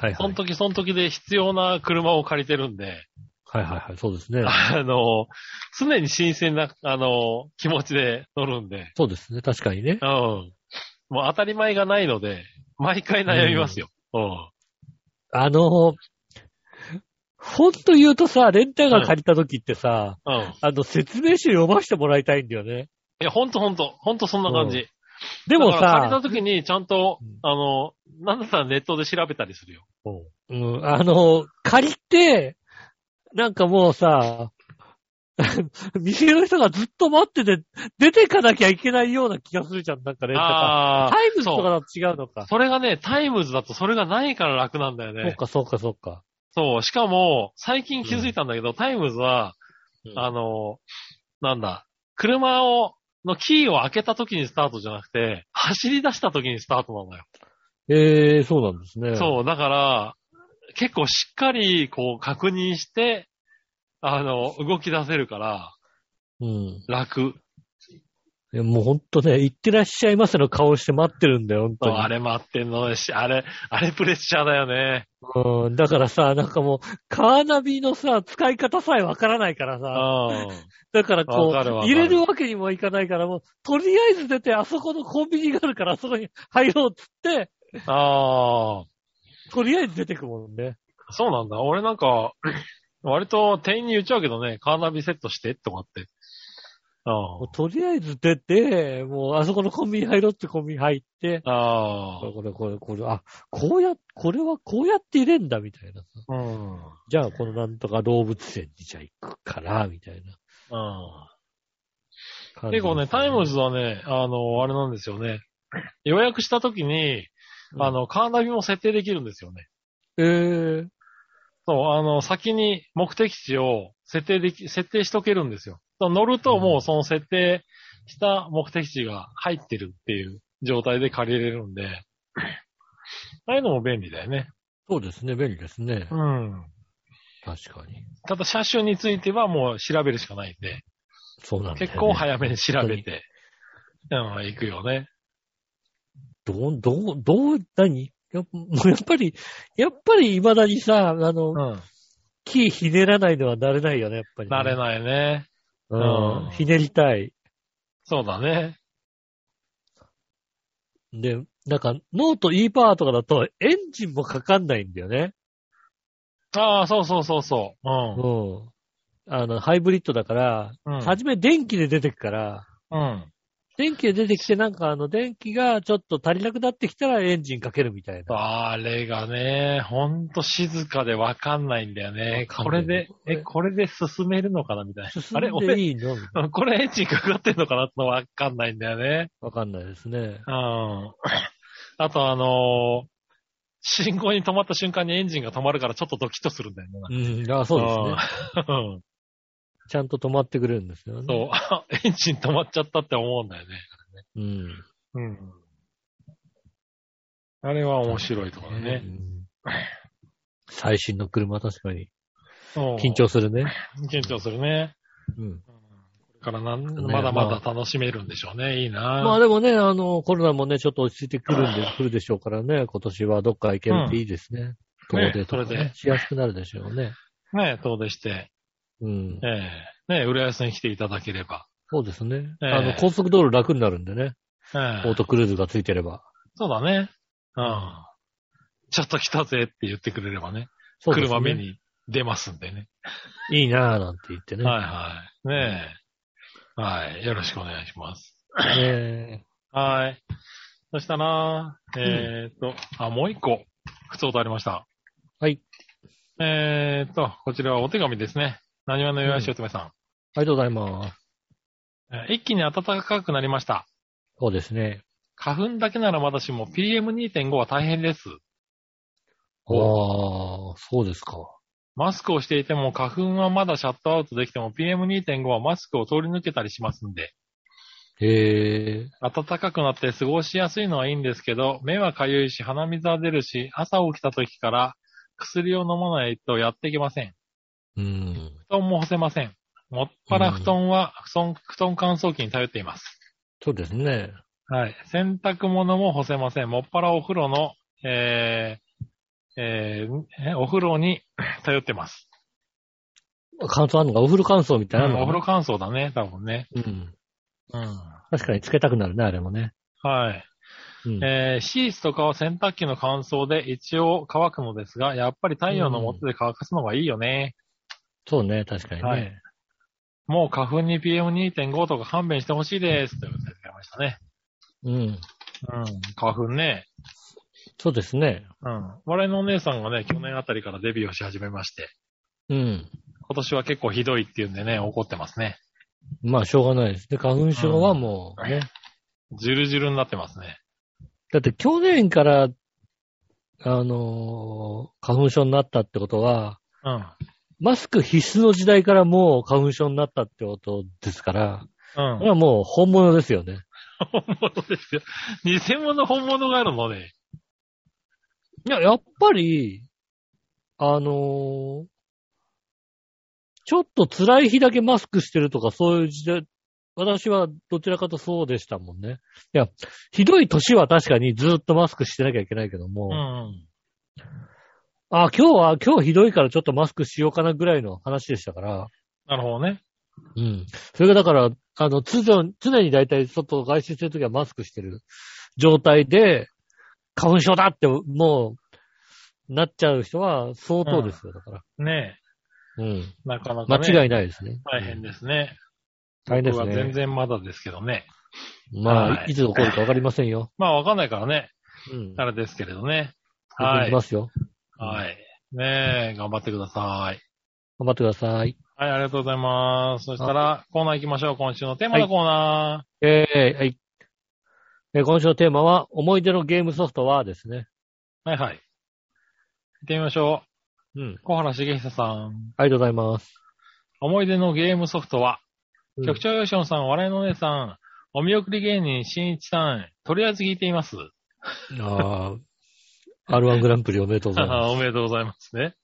Speaker 2: はいは
Speaker 3: その
Speaker 2: い。
Speaker 3: 時その時で必要な車を借りてるんで、
Speaker 2: はいはいはい。そうですね。
Speaker 3: あの、常に新鮮な、あの、気持ちで乗るんで、
Speaker 2: そうですね。確かにね。
Speaker 3: うん。もう当たり前がないので、毎回悩みますよ。うん。
Speaker 2: あの、ほんと言うとさ、レンタカー借りた時ってさ、
Speaker 3: うん。
Speaker 2: あの、説明書読ませてもらいたいんだよね。
Speaker 3: いや、ほんとほんと、ほんとそんな感じ。
Speaker 2: でも
Speaker 3: だから借りた
Speaker 2: さ、
Speaker 3: 時にちゃんと
Speaker 2: うん、
Speaker 3: あの、なんだったらネットで調べたりするよ。
Speaker 2: うん、あの、借りて、なんかもうさ、店の人がずっと待ってて、出てかなきゃいけないような気がするじゃん、なんかレンタカー。
Speaker 3: ああ
Speaker 2: タイムズと
Speaker 3: そう
Speaker 2: かだと違うのか。
Speaker 3: それがね、タイムズだとそれがないから楽なんだよ
Speaker 2: そう
Speaker 3: ね。
Speaker 2: か、そうか、そうか。
Speaker 3: そう。しかも、最近気づいたんだけど、タイムズは、
Speaker 2: うん
Speaker 3: あの、なんだ、車を、のキーを開けた時にスタートじゃなくて、走り出した時にスタートなのよ。
Speaker 2: ええそうなんですね。
Speaker 3: そう。だから、結構しっかり、こう、確認して、あの、動き出せるから、
Speaker 2: う。うん。
Speaker 3: 楽。
Speaker 2: いやもうほんとね、行ってらっしゃいませの顔して待ってるんだよ、ほんと
Speaker 3: そう
Speaker 2: に。
Speaker 3: あれ待ってんのし、あれ、あれプレッシャーだよね。
Speaker 2: うん、だからさ、なんかもう、カーナビのさ、使い方さえわからないから
Speaker 3: う
Speaker 2: さ、
Speaker 3: ん。
Speaker 2: だからこう
Speaker 3: わかるわ、か
Speaker 2: 入
Speaker 3: る
Speaker 2: れるわけにもいかないから、もう、とりあえず出て、あそこのコンビニがあるから、あそこに入ろうっつって、
Speaker 3: ああ。
Speaker 2: とりあえず出てくもんね。
Speaker 3: そうなんだ。俺なんか、割と店員に言っちゃうけどね、カーナビセットしてとかって。
Speaker 2: もう
Speaker 3: あ
Speaker 2: とりあえず出て、もう、あそこのコンビニ入ろうってコンビニ入って、
Speaker 3: あ。ああ
Speaker 2: これこれこれこれ、あ、こうや、これはこうやって入れんだ、みたいな。
Speaker 3: うん。うん。
Speaker 2: じゃあ、このなんとか動物園にじゃあ行くから、みたいな感じです。
Speaker 3: 結構ね、タイムズはね、あの、あれなんですよね。予約した時に、
Speaker 2: うん
Speaker 3: あの、カーナビも設定できるんですよね。
Speaker 2: えー、
Speaker 3: そう、あの、先に目的地を設定でき、設定しとけるんですよ。乗るともうその設定した目的地が入ってるっていう状態で借りれるんで、ああいうのも便利だよね。
Speaker 2: そうですね、便利ですね。
Speaker 3: うん。
Speaker 2: 確かに。
Speaker 3: ただ車種についてはもう調べるしかないんで、
Speaker 2: そうなんだよね、
Speaker 3: 結構早めに調べて、うん、行くよね。
Speaker 2: どう、どう、どう、何やっやっぱり、やっぱり未だにさ、あの、
Speaker 3: うん。
Speaker 2: キーひねらないのは慣れないよね、やっぱり、
Speaker 3: 慣れ
Speaker 2: い。
Speaker 3: ないね。
Speaker 2: うん。
Speaker 3: うん
Speaker 2: ひねりたい。
Speaker 3: そうだね。
Speaker 2: で、なんか、ノート E パワーとかだと、エンジンもかかんないんだよね。
Speaker 3: ああ、そうそうそうそう。うん。
Speaker 2: うん。あの、ハイブリッドだから、
Speaker 3: うん
Speaker 2: 初め電気で出てくから、
Speaker 3: うん。
Speaker 2: 電気が出てきて、なんかあの、電気がちょっと足りなくなってきたらエンジンかけるみたいな。
Speaker 3: あれがね、ほんと静かでわかんないんだよね。
Speaker 2: わかん
Speaker 3: こ
Speaker 2: な
Speaker 3: れ
Speaker 2: い
Speaker 3: で、え、これで進めるのかなみたいな。
Speaker 2: 進
Speaker 3: あれ
Speaker 2: んでいいの
Speaker 3: 俺、これエンジンかかってんのかなってのわかんないんだよね。
Speaker 2: わかんないですね。
Speaker 3: うん。あとあのー信号に止まった瞬間にエンジンが止まるからちょっとドキッとするんだよね。
Speaker 2: うん、あそうですね。
Speaker 3: うん
Speaker 2: ちゃんと止まってくれるんですよね。
Speaker 3: そう。あエンジン止まっちゃったって思うんだよね。
Speaker 2: う。うん。
Speaker 3: うん。あれは面白いところね
Speaker 2: う。ん最新の車は確かに。緊
Speaker 3: 緊。
Speaker 2: 張するね。
Speaker 3: 緊張するね。
Speaker 2: うん。
Speaker 3: うんこれからなん、
Speaker 2: ね
Speaker 3: まだまだ楽しめるんでしょうね。いいな
Speaker 2: まあでもね、あの、コロナもね、ちょっと落ち着いてくるんで、来るでしょうからね、今年はどっか行けるっていいですね。
Speaker 3: うん
Speaker 2: 遠出とか、
Speaker 3: ねそれ
Speaker 2: ね
Speaker 3: で、
Speaker 2: しやすくなるでしょうね。
Speaker 3: ね、遠出して、
Speaker 2: うん
Speaker 3: え。えね、浦安に来ていただければ。
Speaker 2: そうですね。
Speaker 3: ええ
Speaker 2: あの、高速道路楽になるんでね。
Speaker 3: ええ
Speaker 2: オートクルーズがついてれば。
Speaker 3: そうだね。うん。ちょっと来たぜって言ってくれればね。
Speaker 2: そうですね
Speaker 3: 車目。に出ますんでね。
Speaker 2: いいなぁなんて言ってね。
Speaker 3: はいはい。ねえ。はい。よろしくお願いします。
Speaker 2: ね
Speaker 3: はい。そしたら、えーっと、あ、もう一個、普通とありました。
Speaker 2: はい。
Speaker 3: えーっと、こちらはお手紙ですね。何わの岩橋乙女
Speaker 2: あ
Speaker 3: さ
Speaker 2: りがとうございます。
Speaker 3: ん,、えー一気に暖かくなりました。
Speaker 2: そうですね。
Speaker 3: 花粉だけならまだしも PM2.5 は大変です。
Speaker 2: ああー、そうですか。
Speaker 3: マスクをしていても花粉はまだシャットアウトできても PM2.5 はマスクを通り抜けたりしますんで、
Speaker 2: へえ、
Speaker 3: 暖かくなって過ごしやすいのはいいんですけど、目はかゆいし鼻水は出るし、朝起きた時から薬を飲まないとやっていけません。
Speaker 2: うん。
Speaker 3: 布団も干せません。もっぱら布団は、布団、布団乾燥機に頼っています。
Speaker 2: そうですね。
Speaker 3: はい。洗濯物も干せません。もっぱらお風呂の、えー、えーえお風呂に頼ってます。
Speaker 2: 乾燥あんのか、お風呂乾燥みたいなのかな
Speaker 3: お風呂乾燥だね、多分ね。
Speaker 2: うん。
Speaker 3: うん。
Speaker 2: 確かにつけたくなるね、あれもね。
Speaker 3: はい。
Speaker 2: うん。
Speaker 3: えー、シーツとかは洗濯機の乾燥で一応乾くのですが、やっぱり太陽の下で乾かすのがいいよね。
Speaker 2: そうね、確かにね。
Speaker 3: はい。もう花粉に PM2.5 とか勘弁してほしいです。ということでございましたね。
Speaker 2: うん。
Speaker 3: うん。花粉ね。
Speaker 2: そうですね。
Speaker 3: うん。我々のお姉さんがね、去年あたりからデビューをし始めまして、
Speaker 2: うん。
Speaker 3: 今年は結構ひどいっていうんでね、怒ってますね。
Speaker 2: まあ、しょうがないですね。花粉症はもうね。
Speaker 3: ジュルジュルになってますね。
Speaker 2: だって去年から、あのー花粉症になったってことは、
Speaker 3: うん。
Speaker 2: マスク必須の時代からもう花粉症になったってことですから、
Speaker 3: う
Speaker 2: こ
Speaker 3: ん。
Speaker 2: れはもう本物ですよね。
Speaker 3: 本物ですよ。偽物本物があるのね。
Speaker 2: いや、やっぱり、あのーちょっと辛い日だけマスクしてるとか、そういう時代、私はどちらかとそうでしたもんね。いや、ひどい年は確かにずっとマスクしてなきゃいけないけども、
Speaker 3: うん。
Speaker 2: あ、今日は、今日ひどいからちょっとマスクしようかなぐらいの話でしたから、
Speaker 3: なるほどね。
Speaker 2: うん。それがだから、あの、通常、常に大体外を外出するときはマスクしてる状態で、花粉症だって、もう、なっちゃう人は相当ですよ、だから。
Speaker 3: ね
Speaker 2: うん。
Speaker 3: え。なかな
Speaker 2: 間
Speaker 3: か、ね。
Speaker 2: 違いないですね。
Speaker 3: 大変ですね。
Speaker 2: 大変ですね
Speaker 3: 僕は全然まだですけどね。
Speaker 2: ま
Speaker 3: は
Speaker 2: あ、
Speaker 3: い
Speaker 2: いつ起こるかわかりませんよ。
Speaker 3: まあわかんないからね。
Speaker 2: うん。
Speaker 3: あれですけれどね。
Speaker 2: 行
Speaker 3: は
Speaker 2: き
Speaker 3: い。
Speaker 2: ますよ。
Speaker 3: はい。ねえ、頑張ってください。
Speaker 2: 頑張ってください。
Speaker 3: はい、ありがとうございます。そしたら、コーナー行きましょう。今週のテーマのコーナ
Speaker 2: えー、はい。えー今週のテーマは、思い出のゲームソフトはですね。
Speaker 3: ー。はい、はい、行ってみましょ
Speaker 2: うん
Speaker 3: う。。小原茂久さん。
Speaker 2: ありがとうございます。
Speaker 3: 思い出のゲームソフトは、
Speaker 2: うん
Speaker 3: 局長吉野さん、笑いのお姉さん、お見送り芸人、新一さん、とりあえず聞いています。
Speaker 2: ああ、R1 グランプリおめでとうございま
Speaker 3: おめでとうございますね。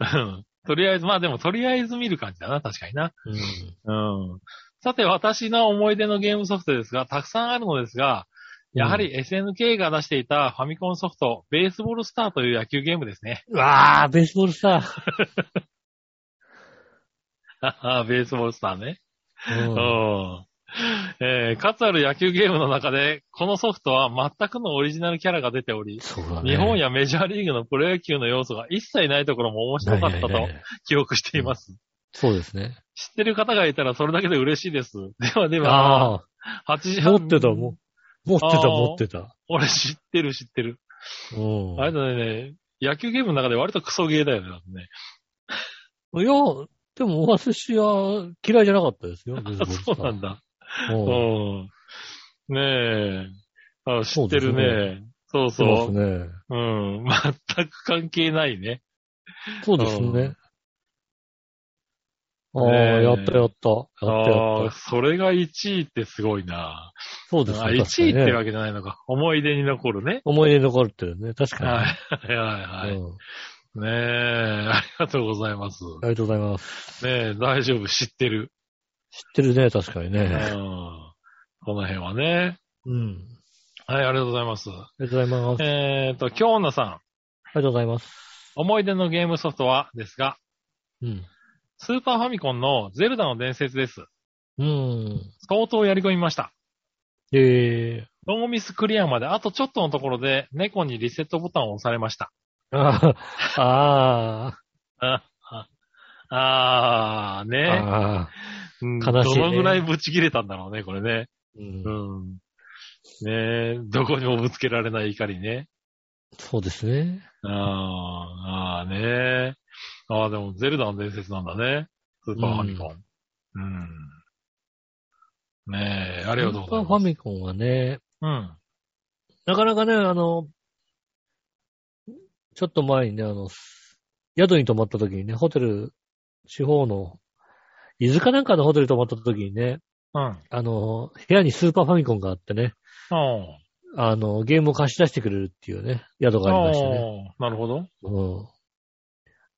Speaker 3: うんとりあえず、まあでも、とりあえず見る感じだな、確かにな。
Speaker 2: す。うん。
Speaker 3: うん。さて、私の思い出のゲームソフトですが、たくさんあるのですが、やはり SNK が出していたファミコンソフト、ベースボールスターという野球ゲームですね。
Speaker 2: うわあ、ベースボールさ。
Speaker 3: ベースボールスターね。
Speaker 2: うん
Speaker 3: うん。えー、数ある野球ゲームの中で、このソフトは全くのオリジナルキャラが出ており、
Speaker 2: そうだね。
Speaker 3: 日本やメジャーリーグのプロ野球の要素が一切ないところも面白かったと
Speaker 2: ないないない
Speaker 3: 記憶しています。
Speaker 2: そうですね。
Speaker 3: 知ってる方がいたらそれだけで嬉しいです。ではでは、
Speaker 2: ああ、
Speaker 3: 8時
Speaker 2: 持
Speaker 3: 半。
Speaker 2: ってた、も持って
Speaker 3: あ
Speaker 2: た、
Speaker 3: ー
Speaker 2: 持ってた。
Speaker 3: 俺知ってる知ってる。
Speaker 2: うん。
Speaker 3: あれだね、野球ゲームの中で割とクソゲーだよね。だってね
Speaker 2: いや、でもお私は嫌いじゃなかったですよ。
Speaker 3: あそうなんだ。
Speaker 2: うん。
Speaker 3: うん。ねえ。あ知ってるね。そう
Speaker 2: そうです
Speaker 3: そう。
Speaker 2: ね。
Speaker 3: うん。全く関係ないね。
Speaker 2: そうですね。ああ、
Speaker 3: ねえ
Speaker 2: やったやった。やった
Speaker 3: あ
Speaker 2: や
Speaker 3: あー、
Speaker 2: った。
Speaker 3: それが1位ってすごいな。
Speaker 2: そうですね。
Speaker 3: あ1位って
Speaker 2: 確かにね
Speaker 3: わけじゃないのか。思い出に残るね。
Speaker 2: 思い出に残ってるね。確かに。
Speaker 3: はいはいはいはい。
Speaker 2: うん
Speaker 3: ねえ、ありがとうございます。
Speaker 2: ありがとうございます。
Speaker 3: ねえ、大丈夫、知ってる。
Speaker 2: 知ってるね、確かに
Speaker 3: う
Speaker 2: ね。
Speaker 3: ん。この辺はね。
Speaker 2: うん。
Speaker 3: はい、ありがとうございます。
Speaker 2: ありがとうございます。あ
Speaker 3: えっ、と、京奈さん。
Speaker 2: りがとうございます。
Speaker 3: 思い出のゲームソフトはですが、
Speaker 2: うん。
Speaker 3: スーパーファミコンのゼルダの伝説です。
Speaker 2: うん。
Speaker 3: 相当やり込みました。
Speaker 2: え
Speaker 3: ノーミスクリアまであとちょっとのところで猫にリセットボタンを押されました。
Speaker 2: ー。あーあ
Speaker 3: あああー、
Speaker 2: ー。
Speaker 3: ね。
Speaker 2: あ
Speaker 3: うん
Speaker 2: 悲しいね
Speaker 3: どのぐらいブチ切れたんだろうね、これね。
Speaker 2: ーうん
Speaker 3: うん。ねえ、どこにもぶつけられない怒りね。
Speaker 2: そうですね。
Speaker 3: あーあー、ねえ。ああ、でもゼルダの伝説なんだね。スーパーファミコン。うん。ねえ、あ
Speaker 2: あ
Speaker 3: りがとうござい
Speaker 2: ファ
Speaker 3: ます。
Speaker 2: ミコンはね、
Speaker 3: うん。
Speaker 2: なかなかね、あの、ちょっと前にね、あの、宿に泊まった時にね、ホテル、地方の、伊豆かなんかのホテルに泊まった時にね、
Speaker 3: うん。
Speaker 2: あの、部屋にスーパーファミコンがあってね、
Speaker 3: うん。
Speaker 2: あの、ゲームを貸し出してくれるっていうね、宿がありましたね。
Speaker 3: あーなるほど。
Speaker 2: うん。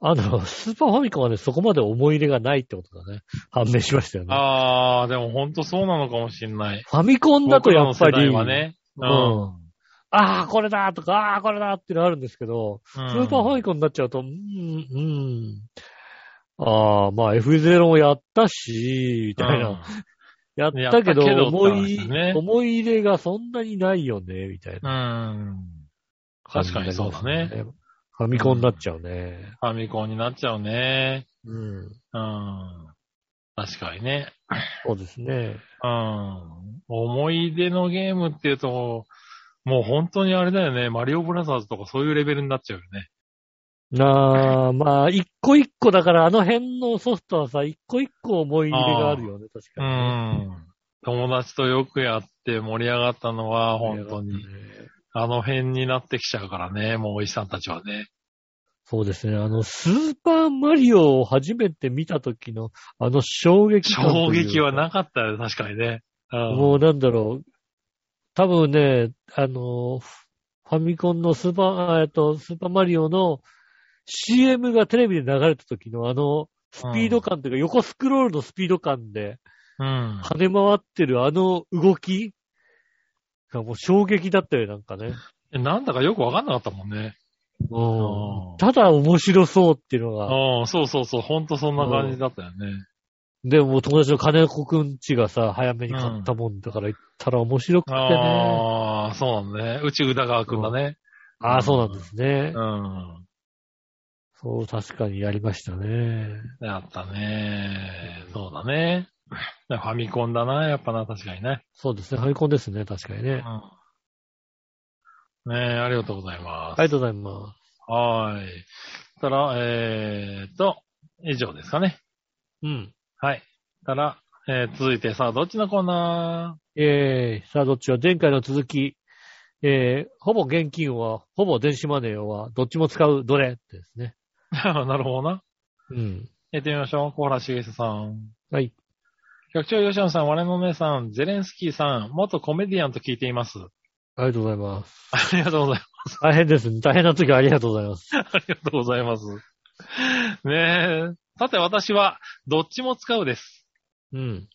Speaker 2: あの、スーパーファミコンはね、そこまで思い入れがないってことがね、判明しましたよね。
Speaker 3: ああ、でもほんとそうなのかもしんない。
Speaker 2: ファミコンだとやっぱり、
Speaker 3: 僕らの世代はね。
Speaker 2: う。
Speaker 3: うんん。
Speaker 2: ああ、これだとか、ああー、これだっていうのあるんですけど、
Speaker 3: ス
Speaker 2: スーパーファミコンになっちゃうと、うん、うん。ああ、まあ F0 もやったし、みたいな。やったけど、
Speaker 3: やったけど
Speaker 2: 思
Speaker 3: って
Speaker 2: い、
Speaker 3: 話ね
Speaker 2: 思い入れがそんなにないよね、みたいな。
Speaker 3: うん。確かにそうだね。。
Speaker 2: ファミコンになっちゃうね。
Speaker 3: ファミコンになっちゃうね。
Speaker 2: うん。
Speaker 3: うん。確かにね。
Speaker 2: そうですね。
Speaker 3: うん。思い出のゲームっていうと、もう本当にあれだよね。マリオブラザーズとかそういうレベルになっちゃうよね。
Speaker 2: なあ、まあ、一個一個だから、あの辺のソフトはさ、一個一個思い入れがあるよね、確
Speaker 3: う
Speaker 2: かにね。
Speaker 3: ん。友達とよくやって盛り上がったのは本当に。あの辺になってきちゃうからね、もうおじさんたちはね。
Speaker 2: そうですね。あの、スーパーマリオを初めて見た時の、あの衝撃感
Speaker 3: 衝
Speaker 2: というか
Speaker 3: 撃はなかったよ、確かにね。うん
Speaker 2: もうなんだろう。多分ね、あの、フファミコンのスーパー、あえっと、スーパーマリオの CM がテレビで流れた時のあの、スピード感というか、横スクロールのスピード感で
Speaker 3: うん。
Speaker 2: 跳ね回ってるあの動きがもう衝撃だったよ、なんかね。
Speaker 3: えなんだかよくわかんなかったもんね。ん
Speaker 2: ただ面白そうっていうのが、
Speaker 3: うん、そうそうそう、ほんとそんな感じだったよね。
Speaker 2: でも友達の金子くんちがさ、早めに買ったもんだから行ったら面白くてね。
Speaker 3: ああ、そうなんね。うち宇田川くんだね。
Speaker 2: ああ、そうなんですね。
Speaker 3: うん。
Speaker 2: そう、確かにやりましたね。
Speaker 3: やったね。そうだね。ファミコンだな、やっぱな、確かにね。
Speaker 2: そうですね。ファミコンですね。確かに
Speaker 3: う
Speaker 2: ね。
Speaker 3: ん。ねえ、ありがとうござい
Speaker 2: あ
Speaker 3: ま。
Speaker 2: りがとうございます
Speaker 3: はーい。そしたら、えーっと、以上ですかね。
Speaker 2: す。うん。
Speaker 3: はい。たら、えー続いてさあ、どっちのコーナ
Speaker 2: えー、さあどっちは前回の続き、えー、ほぼ現金は、ほぼ電子マネーは、どっちも使う、どれってですね。
Speaker 3: ー なるほどな。
Speaker 2: うん。
Speaker 3: やってみましょう。小原茂久さん。
Speaker 2: はい。
Speaker 3: 局長吉野さん、我の姉さん、ゼレンスキーさん、元コメディアンと聞いています。
Speaker 2: ありがとうございます。
Speaker 3: ありがとうござい
Speaker 2: 大変ですね。大変な時はありがとうございます。
Speaker 3: ます。ありがとうございます。ねえ。さて、私は、どっちも使うです。
Speaker 2: うん。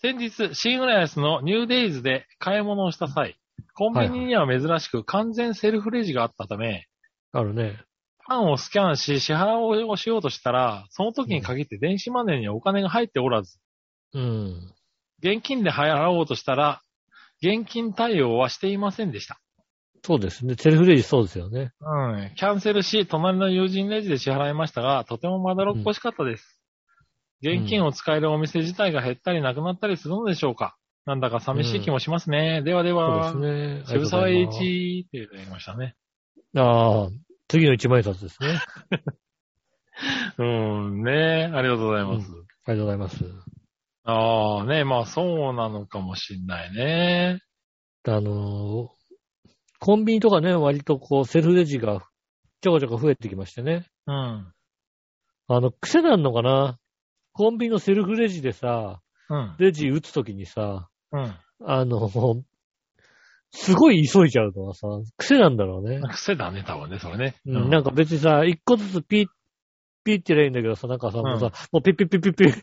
Speaker 3: 先日、シーグライアスのニューデイズで買い物をした際、コンビニには珍しく完全セルフレジがあったため、
Speaker 2: あるね。
Speaker 3: パンをスキャンし、支払いをしようとしたら、その時に限って電子マネーにはお金が入っておらず、
Speaker 2: うん。
Speaker 3: 現金で払おうとしたら、現金対応はしていませんでした。
Speaker 2: そうですね。セルフレジそうですよね。
Speaker 3: うん。キャンセルし、隣の友人レジで支払いましたが、とてもまだろっこしかったです。
Speaker 2: ん
Speaker 3: 現金を使えるお店自体が減ったりなくなったりするのでしょうかなんだか寂しい気もしますね。ではでは、
Speaker 2: そうですね。
Speaker 3: 渋沢栄
Speaker 2: ありがとうござい
Speaker 3: 一っていただきましたね。
Speaker 2: ますああ、次の一枚札ですね。
Speaker 3: うん、ねありがとうございます。
Speaker 2: ありがとうございます。
Speaker 3: ああ、ねまあそうなのかもしんないね。
Speaker 2: あのーコンビニとかね、割とこう、セルフレジがちょこちょこ増えてきましてね。
Speaker 3: うん。
Speaker 2: あの、癖なんのかなコンビニのセルフレジでさ、
Speaker 3: うん。
Speaker 2: レジ打つときにさ、
Speaker 3: うん。
Speaker 2: あの、すごい急いじゃうのはさ、癖なんだろうね。
Speaker 3: 癖だね、多分ね、それね。
Speaker 2: うんなんか別にさ、一個ずつピッ、ピッってやればいいんだけどさ、なんかさ、もうさ、もうピッピッピッピッピッ、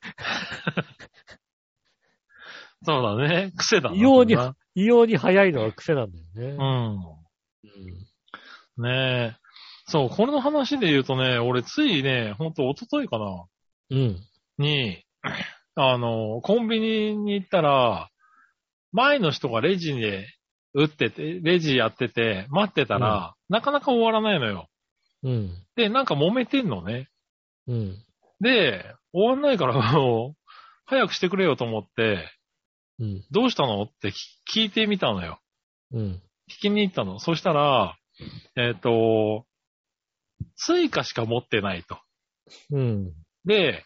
Speaker 3: そうだね。癖だな。
Speaker 2: 異様に
Speaker 3: それな、
Speaker 2: 異様に早いのが癖なんだよね。
Speaker 3: うん。ねえ。そう、これの話で言うとね、俺ついね、ほんと一昨日かな、
Speaker 2: うん。うん。
Speaker 3: に、あの、コンビニに行ったら、前の人がレジで打ってて、レジやってて、待ってたら、なかなか終わらないのよ。
Speaker 2: うん。
Speaker 3: で、なんか揉めてんのね。
Speaker 2: うん。
Speaker 3: で、終わんないから、もう、早くしてくれよと思って、
Speaker 2: うん。
Speaker 3: どうしたのってき聞いてみたのよ。
Speaker 2: うん。
Speaker 3: 聞きに行ったの。そしたら、えっ、と、スイカしか持ってないと。
Speaker 2: うん。
Speaker 3: で、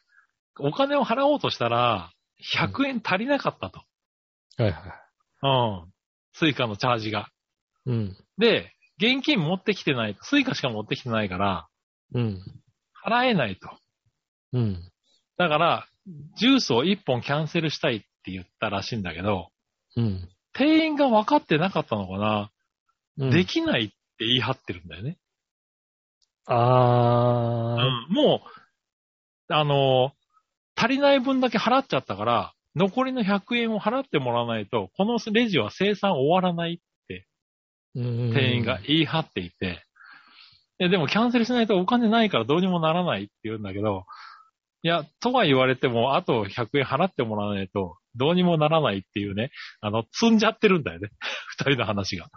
Speaker 3: お金を払おうとしたら、100円足りなかったと。
Speaker 2: はいは
Speaker 3: うん。スイカのチャージが。
Speaker 2: い。うん。
Speaker 3: で、現金持ってきてない。スイカしか持ってきてないから、
Speaker 2: うん。
Speaker 3: 払えないと。
Speaker 2: うん。
Speaker 3: だから、ジュースを1本キャンセルしたいって言ったらしいんだけど、
Speaker 2: うん。
Speaker 3: 店員が分かってなかったのかな、
Speaker 2: うん
Speaker 3: できないって言い張ってるんだよね。
Speaker 2: あー。
Speaker 3: うんもう、あの、足りない分だけ払っちゃったから、残りの100円を払ってもらわないと、このレジは生産終わらない
Speaker 2: うん
Speaker 3: 店員が。言い張っていて、ででもキャンセルしないとお金ないからどうにもならないって言うんだけど、いや、とは言われても、あと100円払ってもらわないと、どうにもならないっていうね、あの、積んじゃってるんだよね。 二人の話が。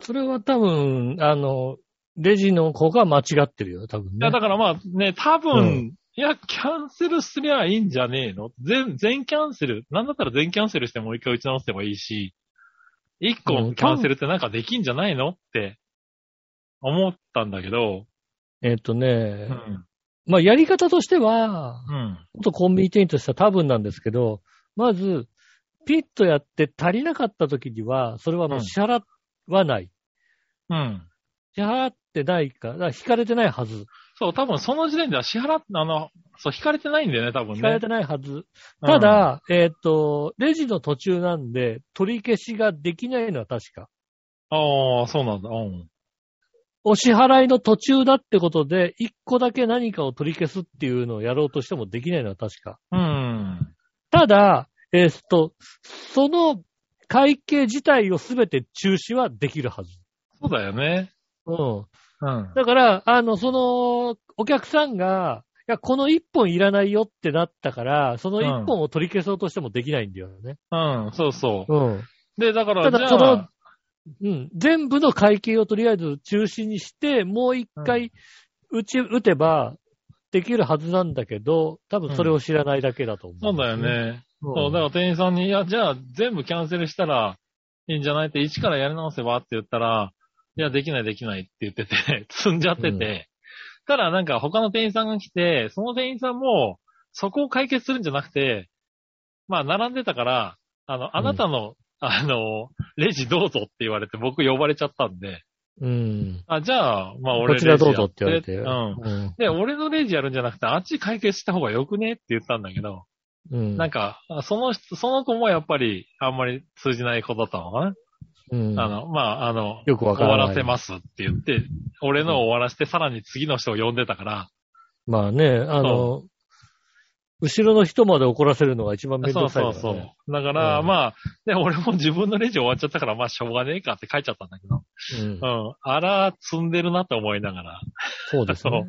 Speaker 2: それは多分、あの、レジの子が間違ってるよ、多分
Speaker 3: い
Speaker 2: ね
Speaker 3: や、。だからまあね、多分、
Speaker 2: うん
Speaker 3: いや、キャンセルすりゃいいんじゃねえの全、全キャンセル。なんだったら全キャンセルしてもう一回打ち直せばいいし、一
Speaker 2: う
Speaker 3: 個
Speaker 2: ん
Speaker 3: キャンセルってなんかできんじゃないのって思ったんだけど、
Speaker 2: えっと
Speaker 3: う
Speaker 2: ね、
Speaker 3: ん。
Speaker 2: まあ、やり方としては、
Speaker 3: うん。
Speaker 2: 元コンビニ店員としては多分なんですけど、まず、ピッとやって足りなかった時には、それはもう支払わない。
Speaker 3: うん。
Speaker 2: 支払ってないか、だから引かれてないはず。
Speaker 3: そう、多分その時点では支払っ、あの、そう、引かれてないんだよね、多分ね。
Speaker 2: 引かれてないはず。ただ、えっ、と、レジの途中なんで、取り消しができないのは確か。
Speaker 3: うん、ああ、そうなんだ。うん。
Speaker 2: お支払いの途中だってことで、一個だけ何かを取り消すっていうのをやろうとしてもできないのは確か。
Speaker 3: うん。
Speaker 2: ただ、えーっと、その会計自体をすべて中止はできるはず。
Speaker 3: そうだよね。
Speaker 2: うん。
Speaker 3: うん。
Speaker 2: だから、あの、その、お客さんが、いや、この一本いらないよってなったから、その一本を取り消そうとしてもできないんだよね。
Speaker 3: うん、そうそ
Speaker 2: うん。
Speaker 3: う。で、だから、
Speaker 2: ただ
Speaker 3: じ
Speaker 2: そ
Speaker 3: ゃ
Speaker 2: の
Speaker 3: あ、
Speaker 2: うん。全部の会計をとりあえず中止にして、もう一回、打ち、打てば、できるはずなんだけど、多分それを知らないだけだと思う。
Speaker 3: そうだよ。ね。
Speaker 2: うん、
Speaker 3: そう、だから店員さんに、いや、じゃあ全部キャンセルしたらいいんじゃないって、一からやり直せばって言ったら、いや、できないできないって言ってて、 積んじゃってて、
Speaker 2: うん
Speaker 3: ただなんか他の店員さんが来て、その店員さんも、そこを解決するんじゃなくて、まあ、並んでたから、あの、あなたの、あの、レジどうぞって言われて、僕呼ばれちゃったんで、
Speaker 2: うん。
Speaker 3: あ、じゃあ、まあ、俺
Speaker 2: こちらどうぞって言われ
Speaker 3: レジ
Speaker 2: て。
Speaker 3: やうん。
Speaker 2: ん。
Speaker 3: で、俺のレジやるんじゃなくて、あっち解決した方がよくねって言ったんだけど、
Speaker 2: うん。
Speaker 3: なんか、その人、その子もやっぱり、あんまり通じない子だったのかな、
Speaker 2: うん
Speaker 3: あの、まあ、あの、
Speaker 2: よくわ
Speaker 3: 終
Speaker 2: から
Speaker 3: わ
Speaker 2: ない。
Speaker 3: らせますって言って、俺のを終わらせて、さらに次の人を呼んでたから、
Speaker 2: まあね、あの、後ろの人まで怒らせるのが一番面
Speaker 3: そ
Speaker 2: 倒
Speaker 3: う
Speaker 2: くさいか
Speaker 3: そ
Speaker 2: ら、
Speaker 3: う
Speaker 2: ね。
Speaker 3: そう。だから、
Speaker 2: うん
Speaker 3: まあ、で、俺も自分のレジ終わっちゃったから、まあ、しょうがねえかって書いちゃったんだけど、
Speaker 2: う。ん
Speaker 3: う、ん、あら、積んでるなって思いながら、
Speaker 2: そうですね。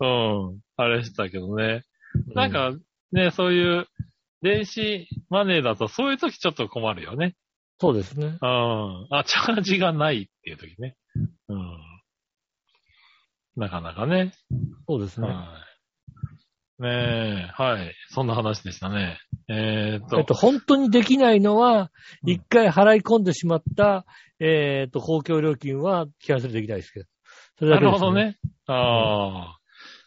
Speaker 3: うん、あれしてたけどね。
Speaker 2: う
Speaker 3: なん、か、ね、そういう、電子マネーだと、そういう時ちょっと困るよね。
Speaker 2: そうですね。
Speaker 3: うん。あ、チャージがないっていう時ね。うん。なかなかね。
Speaker 2: そうですね。
Speaker 3: はい。ねえ、はい。そんな話でしたね。え
Speaker 2: え
Speaker 3: ーっ
Speaker 2: っ
Speaker 3: と
Speaker 2: と、、本当にできないのは、
Speaker 3: うん
Speaker 2: 一回払い込んでしまった、えっと、公共料金はキャンセルできないですけど。それ
Speaker 3: な
Speaker 2: だけ
Speaker 3: る
Speaker 2: です
Speaker 3: ほど。ね。あー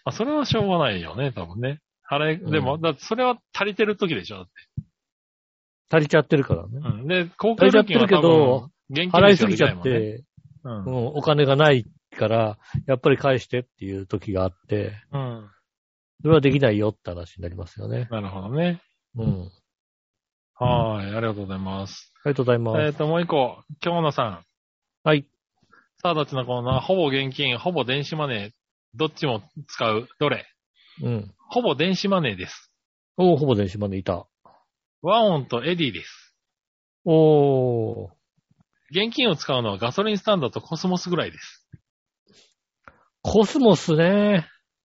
Speaker 3: あ。それはしょうがないよね、多分ね。払い、でも、だってそれは足りてる時でしょ、だって
Speaker 2: 足りちゃってるからね。
Speaker 3: うん。で、公共料金は多分、現金
Speaker 2: 払
Speaker 3: で
Speaker 2: い
Speaker 3: し
Speaker 2: す
Speaker 3: かで
Speaker 2: ぎ
Speaker 3: き
Speaker 2: ち
Speaker 3: な
Speaker 2: ゃ
Speaker 3: いも
Speaker 2: っ
Speaker 3: んね。
Speaker 2: て、
Speaker 3: う
Speaker 2: うんん、お金がないから、やっぱり返してっていう時があって、
Speaker 3: うん。
Speaker 2: それはできないよって話になりますよね。
Speaker 3: なるほどね。
Speaker 2: うん。
Speaker 3: はい、ありがとうございます。
Speaker 2: ありがとうござい
Speaker 3: え
Speaker 2: ま
Speaker 3: っ
Speaker 2: す。
Speaker 3: と、もう一個、京野さん。
Speaker 2: はい。
Speaker 3: さあ、どっちのコーナーほぼ現金、ほぼ電子マネー。どっちも使う。どれ
Speaker 2: うん。
Speaker 3: ほぼ電子マネーです。
Speaker 2: おーほぼ電子マネーいた。
Speaker 3: ワオンとエディです。
Speaker 2: おー
Speaker 3: 現金を使うのはガソリンスタンドとコスモスぐらいです。
Speaker 2: コスモスね。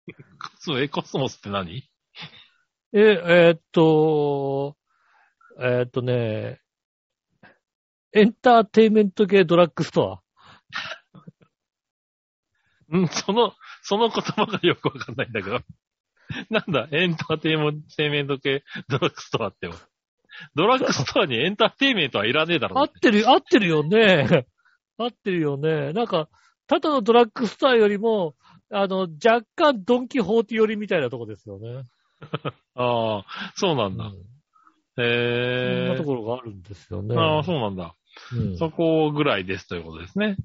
Speaker 3: コスモえ、コスモスって何
Speaker 2: え、えーっと、えーっとね、エンターテイメント系ドラッグスト
Speaker 3: うん、その、その言葉がよくわかんないんだけど。 なんだ、エンターテイメント系ドラッグストアって。ドラッグストアにエンターテイメントはいらねえだ
Speaker 2: ア。合
Speaker 3: ろ
Speaker 2: っ。てる、合ってるよね。 合ってるよね。なんか、ただのドラッグストアよりも、あの、若干ドンキホーテ寄りみたいなとこですよね。
Speaker 3: ああ、そうな
Speaker 2: うん
Speaker 3: だ。
Speaker 2: んそんな
Speaker 3: へえ
Speaker 2: と。ころがあるんですよね。
Speaker 3: ああ、そうなんだ。
Speaker 2: うん
Speaker 3: そこぐらいですということですね。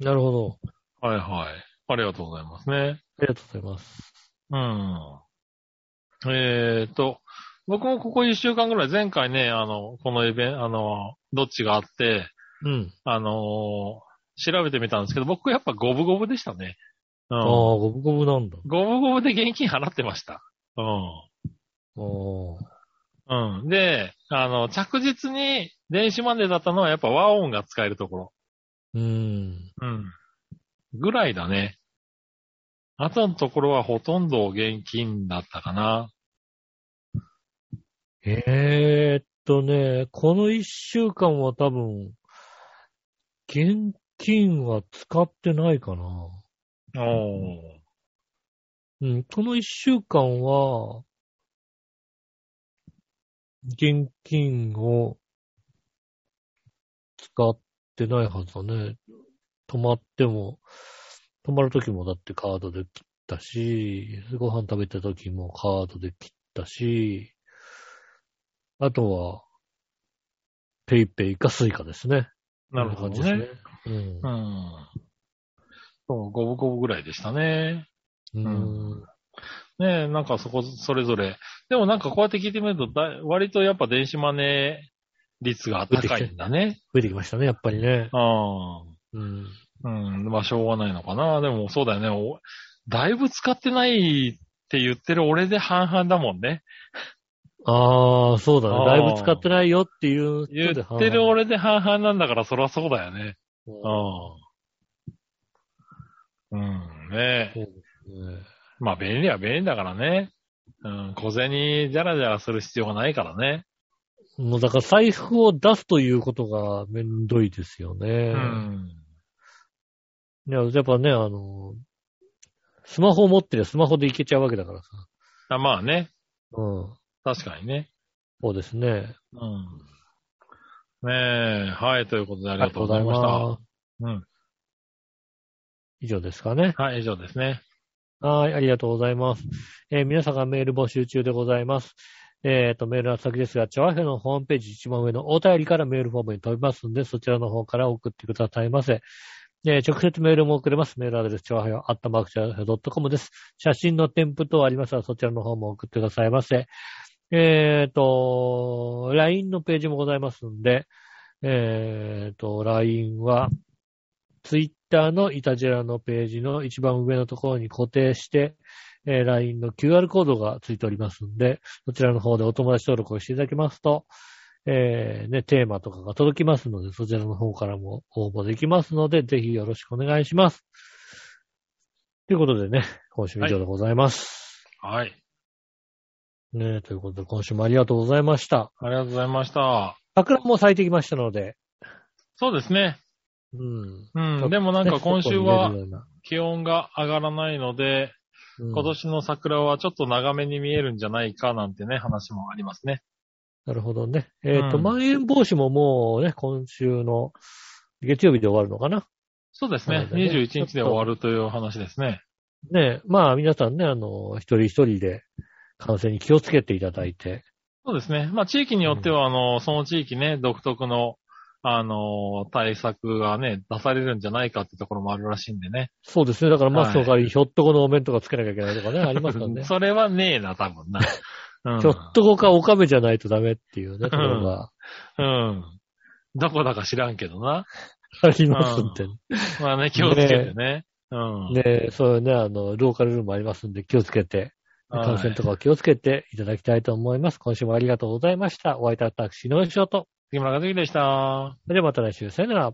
Speaker 2: なるほど。
Speaker 3: はいはい。ありがとうございますね。
Speaker 2: ありがとうございます。
Speaker 3: うん。えーと、僕もここ1週間ぐらい前回ね、あの、このイベント、あの、どっちがあって、
Speaker 2: うん。
Speaker 3: あのー調べてみたんですけど、僕やっぱ五分五分でしたね。うん。
Speaker 2: ああ、
Speaker 3: 五
Speaker 2: ゴブゴブなんだ。
Speaker 3: 分五分で現金払ってました。う
Speaker 2: ああ。
Speaker 3: ん。うん。で、あの、着実に電子マネーだったのはやっぱ和音が使えるところ。
Speaker 2: うん。
Speaker 3: うん。ぐらいだね。あとのところはほとんど現金だったかな。
Speaker 2: えー、っとね、この一週間は多分、現金は使ってないかな。
Speaker 3: お
Speaker 2: うん、この一週間は、現金を使ってないはずだね。泊まっても、泊まるときもだってカードで切ったし、ご飯食べたときもカードで切ったし、あとは、ペイペイかスイカですね。
Speaker 3: なるほど
Speaker 2: こんな
Speaker 3: ね。
Speaker 2: 感じですね。
Speaker 3: うん。そう、五分五分ぐらいでしたね。
Speaker 2: うん。
Speaker 3: ん
Speaker 2: うん
Speaker 3: ねえ、なんかそこ、それぞれ。でもなんかこうやって聞いてみると、だ割とやっぱ電子マネー率が高いんだね。
Speaker 2: 増えてきましたね、やっぱりね。
Speaker 3: あ
Speaker 2: うん。
Speaker 3: あ。うん。まあしょうがないのかな。でもそうだよね。おだいぶ使ってないって言ってる俺で半々だもんね。
Speaker 2: ああ、そうだ
Speaker 3: あ
Speaker 2: ね。
Speaker 3: ー
Speaker 2: だいぶ使ってないよっていう。
Speaker 3: 言ってる俺で半々なんだから、そりゃそうだよね。
Speaker 2: うん
Speaker 3: うん。うん、ねえ。
Speaker 2: そうですね
Speaker 3: まあ便利は便利だからね。うん、小銭じゃらじゃらする必要がないからね。
Speaker 2: もうだから財布を出すということがめんどいですよ
Speaker 3: う
Speaker 2: ね。
Speaker 3: ん。
Speaker 2: いや、やっぱね、あの、スマホ持ってりゃスマホでいけちゃうわけだからさ。
Speaker 3: あまあね。
Speaker 2: うん。
Speaker 3: 確かにね。
Speaker 2: そうですね。
Speaker 3: うん。ねえ、はい、ということであ
Speaker 2: あ
Speaker 3: りがとうございました。
Speaker 2: りがとうございます以上ですかね。
Speaker 3: はい、以上ですね。
Speaker 2: はい、ありがとうございます。えー皆さんがメール募集中でございます。えっ、と、メールの先ですが、チョアヘのホームページ一番上のお便りからメールフォームに飛びますので、そちらの方から送ってくださいませ。えー直接メールも送れます。メールアドレス、チョアヘヨ、アットマークチョアヘヨ .com です。写真の添付等ありますが、そちらの方も送ってくださいませ。えっ、と、LINE のページもございますんで、えっ、と、LINE は、ツイッターのイタジェラのページの一番上のところに固定して、えー LINE の QR コードがついておりますんで、そちらの方でお友達登録をしていただきますと、えーね、テーマとかが届きますので、そちらの方からも応募できますので、ぜひよろしくお願いします。ということでね、今週以上でございます。
Speaker 3: はい。
Speaker 2: ねということで、今週もありがとうございました。
Speaker 3: ありがとうございました。
Speaker 2: 桜も咲いてきましたので、
Speaker 3: そうですね。
Speaker 2: うん。
Speaker 3: うん。でもなんか今週は
Speaker 2: ねちょっと見れるような
Speaker 3: 気温が上がらないので、
Speaker 2: うん
Speaker 3: 今年の桜はちょっと長めに見えるんじゃないかなんてね、話もありますね。
Speaker 2: なるほどね。えっ、と、
Speaker 3: うん
Speaker 2: まん延防止ももうね、今週の月曜日で終わるのかな。
Speaker 3: そうですね。
Speaker 2: そうだね
Speaker 3: 21日で終わるという話ですね。
Speaker 2: ねえまあ皆さんね、あの、一人一人で感染に気をつけていただいて。
Speaker 3: そうですね。まあ、地域によっては、あの、その地域ね、独特の、あの、対策がね、出されるんじゃないかってところもあるらしいんでね。
Speaker 2: そうですね。だからマスクの代わり
Speaker 3: は
Speaker 2: にひょっとこのお面とかつけなきゃいけないとか ね、ありますからね。
Speaker 3: それはねえな、多分な。うん
Speaker 2: ひょっとこかおかめじゃないとダメっていうね、ところが
Speaker 3: うん。どこだか知らんけどな。
Speaker 2: ありますん でね。
Speaker 3: まあね、気をつけてね。うん。
Speaker 2: ねえそういうね、あの、ローカルルームありますんで気をつけて、
Speaker 3: はい
Speaker 2: 感染とかを気をつけていただきたいと思います。今週もありがとうございました。お会いいたい私、井上翔と。
Speaker 3: 杉村和樹でした。
Speaker 2: それではまた来週、さよなら。